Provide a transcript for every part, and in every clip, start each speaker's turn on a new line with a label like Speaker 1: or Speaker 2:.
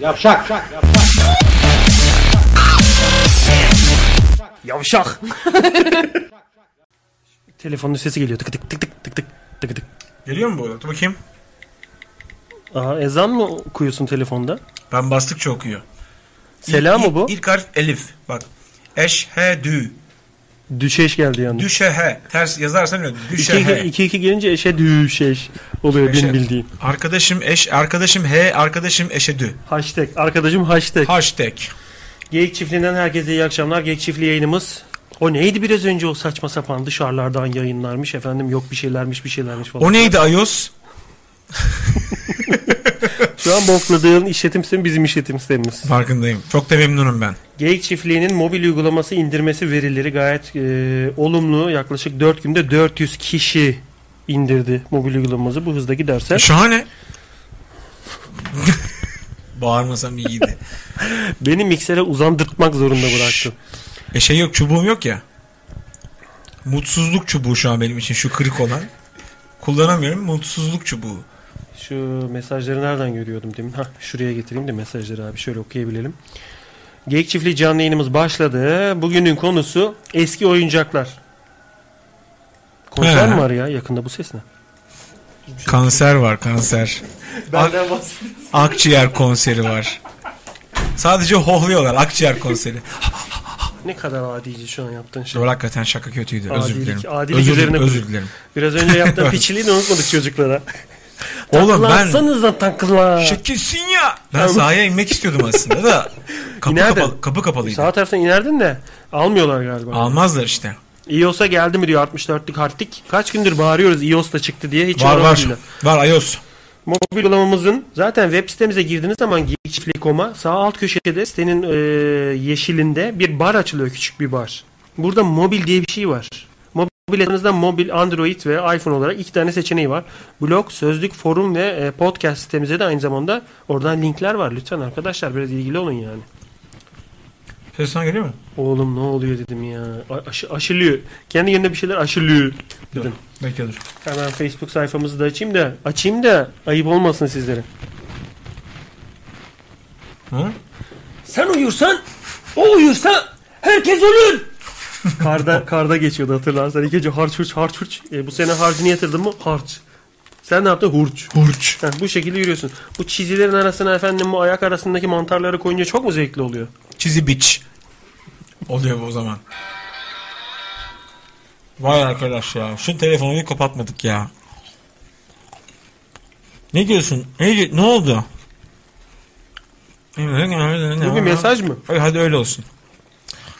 Speaker 1: Yavşak.
Speaker 2: Yavşak. Telefonun sesi geliyor. Tık tık tık tık tık tık tık tık.
Speaker 3: Geliyor mu bu? Dur bakayım.
Speaker 2: Aa, ezan mı okuyorsun telefonda?
Speaker 3: Ben bastıkça okuyor.
Speaker 2: Sela
Speaker 3: İlk-
Speaker 2: mı bu?
Speaker 3: ilk- İlk harf elif. Bak. Eşhedü.
Speaker 2: Düşeş geldi yani.
Speaker 3: Düşehe. Ters yazarsan öyle.
Speaker 2: 2
Speaker 3: Düşehe.
Speaker 2: 2 gelince eşe düşeş oluyor
Speaker 3: Eşe.
Speaker 2: benim bildiğim.
Speaker 3: Arkadaşım eş, arkadaşım he, arkadaşım eşedü.
Speaker 2: Hashtag. Arkadaşım hashtag.
Speaker 3: Hashtag.
Speaker 2: Geyik Çiftliği'nden herkese iyi akşamlar. Geyik Çiftliği yayınımız. O neydi biraz önce o saçma sapan dışarılardan yayınlarmış efendim yok bir şeylermiş bir şeylermiş falan.
Speaker 3: O neydi Ayos?
Speaker 2: Şu an bokladığın işletim sistemi bizim işletim sistemimiz.
Speaker 3: Farkındayım. Çok da memnunum ben.
Speaker 2: Geyik Çiftliği'nin mobil uygulaması indirmesi verileri gayet e, olumlu. Yaklaşık 4 günde 400 kişi indirdi mobil uygulamamızı bu hızda giderse.
Speaker 3: Şahane. Bağırmasam iyiydi.
Speaker 2: Beni miksere uzandırtmak zorunda bıraktı.
Speaker 3: E şey yok çubuğum yok ya. Mutsuzluk çubuğu şu an benim için şu kırık olan. Kullanamıyorum mutsuzluk çubuğu.
Speaker 2: Şu mesajları nereden görüyordum demin? Hah, şuraya getireyim de mesajları abi şöyle okuyabilelim. Geyik Çiftliği canlı yayınımız başladı. Bugünün konusu eski oyuncaklar. Konser
Speaker 3: He.
Speaker 2: mi var ya yakında bu ses ne?
Speaker 3: Kanser var kanser.
Speaker 2: Benden
Speaker 3: Akciğer konseri var. Sadece hohluyorlar akciğer konseri.
Speaker 2: Ne kadar adici şu an yaptığın şey.
Speaker 3: Doğru hakikaten şaka kötüydü. Özür
Speaker 2: Adilik-
Speaker 3: dilerim.
Speaker 2: adilik
Speaker 3: özür dilerim.
Speaker 2: üzerine-
Speaker 3: Özür dilerim.
Speaker 2: Biraz önce yaptığın piçiliği de unutmadık çocuklara.
Speaker 3: Oğlum ben
Speaker 2: Taklansanız da takla.
Speaker 3: şekilsin ya. Ben sahaya inmek istiyordum aslında da kapı
Speaker 2: İnerdin.
Speaker 3: kapalı, kapı kapalıydı.
Speaker 2: Sağ taraftan inerdin de almıyorlar galiba.
Speaker 3: Almazlar işte.
Speaker 2: iOS'a geldi mi diyor 64'lük hartlik. Kaç gündür bağırıyoruz iOS'ta çıktı diye hiç
Speaker 3: Var var.
Speaker 2: aramadılar.
Speaker 3: Var ayos.
Speaker 2: Mobil uygulamamızın zaten web sitemize girdiğiniz zaman geekçiftliği.com'a sağ alt köşede sitenin e, yeşilinde bir bar açılıyor küçük bir bar. Burada mobil diye bir şey var. Mobil adınızda mobil, Android ve iPhone olarak iki tane seçeneği var. Blog, sözlük, forum ve e, podcast sitemize de aynı zamanda oradan linkler var. Lütfen arkadaşlar biraz ilgili olun yani.
Speaker 3: Ses sana geliyor mu?
Speaker 2: Oğlum ne oluyor dedim ya. A- aşı- aşılıyor. Kendi yerine bir şeyler aşılıyor dedim.
Speaker 3: Bekle dur.
Speaker 2: Hemen Facebook sayfamızı da açayım da açayım da ayıp olmasın sizlere.
Speaker 3: Hı?
Speaker 2: Sen uyursan, o uyursa herkes ölür. karda karda geçiyordu hatırlarsan. İlk gece harç hurç harç hurç. E, bu sene harcını yatırdın mı? Harç. Sen ne yaptın? Hurç.
Speaker 3: Burç.
Speaker 2: Heh, bu şekilde yürüyorsun. Bu çizilerin arasına efendim bu ayak arasındaki mantarları koyunca çok mu zevkli oluyor?
Speaker 3: Çizi biç. Oluyor bu o zaman. Vay arkadaş ya. Şu telefonu bir kapatmadık ya. Ne diyorsun? Ne, di- ne oldu?
Speaker 2: Bu bir mesaj mı?
Speaker 3: Hadi, hadi öyle olsun.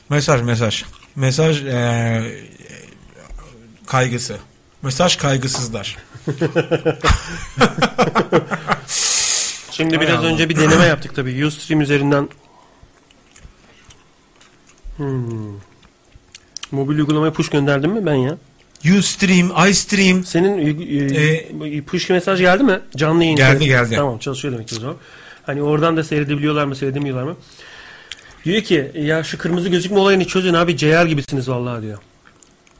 Speaker 3: Mesaj mesaj. Mesaj eee, kaygısı. Mesaj kaygısızlar.
Speaker 2: Şimdi
Speaker 3: Hay
Speaker 2: biraz
Speaker 3: Allah.
Speaker 2: önce bir deneme yaptık tabii. Ustream üzerinden Hmm. Mobil uygulamaya push gönderdim mi ben ya?
Speaker 3: Ustream, iStream.
Speaker 2: Senin e, e, push mesaj geldi mi? Canlı yayın.
Speaker 3: Geldi,
Speaker 2: Tabii.
Speaker 3: geldi.
Speaker 2: Tamam çalışıyor demek ki o zaman. Hani oradan da seyredebiliyorlar mı seyredemiyorlar mı? Diyor ki ya şu kırmızı gözükme olayını çözün abi cayar gibisiniz vallahi diyor.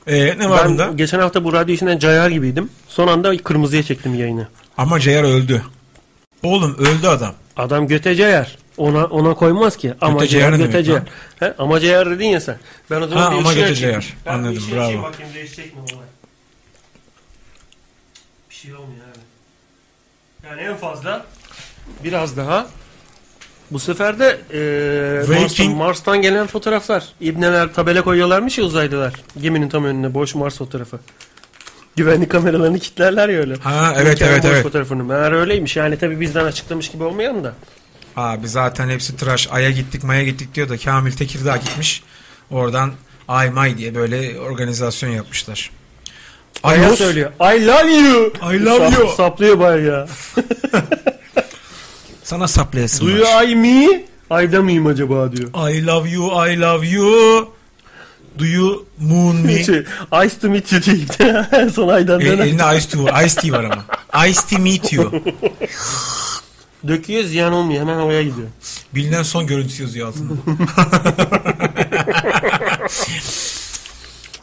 Speaker 3: Eee, ne var
Speaker 2: Ben
Speaker 3: bunda?
Speaker 2: geçen hafta bu radyo işinden cayar gibiydim. Son anda kırmızıya çektim yayını.
Speaker 3: Ama Ceyar öldü. Oğlum öldü adam.
Speaker 2: Adam göte cayar. Ona ona koymaz ki. Ama
Speaker 3: Göte
Speaker 2: cayar
Speaker 3: cayar ne
Speaker 2: göte
Speaker 3: demek
Speaker 2: cayar.
Speaker 3: lan?
Speaker 2: He, ama cayar dedin ya sen. Ben o zaman
Speaker 3: Ha,
Speaker 2: bir
Speaker 3: ama
Speaker 2: ışığı
Speaker 3: göte
Speaker 2: açayım.
Speaker 3: cayar.
Speaker 2: Ben bir
Speaker 3: Anladım,
Speaker 2: ışığı
Speaker 3: bravo.
Speaker 2: açayım bakayım, değişecek mi olay? Bir şey olmuyor abi. Yani en fazla biraz daha bu sefer de eee, Mars'tan,
Speaker 3: Waking-
Speaker 2: Mars'tan gelen fotoğraflar. İbneler tabela koyuyorlarmış ya uzaylılar. Geminin tam önüne boş Mars fotoğrafı. Güvenlik kameralarını kilitlerler ya öyle.
Speaker 3: Ha evet
Speaker 2: Ülkenin
Speaker 3: evet
Speaker 2: boş
Speaker 3: evet.
Speaker 2: fotoğrafını. Meğer öyleymiş. Yani tabii bizden açıklamış gibi olmayalım da.
Speaker 3: Abi zaten hepsi tıraş. Ay'a gittik, Maya gittik diyor da Kamil Tekirdağ gitmiş. Oradan Ay May diye böyle organizasyon yapmışlar.
Speaker 2: Ne
Speaker 3: Ayos.
Speaker 2: söylüyor? I love you.
Speaker 3: I love you.
Speaker 2: Saplıyor bari ya.
Speaker 3: Sana saplayasın
Speaker 2: Do
Speaker 3: var.
Speaker 2: you I me? Ayda mıyım acaba diyor.
Speaker 3: I love you, I love you. Do you moon me?
Speaker 2: Hiç, Ice to meet you deyip de en son aydan
Speaker 3: E,
Speaker 2: döner.
Speaker 3: elinde ice tea var. Ice tea var ama. Ice tea meet you.
Speaker 2: Döküyor ziyan olmuyor. Hemen havaya gidiyor.
Speaker 3: Bilinen son görüntüsü yazıyor altında.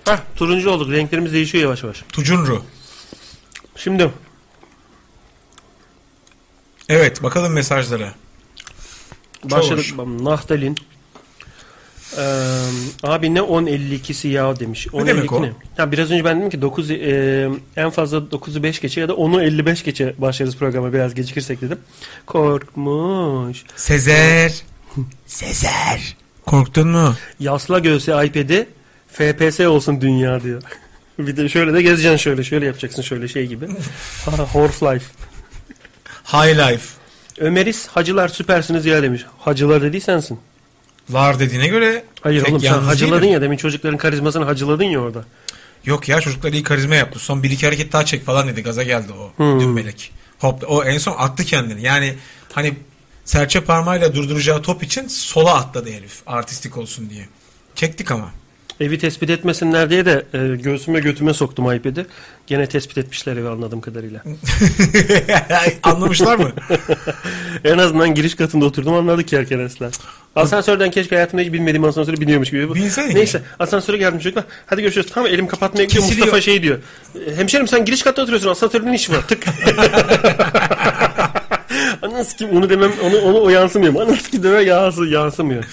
Speaker 2: Hah turuncu olduk. Renklerimiz değişiyor yavaş yavaş.
Speaker 3: Tucunru.
Speaker 2: Şimdi
Speaker 3: Evet bakalım mesajlara.
Speaker 2: başladık.
Speaker 3: hoş.
Speaker 2: Nahtalin. Ee, abi ne 10.52'si ya demiş.
Speaker 3: Ne demek
Speaker 2: 10.52
Speaker 3: o?
Speaker 2: ne? Ya biraz önce ben dedim ki 9 e, en fazla 9'u 5 geçe ya da 10'u 55 geçe başlarız programa biraz gecikirsek dedim. Korkmuş.
Speaker 3: Sezer. Sezer. Korktun mu?
Speaker 2: Yasla göğsü iPad'i FPS olsun dünya diyor. Bir de şöyle de gezeceksin şöyle şöyle yapacaksın şöyle şey gibi. Aha, Half-Life.
Speaker 3: High life.
Speaker 2: Ömeris hacılar süpersiniz ya demiş. Hacılar dediği sensin.
Speaker 3: Var dediğine göre
Speaker 2: Hayır
Speaker 3: tek
Speaker 2: oğlum sen
Speaker 3: yalnız
Speaker 2: hacıladın
Speaker 3: değilim.
Speaker 2: ya demin çocukların karizmasını hacıladın ya orada.
Speaker 3: Yok ya çocuklar iyi karizma yaptı. Son bir iki hareket daha çek falan dedi. Gaza geldi o.
Speaker 2: Hmm.
Speaker 3: Dün melek. Hop o en son attı kendini. Yani hani serçe parmağıyla durduracağı top için sola atladı herif. Artistik olsun diye. Çektik ama.
Speaker 2: Evi tespit etmesinler diye de e, göğsüme götüme soktum iPad'i. Gene tespit etmişler evi anladığım kadarıyla.
Speaker 3: Anlamışlar mı?
Speaker 2: en azından giriş katında oturdum anladık ki herkesler. Asansörden keşke hayatımda hiç bilmediğim asansöre biniyormuş gibi.
Speaker 3: Binseydin
Speaker 2: Neyse asansöre geldim çocuklar. Hadi görüşürüz. Tamam elim kapatmaya gidiyor.
Speaker 3: Kesiliyor.
Speaker 2: Mustafa şey diyor. "E, Hemşerim sen giriş katta oturuyorsun. Asansörün işi var. Tık. Anasını kim onu demem onu onu o yansımıyor. Anasını kim deme yansı, yansımıyor.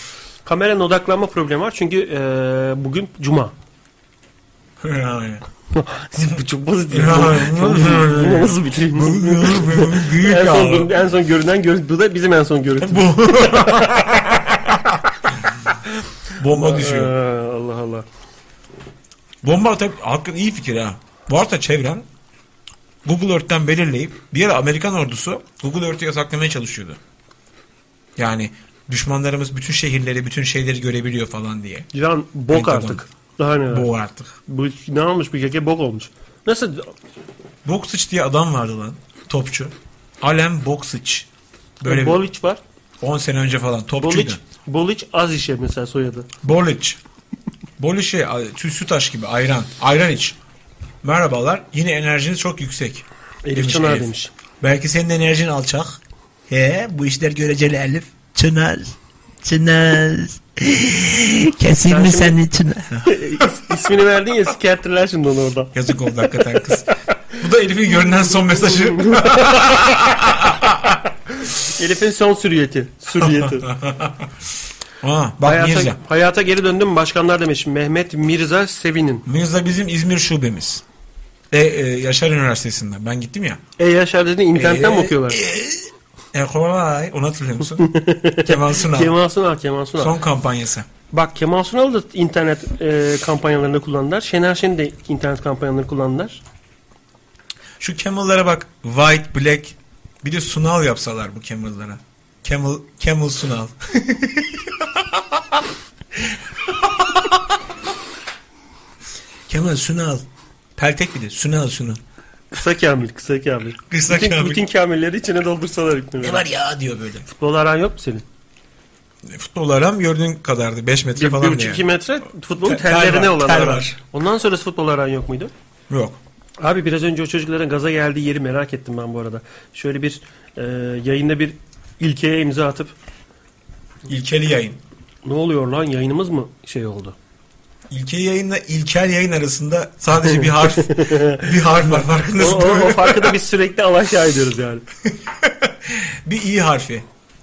Speaker 2: Kameranın odaklanma problemi var çünkü e, bugün cuma.
Speaker 3: Yani.
Speaker 2: Bu çok basit.
Speaker 3: Ya,
Speaker 2: Çok basit. Bunu nasıl bitireyim?
Speaker 3: Büyük
Speaker 2: en, son,
Speaker 3: abi.
Speaker 2: gör- en son görünen görüntü. Bu da bizim en son görüntü.
Speaker 3: Bu. Bomba düşüyor.
Speaker 2: Ee, Allah Allah.
Speaker 3: Bomba atıp hakikaten iyi fikir ha. Bu arada çevren Google Earth'ten belirleyip bir ara Amerikan ordusu Google Earth'ü yasaklamaya çalışıyordu. Yani düşmanlarımız bütün şehirleri, bütün şeyleri görebiliyor falan diye.
Speaker 2: Can bok
Speaker 3: Pentagon.
Speaker 2: artık. Daha ne var?
Speaker 3: Bu artık.
Speaker 2: Bu ne olmuş bu keke bok olmuş. Nasıl?
Speaker 3: Boksiç diye adam vardı lan. Topçu. Alem Boksiç. Böyle bir-
Speaker 2: Boliç var.
Speaker 3: 10 sene önce falan topçuydu.
Speaker 2: Boliç. Boliç az işe mesela soyadı.
Speaker 3: Boliç. Boliç şey tü- sütaş gibi ayran. Ayran iç. Merhabalar. Yine enerjiniz çok yüksek.
Speaker 2: Elif
Speaker 3: Demiş
Speaker 2: Çınar
Speaker 3: Elif.
Speaker 2: demiş.
Speaker 3: Belki senin enerjin alçak.
Speaker 4: He bu işler göreceli Elif. Çınar. Çınar. Kesin mi senin Çınar?
Speaker 2: ismini verdin ya sikertirler şimdi onu orada.
Speaker 3: Yazık oldu hakikaten kız. Bu da Elif'in görünen son mesajı.
Speaker 2: Elif'in son sürüyeti. Sürüyeti.
Speaker 3: Aa, bak
Speaker 2: hayata,
Speaker 3: Mirza.
Speaker 2: hayata geri döndüm başkanlar demiş. Mehmet Mirza Sevin'in.
Speaker 3: Mirza bizim İzmir şubemiz. E, e, Yaşar Üniversitesi'nde. Ben gittim ya.
Speaker 2: E Yaşar dedi internetten mi
Speaker 3: Ee,
Speaker 2: okuyorlar?
Speaker 3: E kolay. Onu hatırlıyor musun? Kemal Sunal.
Speaker 2: Kemal Sunal, Kemal Sunal.
Speaker 3: Son kampanyası.
Speaker 2: Bak Kemal Sunal da internet e, kampanyalarında kullandılar. Şener Şen de internet kampanyalarını kullandılar.
Speaker 3: Şu Camel'lara bak. White, black. Bir de Sunal yapsalar bu Camel'lara. Camel, Camel Sunal. Kemal Sunal. Peltek bir de. Sunal Sunal.
Speaker 2: Kısa Kamil, kısa Kamil.
Speaker 3: Kısa
Speaker 2: bütün,
Speaker 3: Kamil.
Speaker 2: Bütün Kamilleri içine doldursalar hükmü.
Speaker 3: Ne var ya diyor böyle. E,
Speaker 2: Futbol aran yok mu senin?
Speaker 3: Futbol aram gördüğün kadardı. 5 metre
Speaker 2: Bir,
Speaker 3: falan
Speaker 2: buçuk
Speaker 3: yani.
Speaker 2: iki metre futbolun
Speaker 3: Te- tel
Speaker 2: tellerine
Speaker 3: var,
Speaker 2: olan
Speaker 3: tel
Speaker 2: aran.
Speaker 3: var.
Speaker 2: Ondan sonrası futbol aran yok muydu?
Speaker 3: Yok.
Speaker 2: Abi biraz önce o çocukların gaza geldiği yeri merak ettim ben bu arada. Şöyle bir e, yayında bir ilkeye imza atıp
Speaker 3: İlkeli yayın.
Speaker 2: ne oluyor lan yayınımız mı şey oldu?
Speaker 3: İlkeli yayınla ilkel yayın arasında sadece bir harf bir harf var
Speaker 2: O,
Speaker 3: farkındasın
Speaker 2: o,
Speaker 3: değil
Speaker 2: o
Speaker 3: mi?
Speaker 2: farkı da biz sürekli alaşağı ediyoruz yani.
Speaker 3: bir i harfi.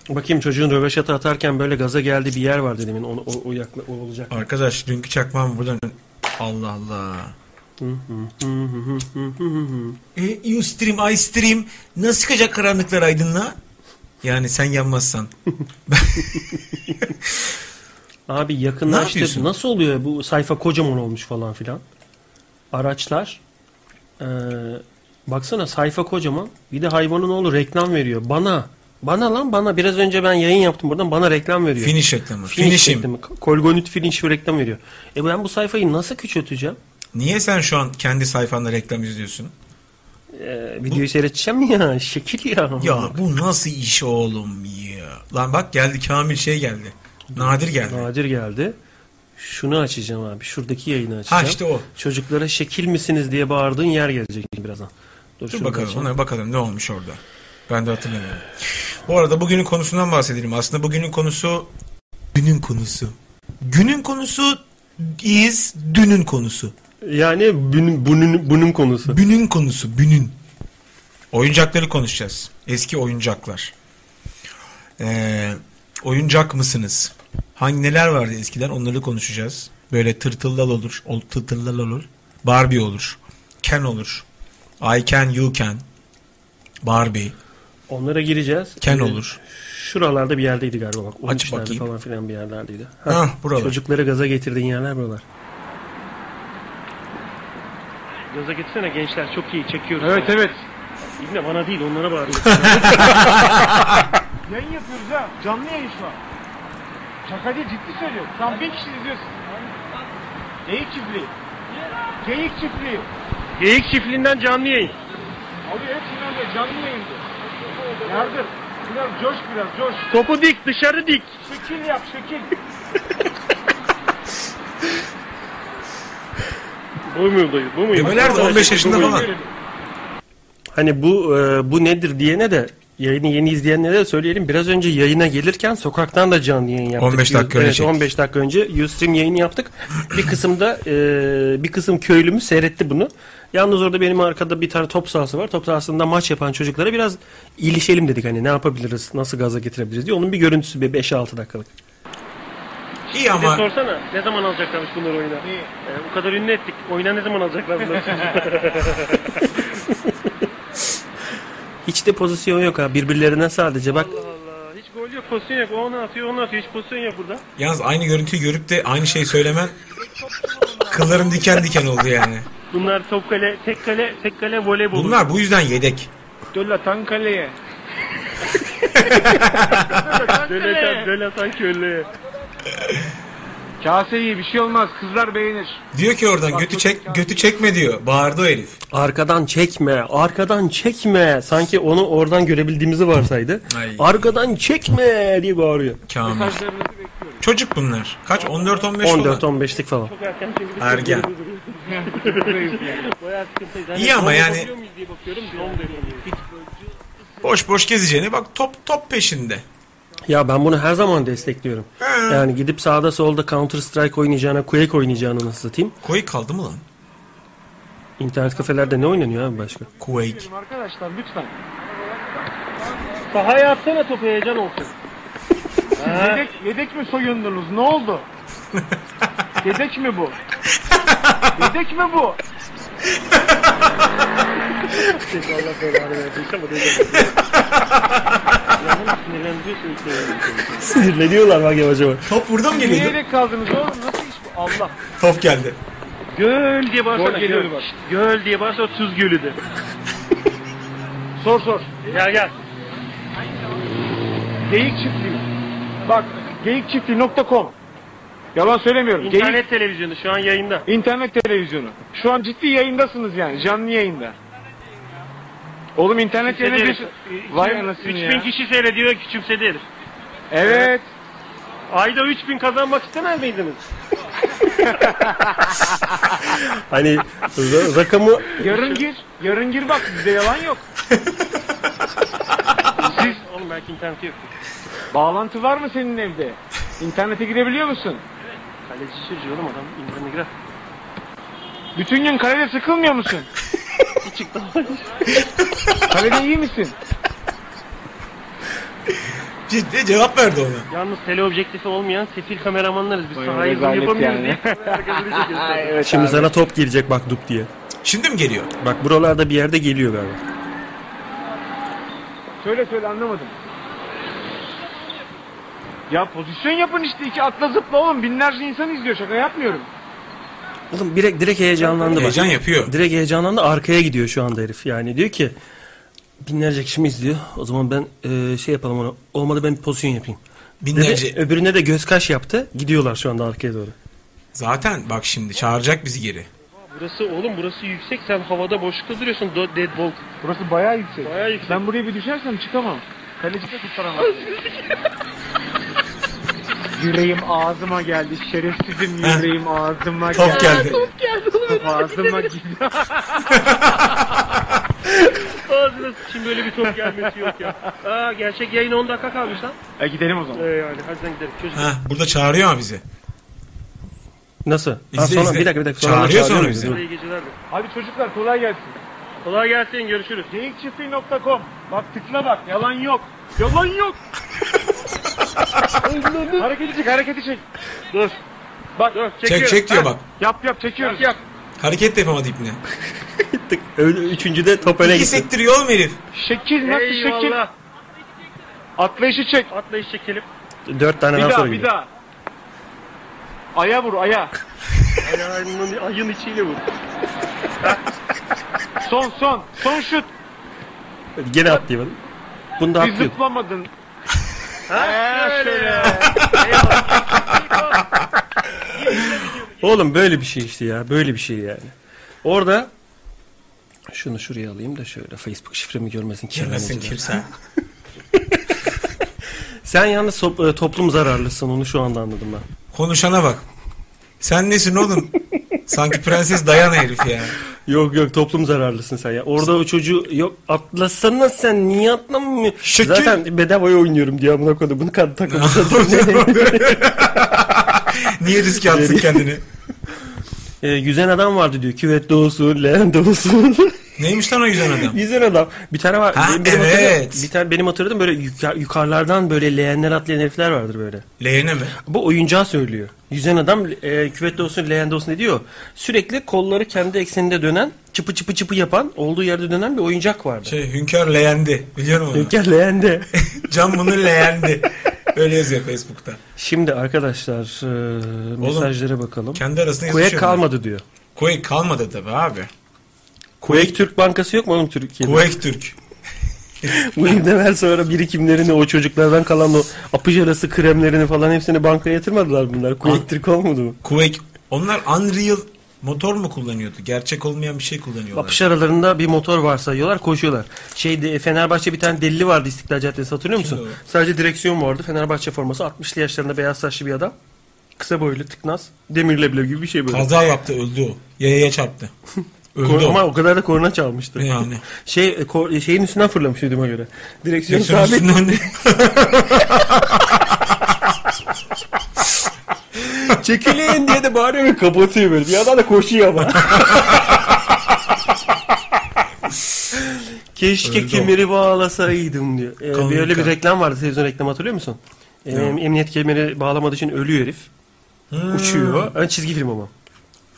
Speaker 2: Bakayım çocuğun röveşata atarken böyle gaza geldi bir yer var dedim. Onu, o, o, yakla, o olacak.
Speaker 3: Arkadaş dünkü çakmam buradan. Allah Allah. e, you stream, I stream. Nasıl çıkacak karanlıklar aydınlığa? Yani sen yanmazsan.
Speaker 2: Abi
Speaker 3: Ne
Speaker 2: yakında işte
Speaker 3: yapıyorsun?
Speaker 2: nasıl oluyor bu sayfa kocaman olmuş falan filan. Araçlar eee, baksana sayfa kocaman bir de hayvanın oğlu reklam veriyor. Bana bana lan bana biraz önce ben yayın yaptım buradan bana reklam veriyor.
Speaker 3: Finish reklamı.
Speaker 2: Finish
Speaker 3: Finishim.
Speaker 2: reklamı. Kolgonit finish reklam veriyor. E ben bu sayfayı nasıl küçülteceğim?
Speaker 3: Niye sen şu an kendi sayfanda reklam izliyorsun?
Speaker 2: Eee, E, videoyu seyredeceğim ya şekil ya.
Speaker 3: Ya bu nasıl iş oğlum ya? Lan bak geldi Kamil şey geldi. Nadir geldi.
Speaker 2: Nadir geldi. Şunu açacağım abi. Şuradaki yayını açacağım.
Speaker 3: Ha işte o.
Speaker 2: Çocuklara şekil misiniz diye bağırdığın yer gelecek birazdan. Dur,
Speaker 3: Dur
Speaker 2: şunu
Speaker 3: bakalım
Speaker 2: açayım.
Speaker 3: ona bakalım ne olmuş orada. Ben de hatırlamıyorum. Bu arada bugünün konusundan bahsedelim. Aslında bugünün konusu günün konusu. Günün konusu is dünün konusu.
Speaker 2: Yani bunun, bunun, bunun konusu.
Speaker 3: Bünün konusu, bünün. Oyuncakları konuşacağız. Eski oyuncaklar. Ee, oyuncak mısınız? Hangi neler vardı eskiden onları konuşacağız. Böyle tırtıllar olur, ol, tırtıllar olur. Barbie olur. Ken olur. I can, you can. Barbie,
Speaker 2: Onlara gireceğiz.
Speaker 3: Ken
Speaker 2: Ee,
Speaker 3: olur.
Speaker 2: Şuralarda bir yerdeydi galiba bak.
Speaker 3: Aç
Speaker 2: 13'lerde
Speaker 3: bakayım.
Speaker 2: falan filan bir yerlerdeydi.
Speaker 3: Hah, buralar.
Speaker 2: Çocukları gaza getirdiğin yerler buralar. Gaza getirsene gençler çok iyi çekiyoruz.
Speaker 5: Evet evet.
Speaker 2: İbne bana değil onlara bağırıyor.
Speaker 5: Yayın yapıyoruz ha. Canlı yayın şu an. Şaka değil ciddi söylüyorum. Tam bin kişi izliyorsun. Geyik çiftliği. Geyik çiftliği.
Speaker 2: Geyik çiftliğinden canlı yayın.
Speaker 5: Abi hepsini orada canlı yayında. Yardır. Biraz coş biraz coş.
Speaker 2: Topu dik dışarı dik.
Speaker 5: Şekil yap şekil.
Speaker 2: Bu muydu? Bu muydu?
Speaker 3: Demeler de 15 yaşında falan.
Speaker 2: Hani bu e, bu nedir diyene de yayını yeni izleyenlere de söyleyelim. Biraz önce yayına gelirken sokaktan da canlı yayın yaptık.
Speaker 3: 15 dakika önce
Speaker 2: evet,
Speaker 3: çektik.
Speaker 2: 15 dakika önce Ustream yayını yaptık. bir kısımda e, bir kısım köylümüz seyretti bunu. Yalnız orada benim arkada bir tane top sahası var. Top sahasında maç yapan çocuklara biraz ilişelim dedik. Hani ne yapabiliriz, nasıl gaza getirebiliriz diye. Onun bir görüntüsü bir 5-6 dakikalık.
Speaker 3: İyi ama
Speaker 2: sorsana ne zaman alacaklarmış bunları oyuna? o kadar ünlü ettik. Oyuna ne zaman alacaklar bunları? Hiç de pozisyon yok ha. Birbirlerine sadece bak.
Speaker 5: Allah hiç gol yok pozisyon yok. O onu atıyor onu atıyor. Hiç pozisyon yok burada.
Speaker 3: yalnız aynı görüntüyü görüp de aynı şeyi söylemen kıllarım diken diken oldu yani.
Speaker 2: Bunlar top kale, tek kale, tek kale voleybol.
Speaker 3: Bunlar bu yüzden yedek.
Speaker 5: Döl atan kaleye.
Speaker 2: Döle, döle sanki öyle.
Speaker 5: Kase iyi bir şey olmaz. Kızlar beğenir.
Speaker 3: Diyor ki oradan götü çek götü çekme diyor. Bağırdı o herif.
Speaker 2: Arkadan çekme, arkadan çekme. Sanki onu oradan görebildiğimizi varsaydı.
Speaker 3: Ay.
Speaker 2: Arkadan çekme diye bağırıyor.
Speaker 3: Kamil.
Speaker 5: Kızlarınızı bekliyorum.
Speaker 3: Çocuk bunlar. Kaç? 14-15 falan.
Speaker 2: 14-15'lik falan.
Speaker 3: Ergen.
Speaker 5: Buradayız yani.
Speaker 3: İyi ama yani
Speaker 5: şey
Speaker 3: boş boş gezeceğine bak top top peşinde.
Speaker 2: Ya ben bunu her zaman destekliyorum. Yani gidip sağda solda Counter Strike oynayacağına, Quake oynayacağını nasıl satayım?
Speaker 3: Quake kaldı mı lan?
Speaker 2: İnternet kafelerde ne oynanıyor abi başka?
Speaker 3: Quake.
Speaker 5: Arkadaşlar lütfen.
Speaker 2: Sahaya atsana topu heyecan olsun.
Speaker 5: Ee, Yedek, yedek mi soyundunuz? Ne oldu? yedek mi bu? yedek mi bu?
Speaker 2: Sinirleniyorlar bak yavaş yavaş.
Speaker 3: Top burada mı
Speaker 5: Niye
Speaker 3: geliyordu?
Speaker 5: yedek kaldınız oğlum? Nasıl iş bu? Allah.
Speaker 3: Top geldi.
Speaker 2: Göl diye
Speaker 5: bağırsana, Gol geliyordu göl. bak.
Speaker 2: Göl diye bağırsa tuz gölü de.
Speaker 5: Sor sor.
Speaker 2: Gel gel.
Speaker 5: Geyik çiftliği. Bak geyikçiftliği.com Yalan söylemiyorum. Geyik,
Speaker 2: televizyonu şu an yayında.
Speaker 5: internet televizyonu. Şu an ciddi yayındasınız yani. Canlı yayında. Oğlum internet yayını bir... Vay anasını ya.
Speaker 2: kişi seyrediyor küçümsedi herif.
Speaker 5: Evet.
Speaker 2: Ayda 3000 kazanmak istemez miydiniz? hani ra- rakamı
Speaker 5: Yarın gir. Yarın gir bak bizde yalan yok. Siz
Speaker 2: Oğlum belki interneti yok.
Speaker 5: bağlantı var mı senin evde? İnternete girebiliyor musun?
Speaker 2: Kaleci çocuğu oğlum adam internete girer.
Speaker 5: Bütün gün kalede sıkılmıyor musun? kalede iyi misin?
Speaker 3: Ciddi cevap verdi ona.
Speaker 2: Yalnız teleobjektifi olmayan sefil kameramanlarız biz
Speaker 5: Bayağı sahayı rezalet yapamıyoruz yani. diye
Speaker 2: Şimdi sana top gelecek bak dup diye.
Speaker 3: Şimdi mi geliyor?
Speaker 2: Bak buralarda bir yerde geliyor galiba.
Speaker 5: Söyle söyle anlamadım. Ya pozisyon yapın işte iki atla zıpla oğlum binlerce insan izliyor şaka yapmıyorum.
Speaker 2: Oğlum direkt, direkt heyecanlandı bak.
Speaker 3: Heyecan yapıyor.
Speaker 2: Direkt heyecanlandı arkaya gidiyor şu anda herif. Yani diyor ki binlerce kişi mi izliyor? O zaman ben e, şey yapalım ona. Olmadı ben bir pozisyon yapayım. Dedi,
Speaker 3: Binlerce.
Speaker 2: öbürüne de göz kaş yaptı. Gidiyorlar şu anda arkaya doğru.
Speaker 3: Zaten bak şimdi çağıracak bizi geri.
Speaker 6: Burası oğlum burası yüksek sen havada boşlukta duruyorsun Do- deadbolt.
Speaker 5: Burası bayağı yüksek.
Speaker 6: Bayağı yüksek.
Speaker 5: Ben buraya bir düşersem çıkamam. Kaleci de kurtaramaz. yüreğim ağzıma geldi şerefsizim yüreğim ağzıma
Speaker 3: Top
Speaker 5: geldi.
Speaker 3: geldi.
Speaker 5: Top ağzıma geldi.
Speaker 6: Ağzına sıçayım böyle bir top gelmesi yok ya. Aa gerçek yayın 10 dakika kalmış lan.
Speaker 5: e gidelim o zaman.
Speaker 6: Ee, yani hadi sen gidelim. Çocuk
Speaker 3: Ha, burada çağırıyor ama bizi.
Speaker 2: Nasıl? Ha,
Speaker 3: İzle,
Speaker 2: sonra,
Speaker 3: izle.
Speaker 2: bir dakika bir dakika.
Speaker 3: Çağırıyor sonra
Speaker 2: çağırıyor
Speaker 3: bizi.
Speaker 2: mu?
Speaker 6: iyi geceler de.
Speaker 5: Hadi çocuklar kolay gelsin.
Speaker 6: Kolay gelsin görüşürüz.
Speaker 7: Geyikçiftliği.com Bak tıkla bak yalan yok. Yalan yok. hareketi çek hareketi çek.
Speaker 6: Dur.
Speaker 7: Bak
Speaker 6: Dur
Speaker 3: Çek
Speaker 6: çekiyorum.
Speaker 3: çek diyor bak.
Speaker 7: yap yap çekiyoruz.
Speaker 6: Yap.
Speaker 3: Hareket de yapamadı ipne.
Speaker 2: Gittik. Öyle üçüncüde top öne
Speaker 3: İki
Speaker 2: gitti.
Speaker 3: sektiriyor oğlum herif.
Speaker 7: Şekil nasıl şekil?
Speaker 6: Eyvallah.
Speaker 7: Atlayışı çek.
Speaker 6: Atlayış çekelim.
Speaker 2: Dört tane
Speaker 7: Bir
Speaker 2: nasıl
Speaker 7: daha bir
Speaker 2: oynuyor?
Speaker 7: daha. Aya vur aya.
Speaker 6: Ayağının, ayın içiyle vur.
Speaker 7: Son son. Son şut.
Speaker 2: Gene atlayamadım. Bunu da
Speaker 7: Bir
Speaker 2: atlıyor.
Speaker 7: zıplamadın.
Speaker 6: Ha şöyle.
Speaker 2: Oğlum böyle bir şey işte ya. Böyle bir şey yani. Orada şunu şuraya alayım da şöyle Facebook şifremi görmesin.
Speaker 3: Görmesin
Speaker 2: kirleniciler.
Speaker 3: kimse.
Speaker 2: Sen yalnız sop- e, toplum zararlısın. Onu şu anda anladım ben.
Speaker 3: Konuşana bak. Sen nesin oğlum? Sanki prenses Diana herif ya.
Speaker 2: Yok yok toplum zararlısın sen ya. Orada o çocuğu yok atlasana sen niye atlamıyorsun?
Speaker 3: Şekil.
Speaker 2: Zaten bedavaya oynuyorum diye amına koydum. Bunu kadın takımı.
Speaker 3: Niye riske atsın kendini?
Speaker 2: e, yüzen adam vardı diyor. Küvette olsun, leğende olsun.
Speaker 3: Neymiş lan o yüzden adam?
Speaker 2: Yüzen adam. Bir tane var.
Speaker 3: Ha,
Speaker 2: hatırladığım-
Speaker 3: evet.
Speaker 2: bir tane benim hatırladığım böyle yuka- yukarılardan böyle leğenler atlayan herifler vardır böyle.
Speaker 3: Leğene mi?
Speaker 2: Bu oyuncağı söylüyor. Yüzen adam e, küvette olsun, leğende olsun ne diyor. Sürekli kolları kendi ekseninde dönen, çıpı çıpı çıpı yapan, olduğu yerde dönen bir oyuncak vardı.
Speaker 3: Şey hünkâr leğendi. Biliyorum onu.
Speaker 2: Hünkar leğende.
Speaker 3: Can bunu leğendi. Öyle yazıyor Facebook'ta.
Speaker 2: Şimdi arkadaşlar e, mesajlara bakalım.
Speaker 3: Kendi arasında
Speaker 2: Kuek
Speaker 3: yazışıyorlar.
Speaker 2: kalmadı diyor.
Speaker 3: Kuek kalmadı tabi abi.
Speaker 2: Kuek Türk Bankası yok mu oğlum Türkiye'de?
Speaker 3: Kuek Türk.
Speaker 2: Bu imdeler sonra birikimlerini o çocuklardan kalan o apıjarası kremlerini falan hepsini bankaya yatırmadılar bunlar.
Speaker 3: Ah.
Speaker 2: Kuek Türk olmadı mı?
Speaker 3: Kuek. Onlar Unreal motor mu kullanıyordu? Gerçek olmayan bir şey kullanıyorlar.
Speaker 2: Apış aralarında bir motor var sayıyorlar koşuyorlar. Şeyde Fenerbahçe bir tane delili vardı İstiklal Caddesi hatırlıyor
Speaker 3: Kim o?
Speaker 2: musun? Sadece direksiyon vardı. Fenerbahçe forması 60'lı yaşlarında beyaz saçlı bir adam. Kısa boylu tıknaz. Demir leblebi gibi bir şey böyle.
Speaker 3: Kaza yaptı öldü o. Yayaya çarptı.
Speaker 2: Kor-
Speaker 3: Öldü
Speaker 2: ama
Speaker 3: o.
Speaker 2: o kadar da korna çalmıştı.
Speaker 3: Yani.
Speaker 2: Şey e, kor- şeyin üstünden fırlamış dediğime göre. Direksiyon
Speaker 3: Yaşın
Speaker 2: sabit.
Speaker 3: üstünden-
Speaker 2: Çekilin diye de bağırıyor ve kapatıyor böyle. Bir yandan da koşuyor ama. Keşke
Speaker 3: Öldü o.
Speaker 2: kemeri bağlasaydım diyor. Ee,
Speaker 3: Kanun
Speaker 2: bir öyle bir
Speaker 3: kan-
Speaker 2: reklam vardı televizyon reklamı hatırlıyor musun? Ee, emniyet kemeri bağlamadığı için ölüyor herif. Uçuyor. Ha, çizgi film ama.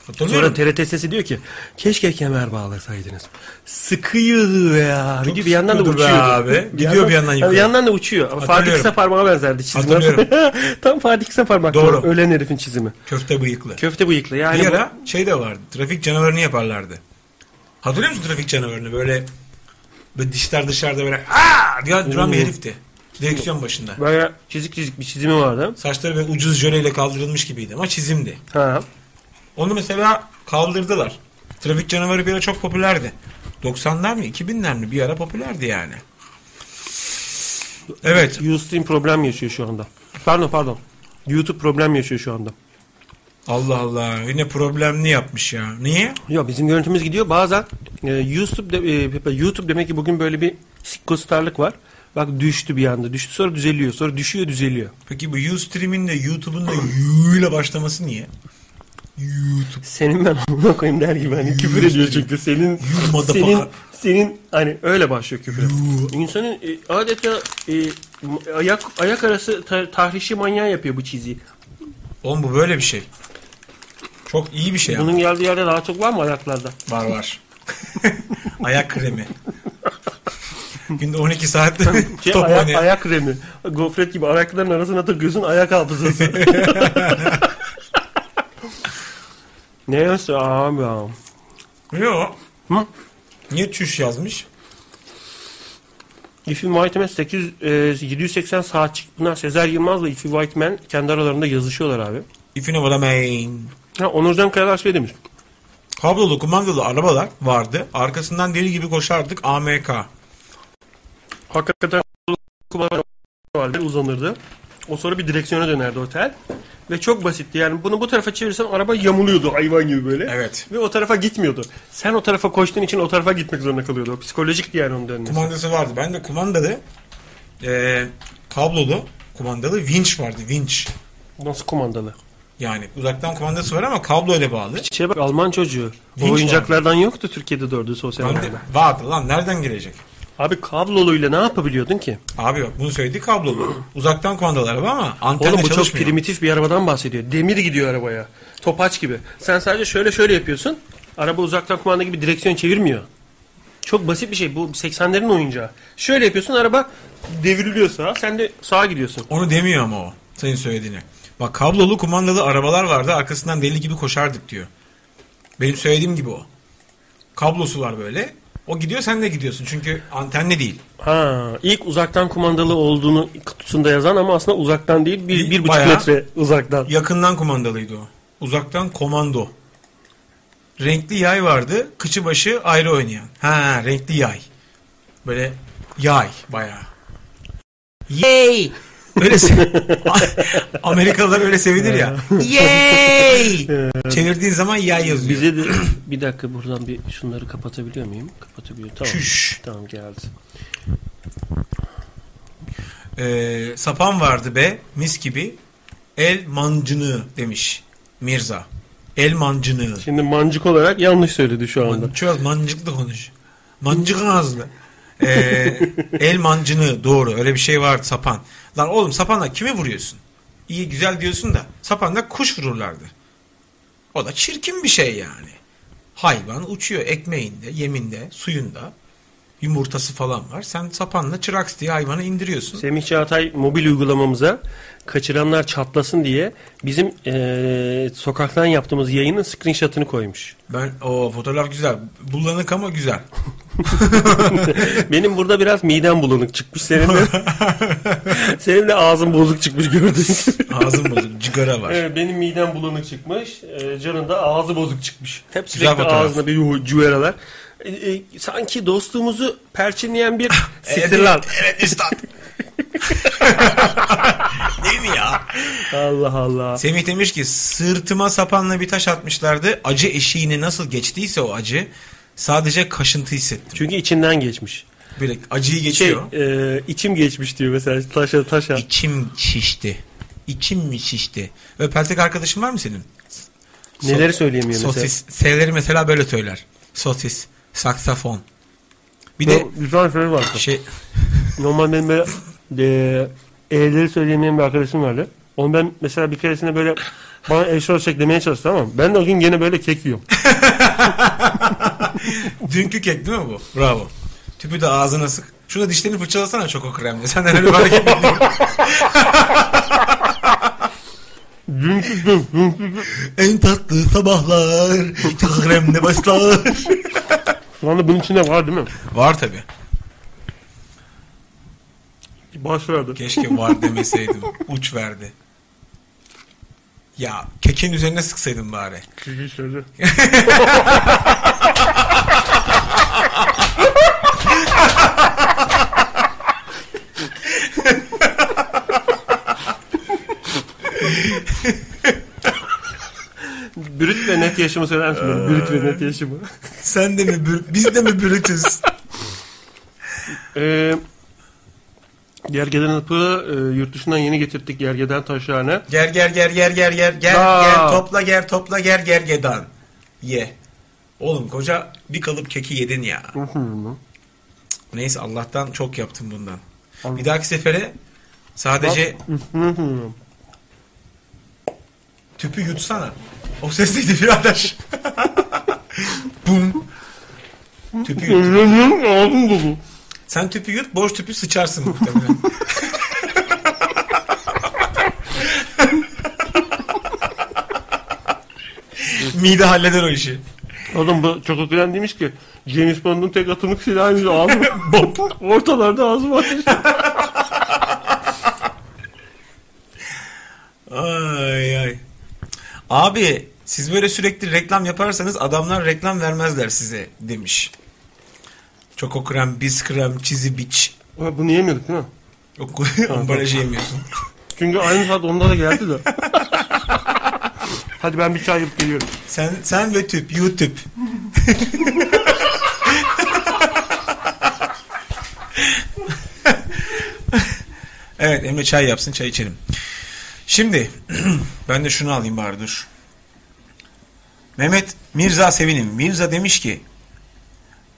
Speaker 3: Hatırlıyorum.
Speaker 2: Sonra TRT sesi diyor ki keşke kemer bağlasaydınız. Sıkıyordu ya. Bir, bir yandan da
Speaker 3: sıkıyordu be
Speaker 2: uçuyor.
Speaker 3: abi. Gidiyor bir yandan yukarı.
Speaker 2: Bir yandan da uçuyor. Ama Fatih
Speaker 3: Hatırlıyorum.
Speaker 2: Kısa parmağa benzerdi çizimi.
Speaker 3: Hatırlıyorum.
Speaker 2: Tam Fatih Kısa parmak.
Speaker 3: Doğru.
Speaker 2: Ölen herifin çizimi.
Speaker 3: Köfte bıyıklı.
Speaker 2: Köfte bıyıklı. Yani
Speaker 3: bir
Speaker 2: bu-
Speaker 3: ara şey de vardı. Trafik canavarını yaparlardı. Hatırlıyor musun trafik canavarını? Böyle böyle dişler dışarıda böyle aa diye duran bir herifti. Direksiyon başında.
Speaker 2: Böyle çizik çizik bir çizimi vardı.
Speaker 3: Saçları böyle ucuz jöleyle kaldırılmış gibiydi ama çizimdi.
Speaker 2: Ha.
Speaker 3: Onu mesela kaldırdılar. Trafik canavarı bir ara çok popülerdi. 90'lar mı 2000'ler mi bir ara popülerdi yani. Evet.
Speaker 2: Ustream problem yaşıyor şu anda. Pardon pardon. YouTube problem yaşıyor şu anda.
Speaker 3: Allah Allah yine problemli yapmış ya. Niye?
Speaker 2: Ya bizim görüntümüz gidiyor. Bazen e, YouTube de- e, YouTube demek ki bugün böyle bir sikostarlık var. Bak düştü bir anda. Düştü sonra düzeliyor. Sonra düşüyor düzeliyor.
Speaker 3: Peki bu Ustream'in de YouTube'un da Yu ile başlaması niye? YouTube.
Speaker 2: Senin ben amına koyayım der gibi hani küfür ediyor çünkü senin
Speaker 3: motherfucker.
Speaker 2: senin senin hani öyle başlıyor küfür. İnsanın e, adeta e, m- ayak ayak arası ta- tahrişi manyağı yapıyor bu çiziyi.
Speaker 3: Oğlum bu böyle bir şey. Çok iyi bir şey ama.
Speaker 2: Bunun geldiği yerde daha çok var mı ayaklarda?
Speaker 3: Var var. Ayak kremi. Günde 12 saat
Speaker 2: Şey,
Speaker 3: top
Speaker 2: ayak,
Speaker 3: oynayan.
Speaker 2: ayak kremi. Gofret gibi ayakların arasına takıyorsun ayak hafızası. Neyse abi ya.
Speaker 3: Yok.
Speaker 2: Hı?
Speaker 3: Niye çüş yazmış?
Speaker 2: If You White Man 800, e, 780 saatçik. Bunlar Sezer Yılmaz'la If You White Man kendi aralarında yazışıyorlar abi.
Speaker 3: If you know what I mean.
Speaker 2: Ha, Onurcan Kayalar şey demiş.
Speaker 3: Kablolu kumandalı arabalar vardı. Arkasından deli gibi koşardık AMK.
Speaker 2: Hakikaten kumar vardı uzanırdı. O sonra bir direksiyona dönerdi otel. Ve çok basitti yani bunu bu tarafa çevirsen araba yamuluyordu hayvan gibi böyle.
Speaker 3: Evet.
Speaker 2: Ve o tarafa gitmiyordu. Sen o tarafa koştuğun için o tarafa gitmek zorunda kalıyordu. O Psikolojik yani onun dönmesi.
Speaker 3: Kumandası vardı. Ben de kumandalı eee, kablolu kumandalı vinç vardı. Vinç.
Speaker 2: Nasıl kumandalı?
Speaker 3: Yani uzaktan kumandası var ama kablo ile bağlı.
Speaker 2: Şeye bak Alman çocuğu.
Speaker 3: Vinç
Speaker 2: O oyuncaklardan yoktu Türkiye'de dördü sosyal
Speaker 3: Ben de,
Speaker 2: medyada.
Speaker 3: vardı lan nereden gelecek?
Speaker 2: Abi kabloluyla ne yapabiliyordun ki?
Speaker 3: Abi bak bunu söyledi kablolu. uzaktan kumandalı araba ama antenle
Speaker 2: Oğlum bu çok
Speaker 3: çalışmıyor.
Speaker 2: primitif bir arabadan bahsediyor. Demir gidiyor arabaya. Topaç gibi. Sen sadece şöyle şöyle yapıyorsun. Araba uzaktan kumanda gibi direksiyon çevirmiyor. Çok basit bir şey. Bu 80'lerin oyuncağı. Şöyle yapıyorsun araba devriliyor sağa. Sen de sağa gidiyorsun.
Speaker 3: Onu demiyor ama o. Senin söylediğini. Bak kablolu kumandalı arabalar vardı arkasından deli gibi koşardık diyor. Benim söylediğim gibi o. Kablosu var böyle. O gidiyor sen de gidiyorsun çünkü antenle değil.
Speaker 2: Ha, ilk uzaktan kumandalı olduğunu kutusunda yazan ama aslında uzaktan değil bir, bir buçuk
Speaker 3: Bayağı.
Speaker 2: metre uzaktan.
Speaker 3: Yakından kumandalıydı o. Uzaktan komando. Renkli yay vardı. Kıçı başı ayrı oynayan. Ha renkli yay. Böyle yay bayağı. Yay! Öyle se- Amerikalılar öyle sevinir ya. Yay! Çevirdiğin zaman yay yazıyor.
Speaker 2: Bize de bir dakika buradan bir şunları kapatabiliyor muyum? Kapatabiliyorum. Tamam.
Speaker 3: Çüş.
Speaker 2: Tamam geldi.
Speaker 3: Ee, sapan vardı be mis gibi. El mancını demiş Mirza. El mancını.
Speaker 2: Şimdi mancık olarak yanlış söyledi şu anda.
Speaker 3: Çöz mancıklı konuş. Mancık ağızlı. Ee, el mancını doğru öyle bir şey var sapan. Lan oğlum sapanla kimi vuruyorsun? İyi güzel diyorsun da sapanla kuş vururlardı. O da çirkin bir şey yani. Hayvan uçuyor ekmeğinde, yeminde, suyunda. Yumurtası falan var. Sen sapanla çıraks diye hayvanı indiriyorsun.
Speaker 2: Semih Çağatay mobil uygulamamıza kaçıranlar çatlasın diye bizim eee, sokaktan yaptığımız yayının screenshot'ını koymuş.
Speaker 3: Ben o fotoğraf güzel. Bulanık ama güzel.
Speaker 2: Benim burada biraz midem bulanık çıkmış senin de. senin de ağzın bozuk çıkmış gördüğün gibi.
Speaker 3: Ağzım bozuk. Cigara var.
Speaker 2: Evet, benim midem bulanık çıkmış. Ee, Can'ın da ağzı bozuk çıkmış. Hep
Speaker 3: Güzel
Speaker 2: sürekli
Speaker 3: fotoğraf.
Speaker 2: ağzında bir yu- cüveralar. Ee, e, sanki dostluğumuzu perçinleyen bir siktir
Speaker 3: evet,
Speaker 2: lan.
Speaker 3: evet üstad. Değil mi ya?
Speaker 2: Allah Allah.
Speaker 3: Semih demiş ki sırtıma sapanla bir taş atmışlardı. Acı eşiğini nasıl geçtiyse o acı sadece kaşıntı hissettim.
Speaker 2: Çünkü içinden geçmiş.
Speaker 3: Böyle acıyı
Speaker 2: Şey,
Speaker 3: geçiyor.
Speaker 2: e, içim geçmiş diyor mesela taşa taşa.
Speaker 3: İçim şişti. İçim mi şişti? Ve peltek arkadaşın var mı senin?
Speaker 2: Neleri söyleyemiyor mesela.
Speaker 3: Sosis. S'leri mesela böyle söyler. Sosis. Saksafon. Bir de
Speaker 2: Bir tane şöyle vardı.
Speaker 3: şey
Speaker 2: Normal benim böyle e, E'leri söyleyemeyen bir arkadaşım vardı. Onu ben mesela bir keresinde böyle bana eşrol çek demeye çalıştı ama ben de o gün gene böyle kek yiyorum.
Speaker 3: Dünkü kek değil mi bu? Bravo. Tüpü de ağzına sık. Şurada dişlerini fırçalasana çok kremle. Sen öyle bir hareket yapıyorsun.
Speaker 2: Dünkü gün, dünkü gün.
Speaker 3: en tatlı sabahlar çok kremle başlar.
Speaker 2: Şu anda bunun içinde var değil mi?
Speaker 3: Var tabi.
Speaker 2: Baş verdi.
Speaker 3: Keşke var demeseydim. Uç verdi. Ya kekin üzerine sıksaydım bari.
Speaker 2: Keki söyledi. Brüt ve net yaşımı söyler misin? bana? Brüt ve net yaşımı.
Speaker 3: Sen de mi bür- biz de mi bürütüz?
Speaker 2: Ee, Gergeden Apı e, yurt dışından yeni getirttik Gergeden Taşhane.
Speaker 3: Ger ger ger ger ger ger ger
Speaker 2: Aa.
Speaker 3: ger topla ger topla ger ger gedan. Ye. Oğlum koca bir kalıp keki yedin ya. Neyse Allah'tan çok yaptım bundan. Bir dahaki sefere sadece tüpü yutsana. O ses neydi birader? Bum. Tüpü yut.
Speaker 2: Ölüyorum ağzım dolu.
Speaker 3: Sen tüpü yut, boş tüpü sıçarsın muhtemelen. Mide halleder o işi.
Speaker 2: Oğlum bu çok okuyan demiş ki James Bond'un tek atımlık silahıymış ağzım. Bop. Ortalarda ağzım ateş.
Speaker 3: Ay ay. Abi siz böyle sürekli reklam yaparsanız adamlar reklam vermezler size demiş. Çoko krem, biz krem, çizi biç.
Speaker 2: Ulan Bunu yemiyorduk değil mi?
Speaker 3: O ambalajı yemiyorsun.
Speaker 2: Çünkü aynı saat onda da geldi de. Hadi ben bir çay yapıp geliyorum.
Speaker 3: Sen sen ve tüp, YouTube. evet Emre çay yapsın, çay içelim. Şimdi Ben de şunu alayım bari dur. Mehmet Mirza Sevin'in. Mirza demiş ki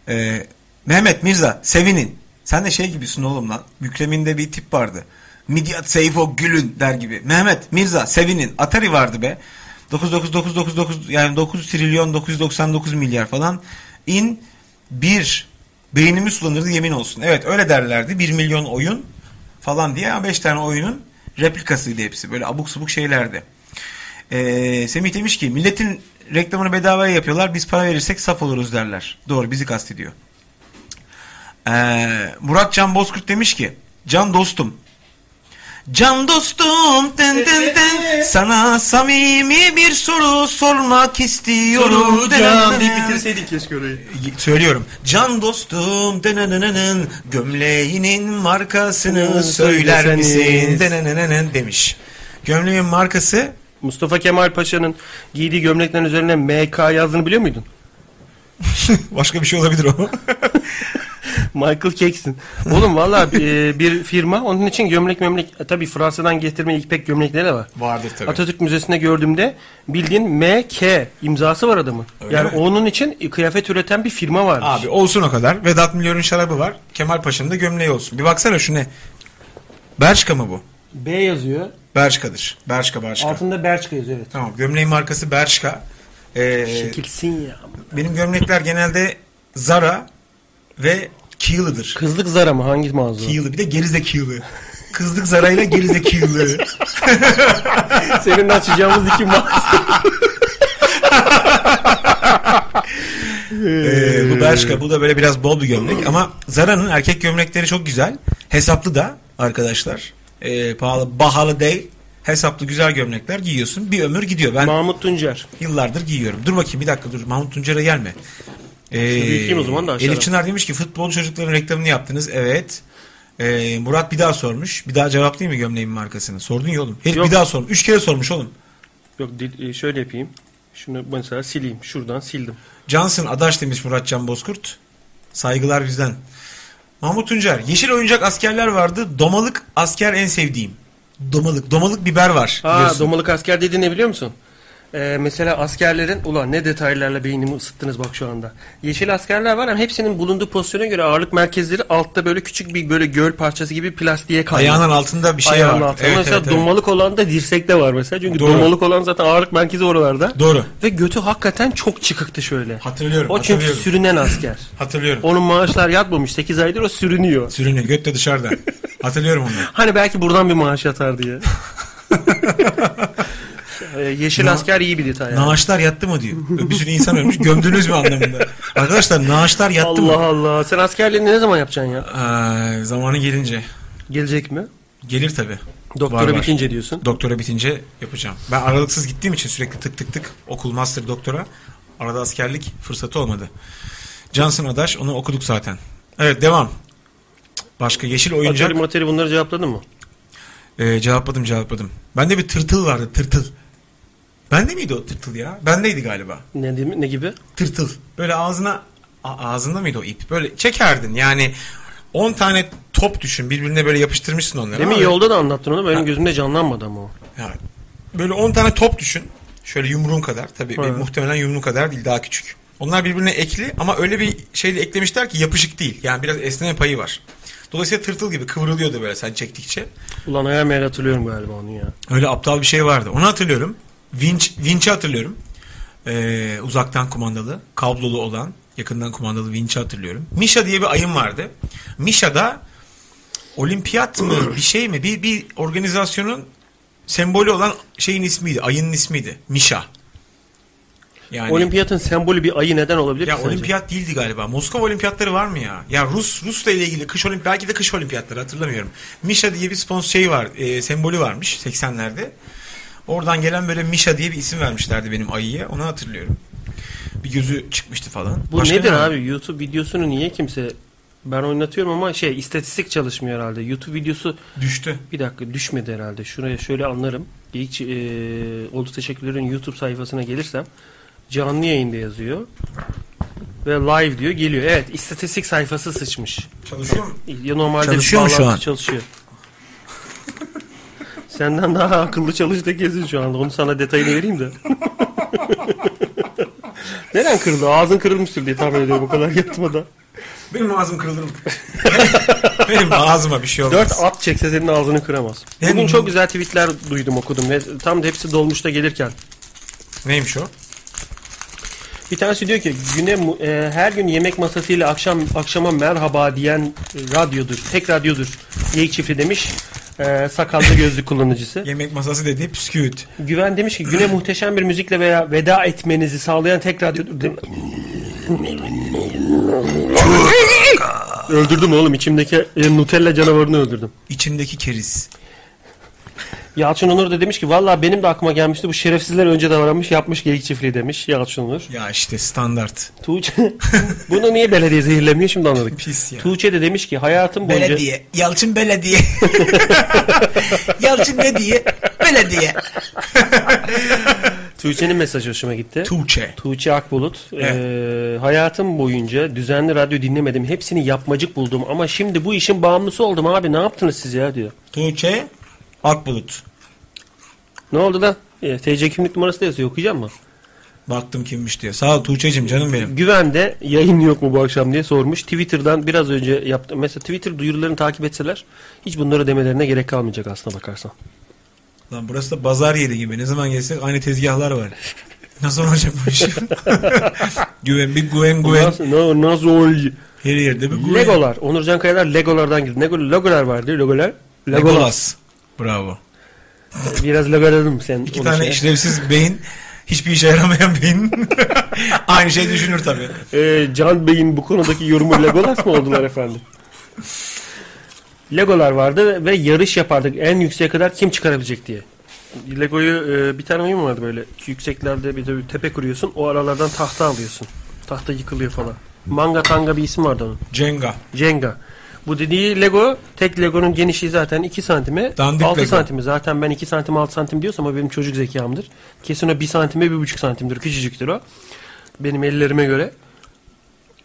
Speaker 3: e, Mehmet Mirza Sevin'in. Sen de şey gibisin oğlum lan. Mükremin'de bir tip vardı. Midyat Seyfo Gül'ün der gibi. Mehmet Mirza Sevin'in. Atari vardı be. 99999 yani 9 trilyon 999 milyar falan. İn bir beynimi sulanırdı yemin olsun. Evet öyle derlerdi. 1 milyon oyun falan diye 5 tane oyunun replikasıydı hepsi. Böyle abuk subuk şeylerdi. Ee, Semih demiş ki milletin reklamını bedavaya yapıyorlar. Biz para verirsek saf oluruz derler. Doğru bizi kastediyor. Ee, Murat Can Bozkurt demiş ki Can dostum Can dostum ten ten ten sana samimi bir soru sormak istiyorum.
Speaker 2: Soracağım deyip bitirseydik keşke orayı.
Speaker 3: Söylüyorum. Can dostum denenenen gömleğinin markasını söyler misin
Speaker 2: Söyleseniz.
Speaker 3: denenenen demiş. Gömleğin markası
Speaker 2: Mustafa Kemal Paşa'nın giydiği gömleklerin üzerine MK yazdığını biliyor muydun?
Speaker 3: başka bir şey olabilir o.
Speaker 2: Michael Jackson. Oğlum valla bir, bir firma onun için gömlek memlek e, tabii Fransa'dan getirme ipek gömlekleri de var.
Speaker 3: Vardır tabii.
Speaker 2: Atatürk Müzesi'nde gördüğümde bildiğin MK imzası var adamın.
Speaker 3: Öyle
Speaker 2: yani
Speaker 3: mi?
Speaker 2: onun için kıyafet üreten bir firma varmış.
Speaker 3: Abi olsun o kadar. Vedat Milor'un şarabı var. Kemal Paşa'nın da gömleği olsun. Bir baksana şu ne? Bershka mı bu?
Speaker 2: B yazıyor.
Speaker 3: Bershka'dır. Bershka Bershka.
Speaker 2: Altında Berçka yazıyor evet.
Speaker 3: Tamam gömleğin markası Bershka. Ee,
Speaker 2: Şekilsin ya.
Speaker 3: benim gömlekler genelde Zara ve Keel'ıdır.
Speaker 2: Kızlık Zara mı? Hangi mağaza?
Speaker 3: Keel'ı bir de gerizekalı. Kızlık zarayla gerizekalı.
Speaker 2: Senin açacağımız iki mağaza.
Speaker 3: ee, bu Bershka bu da böyle biraz bol bir gömlek ama Zara'nın erkek gömlekleri çok güzel. Hesaplı da arkadaşlar. Ee, pahalı, bahalı değil. Hesaplı güzel gömlekler giyiyorsun. Bir ömür gidiyor. Ben
Speaker 2: Mahmut Tuncer.
Speaker 3: yıllardır giyiyorum. Dur bakayım bir dakika dur. Mahmut Tuncer'e gelme. Ee,
Speaker 2: yıkayayım o zaman da aşağıdan.
Speaker 3: Elif Çınar demiş ki futbol çocukların reklamını yaptınız. Evet. Ee, Murat bir daha sormuş. Bir daha cevap değil mi gömleğin markasını? Sordun ya oğlum. Herif
Speaker 2: Yok.
Speaker 3: bir daha sormuş. Üç kere sormuş oğlum.
Speaker 2: Yok dil- e, şöyle yapayım. Şunu mesela sileyim. Şuradan sildim.
Speaker 3: Johnson Adaş demiş Murat Can Bozkurt. Saygılar bizden. Mahmut Tuncer. Yeşil oyuncak askerler vardı. Domalık asker en sevdiğim. Domalık. Domalık biber var.
Speaker 2: Ha
Speaker 3: biliyorsun.
Speaker 2: domalık asker dediğin ne biliyor musun? Ee, mesela askerlerin ulan ne detaylarla beynimi ısıttınız bak şu anda. Yeşil askerler var ama hepsinin bulunduğu pozisyona göre ağırlık merkezleri altta böyle küçük bir böyle göl parçası gibi plastiğe kayıyor.
Speaker 3: Ayağının altında bir şey
Speaker 2: Ayağının
Speaker 3: var.
Speaker 2: altında. mesela domalık olan da dirsekte var mesela. Çünkü
Speaker 3: Doğru.
Speaker 2: domalık olan zaten ağırlık merkezi oralarda.
Speaker 3: Doğru.
Speaker 2: Ve götü hakikaten çok çıkıktı şöyle.
Speaker 3: Hatırlıyorum.
Speaker 2: O çünkü
Speaker 3: hatırlıyorum.
Speaker 2: sürünen asker.
Speaker 3: hatırlıyorum.
Speaker 2: Onun maaşlar yatmamış. 8 aydır o sürünüyor.
Speaker 3: Sürünüyor. Göt de dışarıda. Hatırlıyorum onu.
Speaker 2: Hani belki buradan bir maaş yatar diye. Ee, yeşil
Speaker 3: Na-
Speaker 2: asker iyi bir detay. yani.
Speaker 3: Naaşlar yattı mı diyor. Bir sürü insan ölmüş. Gömdünüz mü anlamında. Arkadaşlar naaşlar yattı
Speaker 2: Allah
Speaker 3: mı?
Speaker 2: Allah. Sen askerliğini ne zaman yapacaksın ya?
Speaker 3: Ee, zamanı gelince.
Speaker 2: Gelecek mi?
Speaker 3: Gelir tabii.
Speaker 2: Doktora
Speaker 3: Var, var.
Speaker 2: bitince diyorsun.
Speaker 3: Doktora bitince yapacağım. Ben aralıksız gittiğim için sürekli tık tık tık okul master doktora. Arada askerlik fırsatı olmadı. Johnson Adaş onu okuduk zaten. Evet devam. Başka yeşil oyuncak.
Speaker 2: Atari materi bunları cevapladın mı?
Speaker 3: Ee, cevapladım cevapladım. Bende bir tırtıl vardı tırtıl. Bende miydi o tırtıl ya? Bendeydi galiba.
Speaker 2: Ne, diyeyim- ne gibi?
Speaker 3: Tırtıl. Böyle ağzına a- ağzında mıydı o ip? Böyle çekerdin yani 10 tane top düşün birbirine böyle yapıştırmışsın onları.
Speaker 2: Demin
Speaker 3: ama-
Speaker 2: yolda da anlattın onu. Benim gözümde canlanmadı ama o.
Speaker 3: Ya, böyle 10 tane top düşün. Şöyle yumruğun kadar. Tabii
Speaker 2: Evet.
Speaker 3: muhtemelen yumruğun kadar değil daha küçük. Onlar birbirine ekli ama öyle bir şeyle eklemişler ki yapışık değil. Yani biraz esneme payı var. Dolayısıyla tırtıl gibi kıvrılıyordu böyle sen çektikçe.
Speaker 2: Ulan hayal meyal hatırlıyorum galiba onu ya.
Speaker 3: Öyle aptal bir şey vardı. Onu hatırlıyorum. Vinç, vinç'i hatırlıyorum. Ee, uzaktan kumandalı, kablolu olan, yakından kumandalı vinç'i hatırlıyorum. Misha diye bir ayım vardı. Misha da olimpiyat mı bir şey mi bir, bir organizasyonun sembolü olan şeyin ismiydi. Ayının ismiydi. Misha. Yani
Speaker 2: Olimpiyatın sembolü bir ayı neden olabilir
Speaker 3: Hani- ya
Speaker 2: ki sence?
Speaker 3: olimpiyat değildi galiba. Moskova olimpiyatları var mı ya? Ya Rus Rus'la ile ilgili kış olimpiyat belki de kış olimpiyatları hatırlamıyorum. Misha diye bir sponsor şey var, e, sembolü varmış 80'lerde. Oradan gelen böyle Misha diye bir isim vermişlerdi benim ayıya. Onu hatırlıyorum. Bir gözü çıkmıştı falan.
Speaker 2: Bu
Speaker 3: Başka
Speaker 2: nedir
Speaker 3: ne var?
Speaker 2: abi? YouTube videosunu niye kimse... Ben oynatıyorum ama şey istatistik çalışmıyor herhalde. YouTube videosu
Speaker 3: Düştü.
Speaker 2: Bir dakika düşmedi herhalde. Şuraya şöyle anlarım. Hiç e, oldu teşekkürlerin YouTube sayfasına gelirsem canlı yayında yazıyor. Ve live diyor geliyor. Evet istatistik sayfası sıçmış.
Speaker 3: Çalışıyor mu?
Speaker 2: Ya Normalde
Speaker 3: Çalışıyor mu şu
Speaker 2: bağlantı
Speaker 3: an?
Speaker 2: Çalışıyor. Senden daha akıllı çalıştı kesin şu anda. Onu sana detayını vereyim de. Neren kırıldı? Ağzın kırılmıştır diye tahmin ediyorum bu kadar yatmadan.
Speaker 3: Benim ağzım kırılır. Benim ağzıma bir şey olmaz.
Speaker 2: Dört at çekse senin ağzını kıramaz. Bugün çok güzel tweetler duydum okudum ve tam da hepsi dolmuşta gelirken.
Speaker 3: Neymiş o?
Speaker 2: Bir tanesi diyor ki güne mu- e, her gün yemek masasıyla akşam akşama merhaba diyen e, radyodur. Tek radyodur. Geyik çiftli demiş. E, sakallı gözlü kullanıcısı.
Speaker 3: Yemek masası dediği püsküvit.
Speaker 2: Güven demiş ki güne muhteşem bir müzikle veya veda etmenizi sağlayan tek radyodur. Dem- öldürdüm oğlum içimdeki e, Nutella canavarını öldürdüm.
Speaker 3: İçimdeki keriz.
Speaker 2: Yalçın Onur da demiş ki valla benim de aklıma gelmişti bu şerefsizler önce davranmış yapmış geyik çiftliği demiş Yalçın Onur.
Speaker 3: Ya işte standart.
Speaker 2: Tuğçe bunu niye belediye zehirlemiyor şimdi anladık.
Speaker 3: Pis ya.
Speaker 2: Tuğçe de demiş ki hayatım boyunca
Speaker 4: Belediye. Yalçın belediye. Yalçın ne diye? Belediye.
Speaker 2: Tuğçe'nin mesajı hoşuma gitti.
Speaker 3: Tuğçe.
Speaker 2: Tuğçe Akbulut. eee, hayatım boyunca düzenli radyo dinlemedim. Hepsini yapmacık buldum ama şimdi bu işin bağımlısı oldum abi. Ne yaptınız siz ya diyor.
Speaker 3: Tuğçe Akbulut.
Speaker 2: Ne oldu lan? E, TC kimlik numarası da yazıyor. Okuyacak mı?
Speaker 3: Baktım kimmiş diye. Sağ ol Tuğçe'cim canım benim.
Speaker 2: Güvende yayın yok mu bu akşam diye sormuş. Twitter'dan biraz önce yaptım. Mesela Twitter duyurularını takip etseler hiç bunlara demelerine gerek kalmayacak aslına bakarsan.
Speaker 3: Lan burası da pazar yeri gibi. Ne zaman gelsek aynı tezgahlar var. Nasıl olacak bu iş? güven bir güven güven.
Speaker 2: Nasıl? na- Nasıl?
Speaker 3: Her yerde bir güven.
Speaker 2: Legolar. Onurcan Kayalar Legolardan girdi. Lego, logolar vardı. Logolar. Legolas.
Speaker 3: Legolas. Bravo.
Speaker 2: Biraz Legolarım sen.
Speaker 3: İki
Speaker 2: onu
Speaker 3: tane
Speaker 2: şey-
Speaker 3: işlevsiz beyin. Hiçbir işe yaramayan beyin. aynı şey düşünür tabii.
Speaker 2: Ee, Can Bey'in bu konudaki yorumu Legolas mı oldular efendim? Legolar vardı ve yarış yapardık. En yükseğe kadar kim çıkarabilecek diye. Legoyu e, bir tane oyun vardı böyle. Yükseklerde bir de bir tepe kuruyorsun. O aralardan tahta alıyorsun. Tahta yıkılıyor falan. Manga Tanga bir isim vardı onun.
Speaker 3: Cenga.
Speaker 2: Jenga. Bu dediği Lego, tek Lego'nun genişliği zaten 2 santime,
Speaker 3: Dandik
Speaker 2: 6
Speaker 3: Lego.
Speaker 2: santime. Zaten ben 2 santim 6 santim diyorsam o benim çocuk zekamdır. Kesin o 1 santime 1,5 santimdir, küçücüktür o. Benim ellerime göre,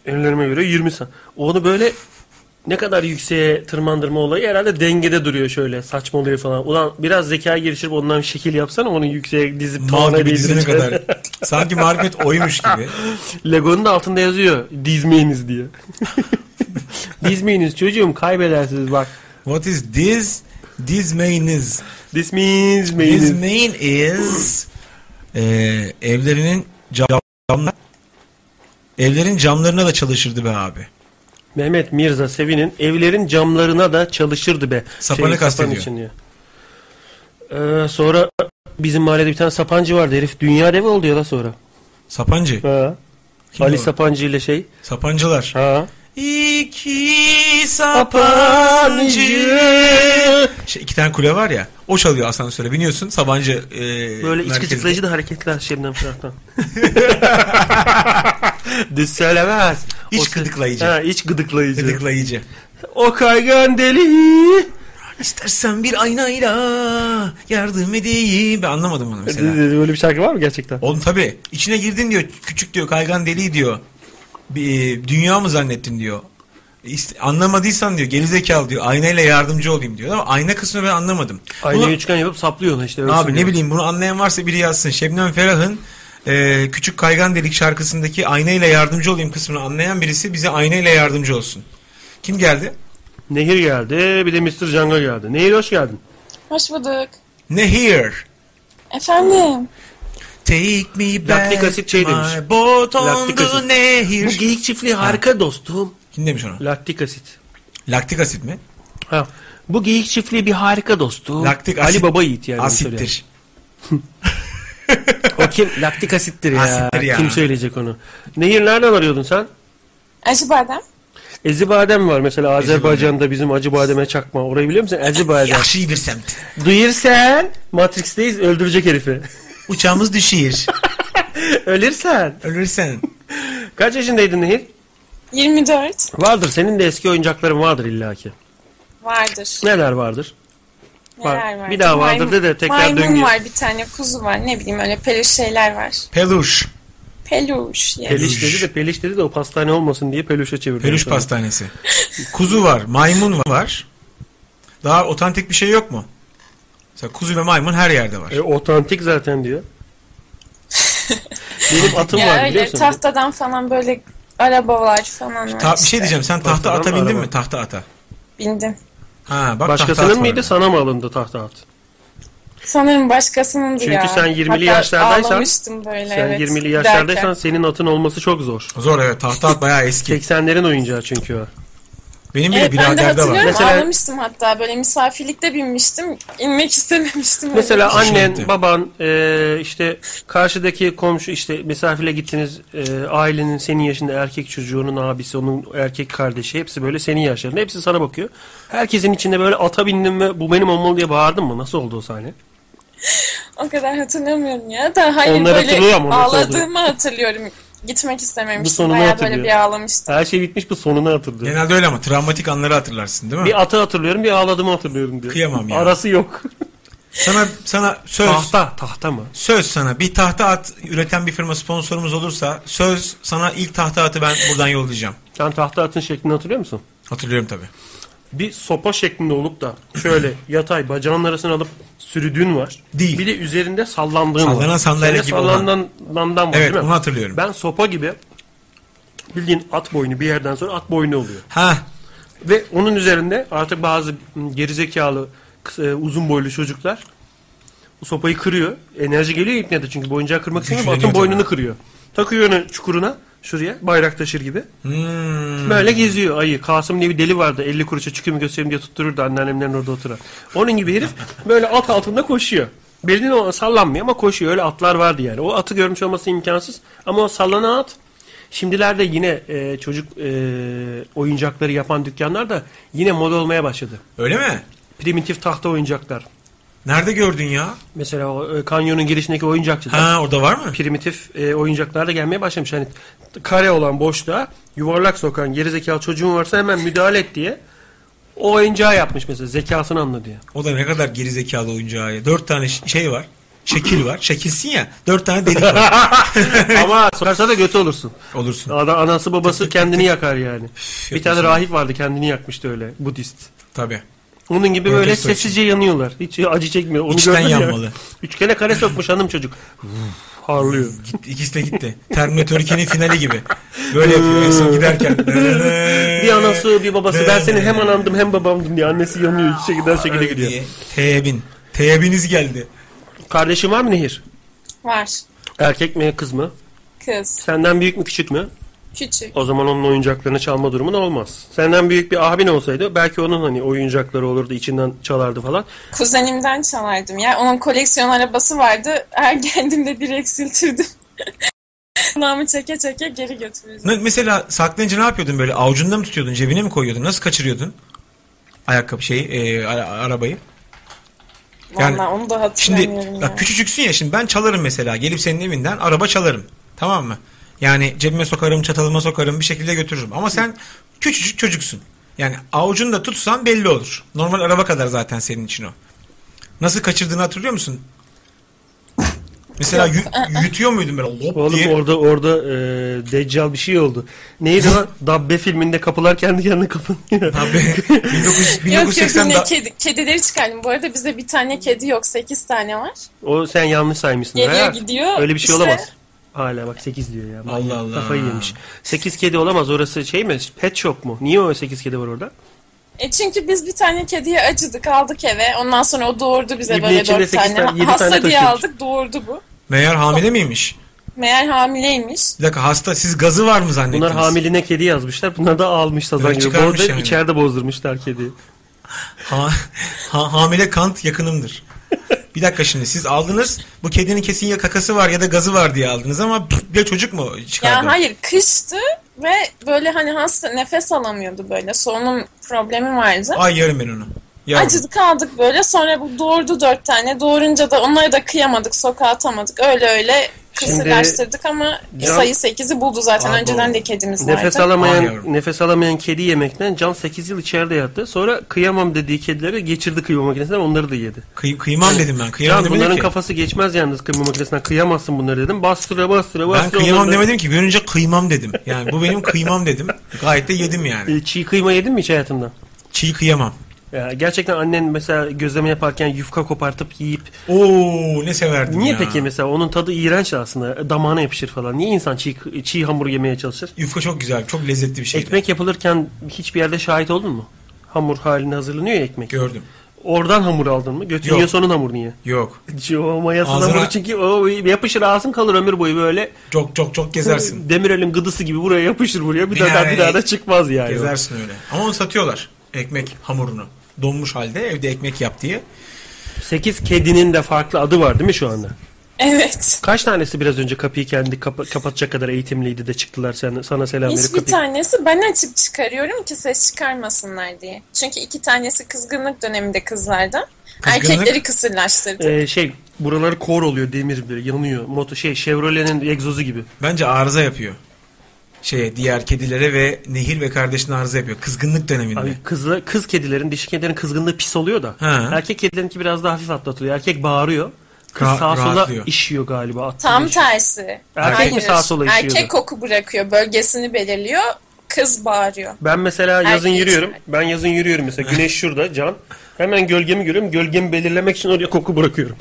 Speaker 2: ellerime göre 20 santim. Onu böyle ne kadar yükseğe tırmandırma olayı herhalde dengede duruyor şöyle saçmalıyor falan. Ulan biraz zeka geliştirip ondan bir şekil yapsana onu yükseğe dizip
Speaker 3: Mal
Speaker 2: tavana
Speaker 3: gibi dizine
Speaker 2: değdirince.
Speaker 3: kadar. Sanki marifet oymuş gibi.
Speaker 2: Lego'nun da altında yazıyor dizmeyiniz diye. dizmeyiniz çocuğum kaybedersiniz bak.
Speaker 3: What is this? This main is.
Speaker 2: This means
Speaker 3: This
Speaker 2: means.
Speaker 3: main is. Ee, evlerinin cam, camla- evlerin camlarına da çalışırdı be abi.
Speaker 2: Mehmet Mirza Sevin'in evlerin camlarına da çalışırdı be.
Speaker 3: Sapanı kastediyor.
Speaker 2: için diyor. Ee, sonra bizim mahallede bir tane sapancı vardı herif. Dünya devi oldu ya da sonra.
Speaker 3: Sapancı.
Speaker 2: Ha.
Speaker 3: Kim
Speaker 2: Ali
Speaker 3: o?
Speaker 2: Sapancı ile şey.
Speaker 3: Sapancılar.
Speaker 2: Ha.
Speaker 3: İki sapancı. Şey, iki tane kule var ya. O çalıyor asansöre. Biniyorsun Sabancı e,
Speaker 2: Böyle iç
Speaker 3: merkezde.
Speaker 2: gıcıklayıcı da hareketler şey Şebnem Ferah'tan. Düz söylemez.
Speaker 3: İç
Speaker 2: O se-
Speaker 3: gıdıklayıcı.
Speaker 2: Ha, iç gıdıklayıcı.
Speaker 3: Gıdıklayıcı.
Speaker 2: O kaygan deli.
Speaker 3: İstersen bir aynayla yardım edeyim. Ben anlamadım onu mesela.
Speaker 2: Böyle bir şarkı var mı gerçekten?
Speaker 3: Oğlum tabii. İçine girdin diyor. Küçük diyor. Kaygan deli diyor. Bir, e, dünya mı zannettin diyor. İst- anlamadıysan diyor. Gerizekalı diyor. Aynayla yardımcı olayım diyor. Ama ayna kısmını ben anlamadım.
Speaker 2: Aynı
Speaker 3: Bunu-
Speaker 2: üçgen yapıp saplıyor ona işte. ölsün
Speaker 3: Abi
Speaker 2: diye.
Speaker 3: ne bileyim bunu anlayan varsa biri yazsın. Şebnem Ferah'ın e, Küçük Kaygan Delik şarkısındaki aynayla yardımcı olayım kısmını anlayan birisi bize aynayla yardımcı olsun. Kim geldi?
Speaker 2: Nehir geldi bir de Mr. Janga geldi. Nehir hoş geldin.
Speaker 8: Hoş bulduk.
Speaker 3: Nehir.
Speaker 8: Efendim.
Speaker 3: Take me back
Speaker 2: Laktik asit şey demiş.
Speaker 3: my boat on
Speaker 2: Laktik
Speaker 3: the
Speaker 2: asit.
Speaker 3: nehir.
Speaker 2: geyik çiftliği harika dostum.
Speaker 3: Kim demiş onu?
Speaker 2: Laktik asit.
Speaker 3: Laktik asit mi?
Speaker 2: Ha. Bu geyik çiftliği bir harika dostum.
Speaker 3: Laktik
Speaker 2: Ali
Speaker 3: asit.
Speaker 2: Baba Yiğit yani. bunu söyleyen.
Speaker 3: Asittir.
Speaker 2: O kim? Laktik asittir ya.
Speaker 3: Asittir ya.
Speaker 2: Kim söyleyecek onu? Nehir nereden arıyordun sen?
Speaker 8: Acıbadem.
Speaker 2: Ezi badem var mesela Azerbaycan'da bizim acı bademe çakma. Orayı biliyor musun? Ezi badem.
Speaker 3: Yakşı bir semt.
Speaker 2: Duyursan Matrix'teyiz öldürecek herifi.
Speaker 3: Uçağımız düşüyor.
Speaker 2: Ölürsen.
Speaker 3: Ölürsen.
Speaker 2: Kaç yaşındaydın Nehir?
Speaker 8: 24
Speaker 2: Vardır senin de eski oyuncakların vardır illaki.
Speaker 8: vardır.
Speaker 2: Neler vardır?
Speaker 8: Neler
Speaker 2: Var.
Speaker 8: vardır?
Speaker 2: Bir daha vardır
Speaker 8: Maymun-
Speaker 2: de de tekrar
Speaker 8: Maymun
Speaker 2: döngü.
Speaker 8: var bir tane kuzu var ne bileyim öyle peluş şeyler var.
Speaker 3: Peluş.
Speaker 8: Peluş. Yes.
Speaker 2: Peluş dedi de peluş dedi de o pastane olmasın diye peluşa çevirdi.
Speaker 3: Peluş
Speaker 2: Sonra.
Speaker 3: pastanesi. Kuzu var, maymun var. Daha otantik bir şey yok mu? Mesela kuzu ve maymun her yerde var.
Speaker 2: E, otantik zaten diyor. Benim atım
Speaker 8: ya
Speaker 2: var
Speaker 8: öyle
Speaker 2: biliyorsun.
Speaker 8: tahtadan falan böyle arabalar falan var
Speaker 3: Ta- bir
Speaker 8: işte.
Speaker 3: şey diyeceğim sen tahta
Speaker 2: Tahtadan
Speaker 3: ata bindin
Speaker 2: araba.
Speaker 3: mi? Tahta ata.
Speaker 8: Bindim.
Speaker 3: Ha bak tahta
Speaker 2: Başkasının
Speaker 3: at
Speaker 2: mıydı
Speaker 3: var.
Speaker 2: sana mı alındı tahta at?
Speaker 8: Sanırım başkasının
Speaker 2: Çünkü
Speaker 8: ya.
Speaker 2: sen 20'li
Speaker 8: Hatta
Speaker 2: yaşlardaysan-
Speaker 8: ağlamıştım böyle
Speaker 2: Sen
Speaker 8: evet.
Speaker 2: 20'li
Speaker 8: Derken.
Speaker 2: yaşlardaysan senin atın olması çok zor.
Speaker 3: Zor evet tahta at bayağı eski.
Speaker 2: 80'lerin oyuncağı çünkü o.
Speaker 3: Benim bile
Speaker 8: Evet, ben de
Speaker 3: biraderde
Speaker 8: hatırlıyorum
Speaker 3: var.
Speaker 2: Mesela-
Speaker 8: ağlamıştım hatta böyle misafirlikte binmiştim inmek istememiştim.
Speaker 2: Mesela
Speaker 3: Hoşuna gitti.
Speaker 2: annen, baban, e, işte karşıdaki komşu, işte misafirle gittiniz, e, ailenin senin yaşında erkek çocuğunun abisi, onun erkek kardeşi, hepsi böyle senin yaşlarında, hepsi sana bakıyor. Herkesin içinde böyle ata bindim ve bu benim olmalı diye bağırdın mı? Nasıl oldu o sahne?
Speaker 8: O kadar hatırlamıyorum ya da hayır
Speaker 2: Onlar hatırlıyor
Speaker 8: böyle
Speaker 2: ama nasıl
Speaker 8: ağladığımı hatırlıyorum. Gitmek istememiştim.
Speaker 2: sonunu
Speaker 8: Bayağı böyle
Speaker 2: hatırlıyor.
Speaker 8: bir ağlamıştım.
Speaker 2: Her şey bitmiş bu sonunu hatırlıyorum.
Speaker 3: Genelde öyle ama travmatik anları hatırlarsın değil mi?
Speaker 2: Bir atı hatırlıyorum, bir ağladığımı hatırlıyorum diyor.
Speaker 3: Kıyamam ya.
Speaker 2: Arası yok.
Speaker 3: Sana sana söz
Speaker 2: tahta, tahta mı?
Speaker 3: söz sana bir tahta at üreten bir firma sponsorumuz olursa söz sana ilk tahta atı ben buradan yollayacağım.
Speaker 2: Sen tahta atın şeklini hatırlıyor musun?
Speaker 3: Hatırlıyorum tabii.
Speaker 2: bir sopa şeklinde olup da şöyle yatay bacağın arasına alıp sürüdüğün var.
Speaker 3: Değil.
Speaker 2: Bir de üzerinde sallandığın var.
Speaker 3: Sallanan sandalye
Speaker 2: Şöyle
Speaker 3: gibi
Speaker 2: sallanandan var
Speaker 3: Evet
Speaker 2: değil mi?
Speaker 3: onu hatırlıyorum.
Speaker 2: Ben sopa gibi bildiğin at boynu bir yerden sonra at boynu oluyor.
Speaker 3: Ha
Speaker 2: Ve onun üzerinde artık bazı gerizekalı kısa- uzun boylu çocuklar bu sopayı kırıyor. Enerji geliyor ya ipne de çünkü bu oyuncağı kırmak istemiyor.
Speaker 3: Güçleniyor
Speaker 2: Atın boynunu
Speaker 3: tabii.
Speaker 2: kırıyor. Takıyor onu çukuruna şuraya bayrak taşır gibi. Böyle geziyor ayı. Kasım diye bir deli vardı. 50 kuruşa çıkayım göstereyim diye tuttururdu anneannemlerin orada oturan. Onun gibi herif böyle at altında koşuyor. Belini o- sallanmıyor ama koşuyor. Öyle atlar vardı yani. O atı görmüş olması imkansız. Ama o sallanan at şimdilerde yine e, çocuk e, oyuncakları yapan dükkanlar da yine moda olmaya başladı.
Speaker 3: öyle mi?
Speaker 2: Primitif tahta oyuncaklar.
Speaker 3: Nerede gördün ya?
Speaker 2: Mesela o, e, kanyonun girişindeki oyuncakçıda
Speaker 3: Ha orada var mı?
Speaker 2: primitif e, oyuncaklar da gelmeye başlamış. Hani t- kare olan boşluğa yuvarlak sokan gerizekalı çocuğun varsa hemen müdahale et diye o oyuncağı yapmış mesela zekasını anla diye.
Speaker 3: O da ne kadar gerizekalı oyuncağı ya. Dört tane ş- şey var. Şekil var. Şekilsin ya. Dört tane delik var.
Speaker 2: Ama sokarsa da kötü olursun.
Speaker 3: Olursun.
Speaker 2: Adam, anası babası kendini yakar yani. Bir tane
Speaker 3: yapıyorsun.
Speaker 2: rahip vardı kendini yakmıştı öyle Budist.
Speaker 3: Tabii.
Speaker 2: Onun gibi
Speaker 3: Öyle
Speaker 2: böyle
Speaker 3: söyleyeyim.
Speaker 2: sessizce yanıyorlar. Hiç acı çekmiyor. Onu
Speaker 3: İçten
Speaker 2: gördün ya.
Speaker 3: yanmalı.
Speaker 2: Üç kere kare sokmuş hanım çocuk. Harlıyor.
Speaker 3: Git, ikisi de gitti. Terminator 2'nin finali gibi. Böyle yapıyor en son giderken.
Speaker 2: Bir anası bir babası ben
Speaker 3: Ee.
Speaker 2: seni hem anandım hem babamdım diye annesi yanıyor. Hiç şekilden şekilde gidiyor.
Speaker 3: Diye. Teğebin. Teğebiniz geldi.
Speaker 2: Kardeşin var mı Nehir?
Speaker 8: Var.
Speaker 2: Erkek mi kız mı?
Speaker 8: Kız.
Speaker 2: Senden büyük mü küçük mü?
Speaker 8: Küçük.
Speaker 2: O zaman onun oyuncaklarını çalma durumun olmaz. Senden büyük bir abin olsaydı belki onun hani oyuncakları olurdu içinden çalardı falan.
Speaker 8: Kuzenimden çalardım ya. Onun koleksiyon arabası vardı. Her geldiğimde direkt siltirdim. Kulağımı çeke çeke geri götürürdüm.
Speaker 3: Ne- Mesela saklayınca ne yapıyordun böyle? Avucunda mı tutuyordun? Cebine mi koyuyordun? Nasıl kaçırıyordun? Ayakkabı şeyi, e, ara- arabayı. Yani-
Speaker 8: Vallahi onu da hatırlamıyorum
Speaker 3: Şimdi
Speaker 8: ya.
Speaker 3: bak küçücüksün ya şimdi ben çalarım mesela gelip senin evinden araba çalarım. Tamam mı? Yani cebime sokarım, çatalıma sokarım bir şekilde götürürüm. Ama sen küçücük çocuksun. Yani avucunda tutsan belli olur. Normal araba kadar zaten senin için o. Nasıl kaçırdığını hatırlıyor musun? Mesela yü- yutuyor muydun böyle lop
Speaker 2: Oğlum
Speaker 3: diye?
Speaker 2: orada orada e, deccal bir şey oldu. Neydi o? Dabbe filminde kapılar kendi kendine kapanıyor.
Speaker 3: Abi, 1900
Speaker 8: Yok yok
Speaker 3: 1980
Speaker 8: yine
Speaker 3: da-
Speaker 8: kedi, kedileri çıkardım. Bu arada bizde bir tane kedi yok. Sekiz tane var.
Speaker 2: O sen yanlış saymışsın.
Speaker 8: Geliyor,
Speaker 2: Ha,
Speaker 8: gidiyor.
Speaker 2: Öyle bir şey
Speaker 8: İşte-
Speaker 2: olamaz. Hala bak 8 diyor ya. Manyak.
Speaker 3: Allah Allah.
Speaker 2: Kafayı yemiş. 8 kedi olamaz orası şey mi? Pet shop mu? Niye o 8 kedi var orada?
Speaker 8: E çünkü biz bir tane kediye acıdık aldık eve. Ondan sonra o doğurdu bize
Speaker 2: İbni
Speaker 8: böyle
Speaker 2: içinde
Speaker 8: dört
Speaker 2: sekiz
Speaker 8: tane.
Speaker 2: tane- yedi
Speaker 8: Hasta
Speaker 2: tane
Speaker 8: diye
Speaker 2: taşıyormuş.
Speaker 8: aldık doğurdu bu.
Speaker 3: Meğer hamile miymiş?
Speaker 8: Meğer hamileymiş.
Speaker 3: Bir dakika hasta siz gazı var mı zannettiniz?
Speaker 2: Bunlar hamiline kedi yazmışlar. Bunlar da almış sazan
Speaker 3: Evet,
Speaker 2: gibi.
Speaker 3: çıkarmış
Speaker 2: Orada
Speaker 3: yani.
Speaker 2: içeride bozdurmuşlar kediyi.
Speaker 3: Ha, ha- hamile Kant yakınımdır. Bir dakika şimdi siz aldınız bu kedinin kesin ya kakası var ya da gazı var diye aldınız ama pf, ya çocuk mu
Speaker 8: Ya
Speaker 3: çıkardı?
Speaker 8: hayır kıştı ve böyle hani hasta nefes alamıyordu böyle. Solunum problemi vardı.
Speaker 3: Ay yarım ben onu. Yarım.
Speaker 8: Acıdık aldık böyle sonra bu doğurdu dört tane. Doğurunca da onları da kıyamadık sokağa atamadık. Öyle öyle kısırlaştırdık ama
Speaker 2: Can-
Speaker 8: sayı sekizi buldu zaten.
Speaker 3: Aa,
Speaker 8: Önceden
Speaker 3: doğru.
Speaker 8: de kedimiz vardı.
Speaker 2: Nefes alamayan
Speaker 3: Ay yavrum.
Speaker 2: nefes alamayan kedi yemekten Can 8 yıl içeride yattı. Sonra kıyamam dediği kedileri geçirdi kıyma makinesinden onları da yedi.
Speaker 3: Kıy- kıymam dedim ben. Kıyamam
Speaker 2: Can
Speaker 3: demedim
Speaker 2: bunların
Speaker 3: ki.
Speaker 2: kafası geçmez yalnız kıyma makinesinden. Kıyamazsın bunları dedim. Bastıra bastıra bastıra.
Speaker 3: ben kıyamam
Speaker 2: onları-
Speaker 3: demedim ki. Görünce kıymam dedim. Yani bu benim kıymam dedim. Gayet de yedim yani.
Speaker 2: E, Çiğ kıyma yedin mi hiç hayatında?
Speaker 3: Çiğ kıyamam.
Speaker 2: Ya gerçekten annen mesela gözleme yaparken yufka kopartıp yiyip
Speaker 3: Oo ne severdim
Speaker 2: niye
Speaker 3: ya.
Speaker 2: peki mesela onun tadı iğrenç aslında e, damağına yapışır falan. Niye insan çiğ, çiğ hamur yemeye çalışır?
Speaker 3: Yufka çok güzel, çok lezzetli bir şey. şeydi.
Speaker 2: Ekmek yapılırken hiçbir yerde şahit oldun mu? Hamur halinde hazırlanıyor ya ekmek.
Speaker 3: Gördüm.
Speaker 2: Oradan hamur aldın mı? Götün
Speaker 3: Yok.
Speaker 2: yiyor sonun hamur niye?
Speaker 3: Yok.
Speaker 2: O mayasın
Speaker 3: Ağzına-
Speaker 2: hamuru çünkü o yapışır ağzın kalır ömür boyu böyle
Speaker 3: Çok çok çok gezersin.
Speaker 2: Demirel'in gıdısı gibi buraya yapışır buraya bir
Speaker 3: Bir
Speaker 2: daha
Speaker 3: ara-
Speaker 2: bir daha da çıkmaz yani.
Speaker 3: gezersin öyle. Ama onu satıyorlar. Ekmek hamurunu. Donmuş halde evde ekmek yap diye.
Speaker 2: 8 kedinin de farklı adı var değil mi şu anda?
Speaker 8: Evet.
Speaker 2: Kaç tanesi biraz önce kapıyı kendi kapa- kapatacak kadar eğitimliydi de çıktılar sen, sana selam verip
Speaker 8: Hiçbir
Speaker 2: kapıyı.
Speaker 8: tanesi ben açıp çıkarıyorum ki ses çıkarmasınlar diye. Çünkü iki tanesi kızgınlık döneminde kızlardan.
Speaker 3: Kızgınlık?
Speaker 8: Erkekleri kısırlaştırdı.
Speaker 2: Ee, şey buraları kor oluyor demir bir yanıyor. Moto şey Chevrolet'in egzozu gibi.
Speaker 3: Bence arıza yapıyor. Şeye diğer kedilere ve Nehir ve kardeşine arıza yapıyor. Kızgınlık döneminde.
Speaker 2: Abi kızla, kız kedilerin dişi kedilerin kızgınlığı pis oluyor da.
Speaker 3: Ha.
Speaker 2: Erkek kedilerinki biraz daha hafif atlatılıyor. Erkek bağırıyor. Kız
Speaker 3: Ra-
Speaker 2: sağa sola
Speaker 3: rahatlıyor.
Speaker 2: işiyor galiba. attığı
Speaker 8: Tam
Speaker 2: işi.
Speaker 8: tersi.
Speaker 2: Erkek mi
Speaker 8: Hayır.
Speaker 2: sağa sola işiyordu?
Speaker 8: Erkek koku bırakıyor. Bölgesini belirliyor. Kız bağırıyor.
Speaker 2: Ben mesela yazın
Speaker 8: Erkek
Speaker 2: yürüyorum.
Speaker 8: için.
Speaker 2: Ben yazın yürüyorum mesela. Güneş şurada can. Hemen gölgemi görüyorum. Gölgemi belirlemek için oraya koku bırakıyorum.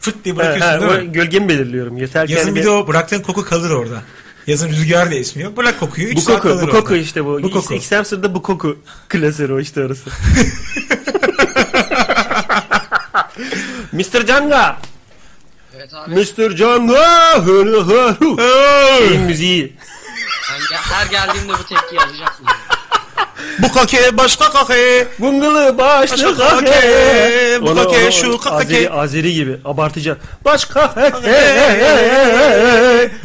Speaker 3: Fıt diye
Speaker 2: Ha,
Speaker 3: bırakıyorsun
Speaker 2: ha,
Speaker 3: değil mi?
Speaker 2: gölgemi belirliyorum. Yeter ki hani
Speaker 3: Yazın
Speaker 2: yani
Speaker 3: bir de o bıraktığın koku kalır orada. Yazın rüzgar da esmiyor. Bırak kokuyu. Üç
Speaker 2: bu
Speaker 3: saat
Speaker 2: koku,
Speaker 3: kalır
Speaker 2: bu koku
Speaker 3: orada.
Speaker 2: işte bu.
Speaker 3: Bu koku.
Speaker 2: İksem sırada bu koku. Klasörü o işte orası. Mr. Canga.
Speaker 9: Evet abi.
Speaker 2: Mr. Canga. Hırı hırı. Şeyin müziği.
Speaker 9: Ben gel- her geldiğimde bu tepkiyi alacaksın.
Speaker 3: Bu kake başka kake.
Speaker 2: Bungalı başlı
Speaker 3: Başka kake,
Speaker 2: kake.
Speaker 3: bu
Speaker 2: Ona-
Speaker 3: kake,
Speaker 2: ona-
Speaker 3: şu kake.
Speaker 2: Azeri, Azeri gibi abartıcı. Başka kake.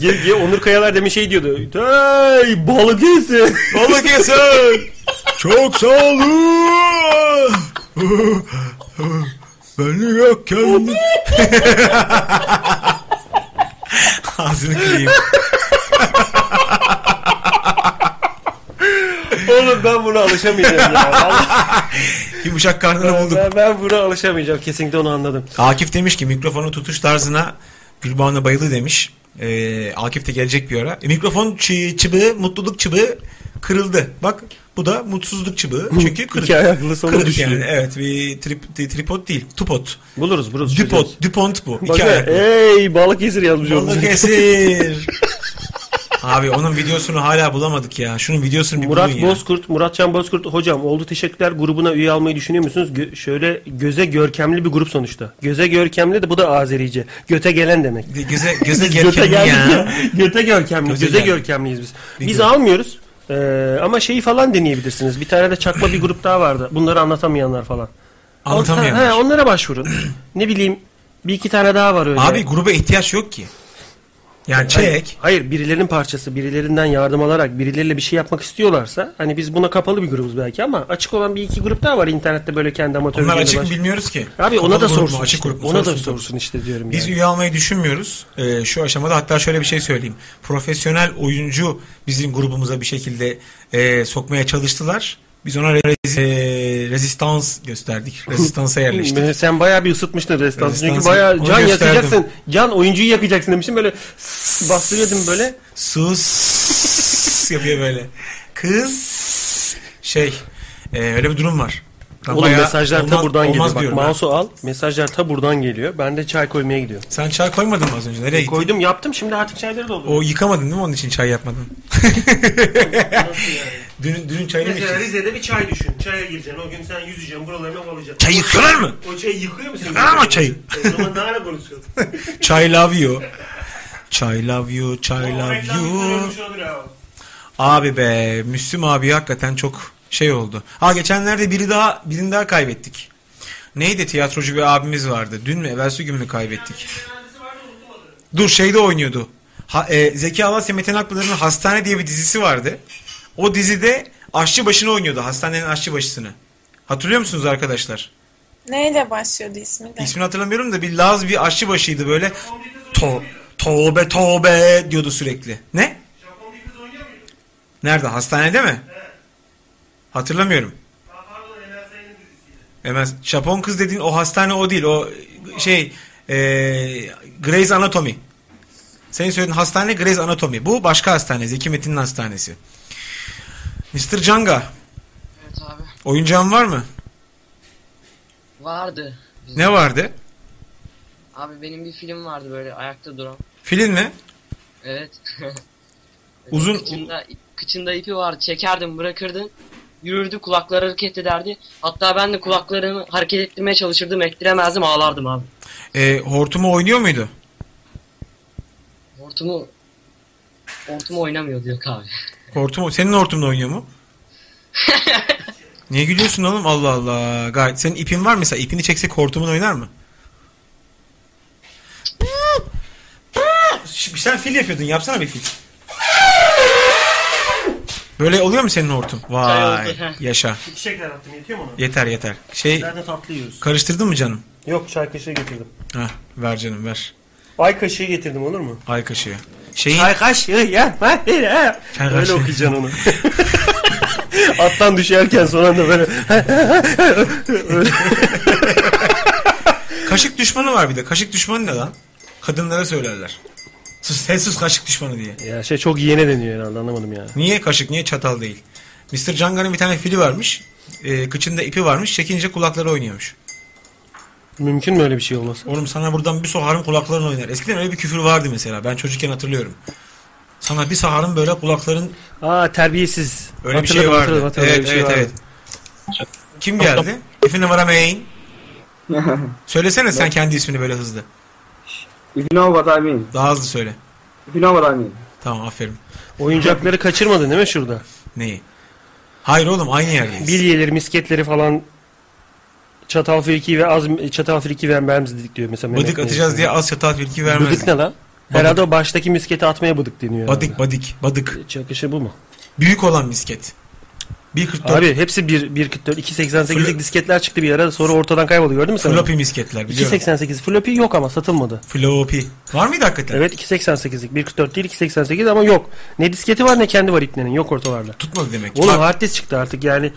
Speaker 2: Ge- ge- Onur Kayalar demin şey diyordu. Hey balık yesin.
Speaker 3: Balık yesin. Çok sağ olun. Beni yok kendim. Ağzını kırayım.
Speaker 2: Oğlum ben buna alışamayacağım ya. Vallahi
Speaker 3: Yumuşak karnını bulduk.
Speaker 2: ben, ben buna alışamayacağım. Kesinlikle onu anladım.
Speaker 3: Akif demiş ki mikrofonu tutuş tarzına Gülbağan'a bayıldı demiş. Ee, Akif de gelecek bir ara. E, mikrofon çı- çıbığı, mutluluk çıbığı kırıldı. Bak bu da mutsuzluk çıbığı. Çünkü kırık.
Speaker 2: İki ayaklı sonu
Speaker 3: Kırık
Speaker 2: düşüyor.
Speaker 3: yani. Evet bir trip, tri- tripod değil. Tupot.
Speaker 2: Buluruz buluruz.
Speaker 3: Dupont. Dupont bu.
Speaker 2: Bak
Speaker 3: İki ayaklı.
Speaker 2: ey balık esir yazmış
Speaker 3: Balık
Speaker 2: olmuş.
Speaker 3: esir. Abi onun videosunu hala bulamadık ya. Şunun videosunu bir
Speaker 2: Murat
Speaker 3: bulun ya.
Speaker 2: Bozkurt, Muratcan Bozkurt hocam oldu teşekkürler grubuna üye almayı düşünüyor musunuz? Gö- şöyle göze görkemli bir grup sonuçta. Göze görkemli de bu da Azerice. Göte gelen demek.
Speaker 3: Göze, göze
Speaker 2: Göte
Speaker 3: gelken
Speaker 2: geldik
Speaker 3: ya.
Speaker 2: ya. Göte görkemli.
Speaker 3: Göze
Speaker 2: Göze,
Speaker 3: geldik.
Speaker 2: görkemliyiz biz.
Speaker 3: Bir
Speaker 2: biz
Speaker 3: gör-
Speaker 2: almıyoruz. Ee, ama şeyi falan deneyebilirsiniz. Bir tane de çakma bir grup daha vardı. Bunları anlatamayanlar falan.
Speaker 3: Anlatamıyorum.
Speaker 2: Ha, onlara başvurun. ne bileyim bir iki tane daha var öyle. Hani
Speaker 3: Abi gruba ihtiyaç yok ki. Yani çek.
Speaker 2: Hayır birilerinin parçası birilerinden yardım alarak birileriyle bir şey yapmak istiyorlarsa hani biz buna kapalı bir grubuz belki ama açık olan bir iki grup daha var internette böyle kendi amatör
Speaker 3: Onlar
Speaker 2: videoları
Speaker 3: açık mı
Speaker 2: var.
Speaker 3: bilmiyoruz ki.
Speaker 2: Abi ona
Speaker 3: Kapalı
Speaker 2: da
Speaker 3: grup mu,
Speaker 2: sorsun.
Speaker 3: açık
Speaker 2: işte.
Speaker 3: grup mu?
Speaker 2: Ona da
Speaker 3: Sorsun,
Speaker 2: sorsun işte diyorum
Speaker 3: Biz
Speaker 2: yani.
Speaker 3: üye almayı düşünmüyoruz. Ee, şu aşamada hatta şöyle bir şey söyleyeyim. Profesyonel oyuncu bizim grubumuza bir şekilde e, sokmaya çalıştılar. Biz ona rezi- e, rezistans gösterdik. Rezistansa yerleştik.
Speaker 2: Ee, Sen bayağı bir ısıtmıştın restansı. Çünkü
Speaker 3: Restansı.
Speaker 2: bayağı
Speaker 3: Onu
Speaker 2: can
Speaker 3: gösterdim.
Speaker 2: yakacaksın. Can oyuncuyu yakacaksın demiştim. Böyle s- bastırıyordum böyle.
Speaker 3: Sus yapıyor böyle. Kız şey e, öyle bir durum var. Ben
Speaker 2: Oğlum
Speaker 3: bayağı
Speaker 2: mesajlar
Speaker 3: olmaz-
Speaker 2: ta buradan
Speaker 3: olmaz
Speaker 2: geliyor. Bak
Speaker 3: diyorum ben.
Speaker 2: mouse'u al. Mesajlar ta buradan geliyor. Ben de çay koymaya gidiyorum.
Speaker 3: Sen çay koymadın mı az önce?
Speaker 2: E,
Speaker 3: Nereye gittin?
Speaker 2: Koydum yaptım. Şimdi artık çayları dolduruyorum.
Speaker 3: O yıkamadın değil mi? Onun için çay yapmadın. dün, dünün çayını mı içtin?
Speaker 2: Rize'de bir çay düşün. Çaya gireceksin. O gün sen yüzeceksin. Buralarına alacaksın.
Speaker 3: Çay yıkıyorlar mı?
Speaker 2: O çayı yıkıyor musun? E,
Speaker 3: Yıkar ama çayı.
Speaker 2: O zaman daha ne konuşuyorsun?
Speaker 3: Çay love you. Çay love you, çay love you. Abi be, Müslüm abi hakikaten çok şey oldu. Ha geçenlerde biri daha, birini daha kaybettik. Neydi tiyatrocu bir abimiz vardı. Dün mü, evvelsi gün mü kaybettik? Dur şeyde oynuyordu. Ha, e, Zeki Alasya Metin Akpınar'ın Hastane diye bir dizisi vardı. O dizide aşçı başını oynuyordu. Hastanenin aşçı başısını. Hatırlıyor musunuz arkadaşlar?
Speaker 8: Neyle başlıyordu ismi de?
Speaker 3: İsmini hatırlamıyorum da bir Laz bir aşçı başıydı böyle. To tobe tobe diyordu sürekli. Ne? Nerede? Hastanede mi? Hatırlamıyorum. Hemen Japon kız dediğin o hastane o değil. O şey e, Grey's Anatomy. Senin söylediğin hastane Grey's Anatomy. Bu başka hastane. Zeki Metin'in hastanesi. Mr. Canga.
Speaker 9: Evet abi.
Speaker 3: Oyuncağın var mı?
Speaker 9: Vardı. bizim.
Speaker 3: Ne vardı?
Speaker 9: Abi benim bir film vardı böyle ayakta duran.
Speaker 3: Filin mi?
Speaker 9: Evet.
Speaker 3: Uzun-
Speaker 9: Kıçında, kıçında ipi vardı. Çekerdin bırakırdın. Yürürdü kulakları hareket ederdi. Hatta ben de kulaklarını hareket ettirmeye çalışırdım. Ettiremezdim ağlardım abi.
Speaker 3: Ee, hortumu oynuyor muydu?
Speaker 9: Hortumu Hortumu oynamıyor diyor abi.
Speaker 3: Hortumu, senin hortumla oynuyor mu? Niye gülüyorsun oğlum? Allah Allah. Gayet. Senin ipin var mı mesela? İpini çeksek hortumun oynar mı? Ş- Sen fil yapıyordun. Yapsana bir fil. Böyle oluyor mu senin hortum? Vay. Yaşa.
Speaker 2: İki şeker attım yetiyor mu ona?
Speaker 3: Yeter yeter. Şey
Speaker 2: Nerede tatlı yiyoruz?
Speaker 3: karıştırdın mı canım?
Speaker 2: Yok çay kaşığı getirdim.
Speaker 3: Heh, ver canım ver.
Speaker 2: Ay kaşığı getirdim olur mu?
Speaker 3: Ay kaşığı. Şeyi
Speaker 2: Çay kaşığı ya. hayır, ya.
Speaker 3: Çay
Speaker 2: Öyle
Speaker 3: kaşığı.
Speaker 2: okuyacaksın onu. Attan düşerken son anda böyle.
Speaker 3: kaşık düşmanı var bir de. Kaşık düşmanı ne lan? Kadınlara söylerler. Sus, sen sus kaşık düşmanı diye.
Speaker 2: Ya şey çok yene deniyor herhalde anlamadım ya.
Speaker 3: Niye kaşık niye çatal değil? Mr. Canga'nın bir tane fili varmış. Ee, kıçında ipi varmış. Çekince kulakları oynuyormuş.
Speaker 2: Mümkün mü öyle bir şey olması?
Speaker 3: Oğlum sana buradan bir soharım kulakların oynar. Eskiden öyle bir küfür vardı mesela. Ben çocukken hatırlıyorum. Sana bir saharım böyle kulakların
Speaker 2: Aa terbiyesiz.
Speaker 3: öyle bir
Speaker 2: Hatırladım,
Speaker 3: şey vardı.
Speaker 2: hatırladım, hatırladım,
Speaker 3: evet
Speaker 2: öyle bir şey
Speaker 3: evet
Speaker 2: vardı.
Speaker 3: evet. Kim geldi? Efe numara main. Söylesene sen kendi ismini böyle hızlı.
Speaker 10: If you know what I mean.
Speaker 3: Daha hızlı söyle.
Speaker 10: If you know what I mean.
Speaker 3: Tamam aferin.
Speaker 2: Oyuncakları kaçırmadın değil mi şurada?
Speaker 3: Neyi? Hayır oğlum aynı yerdeyiz.
Speaker 2: Bilyeleri, misketleri falan çatal filki ve az çatal filki ve mermi dedik diyor mesela. Mehmet
Speaker 3: Badık
Speaker 2: Bey.
Speaker 3: atacağız diye az çatal bilgi vermez.
Speaker 2: Bıdık ne lan? Herhalde o baştaki misketi atmaya bıdık deniyor.
Speaker 3: Badık badık badık.
Speaker 2: herhalde. Çakışı bu mu?
Speaker 3: Büyük olan misket. 1.44
Speaker 2: Abi hepsi 1 144 2.88'lik
Speaker 3: Flo-
Speaker 2: disketler çıktı bir ara sonra ortadan kayboldu gördün mü sen? onu?
Speaker 3: floppy misketler biliyorum.
Speaker 2: 2.88 floppy yok ama satılmadı.
Speaker 3: Floppy. Var mıydı hakikaten?
Speaker 2: Evet 2.88'lik 1.44 değil 2.88 ama yok. Ne disketi var ne kendi var iplerin yok ortalarda.
Speaker 3: Tutmadı demek.
Speaker 2: Oğlum
Speaker 3: Bak,
Speaker 2: hard disk çıktı artık yani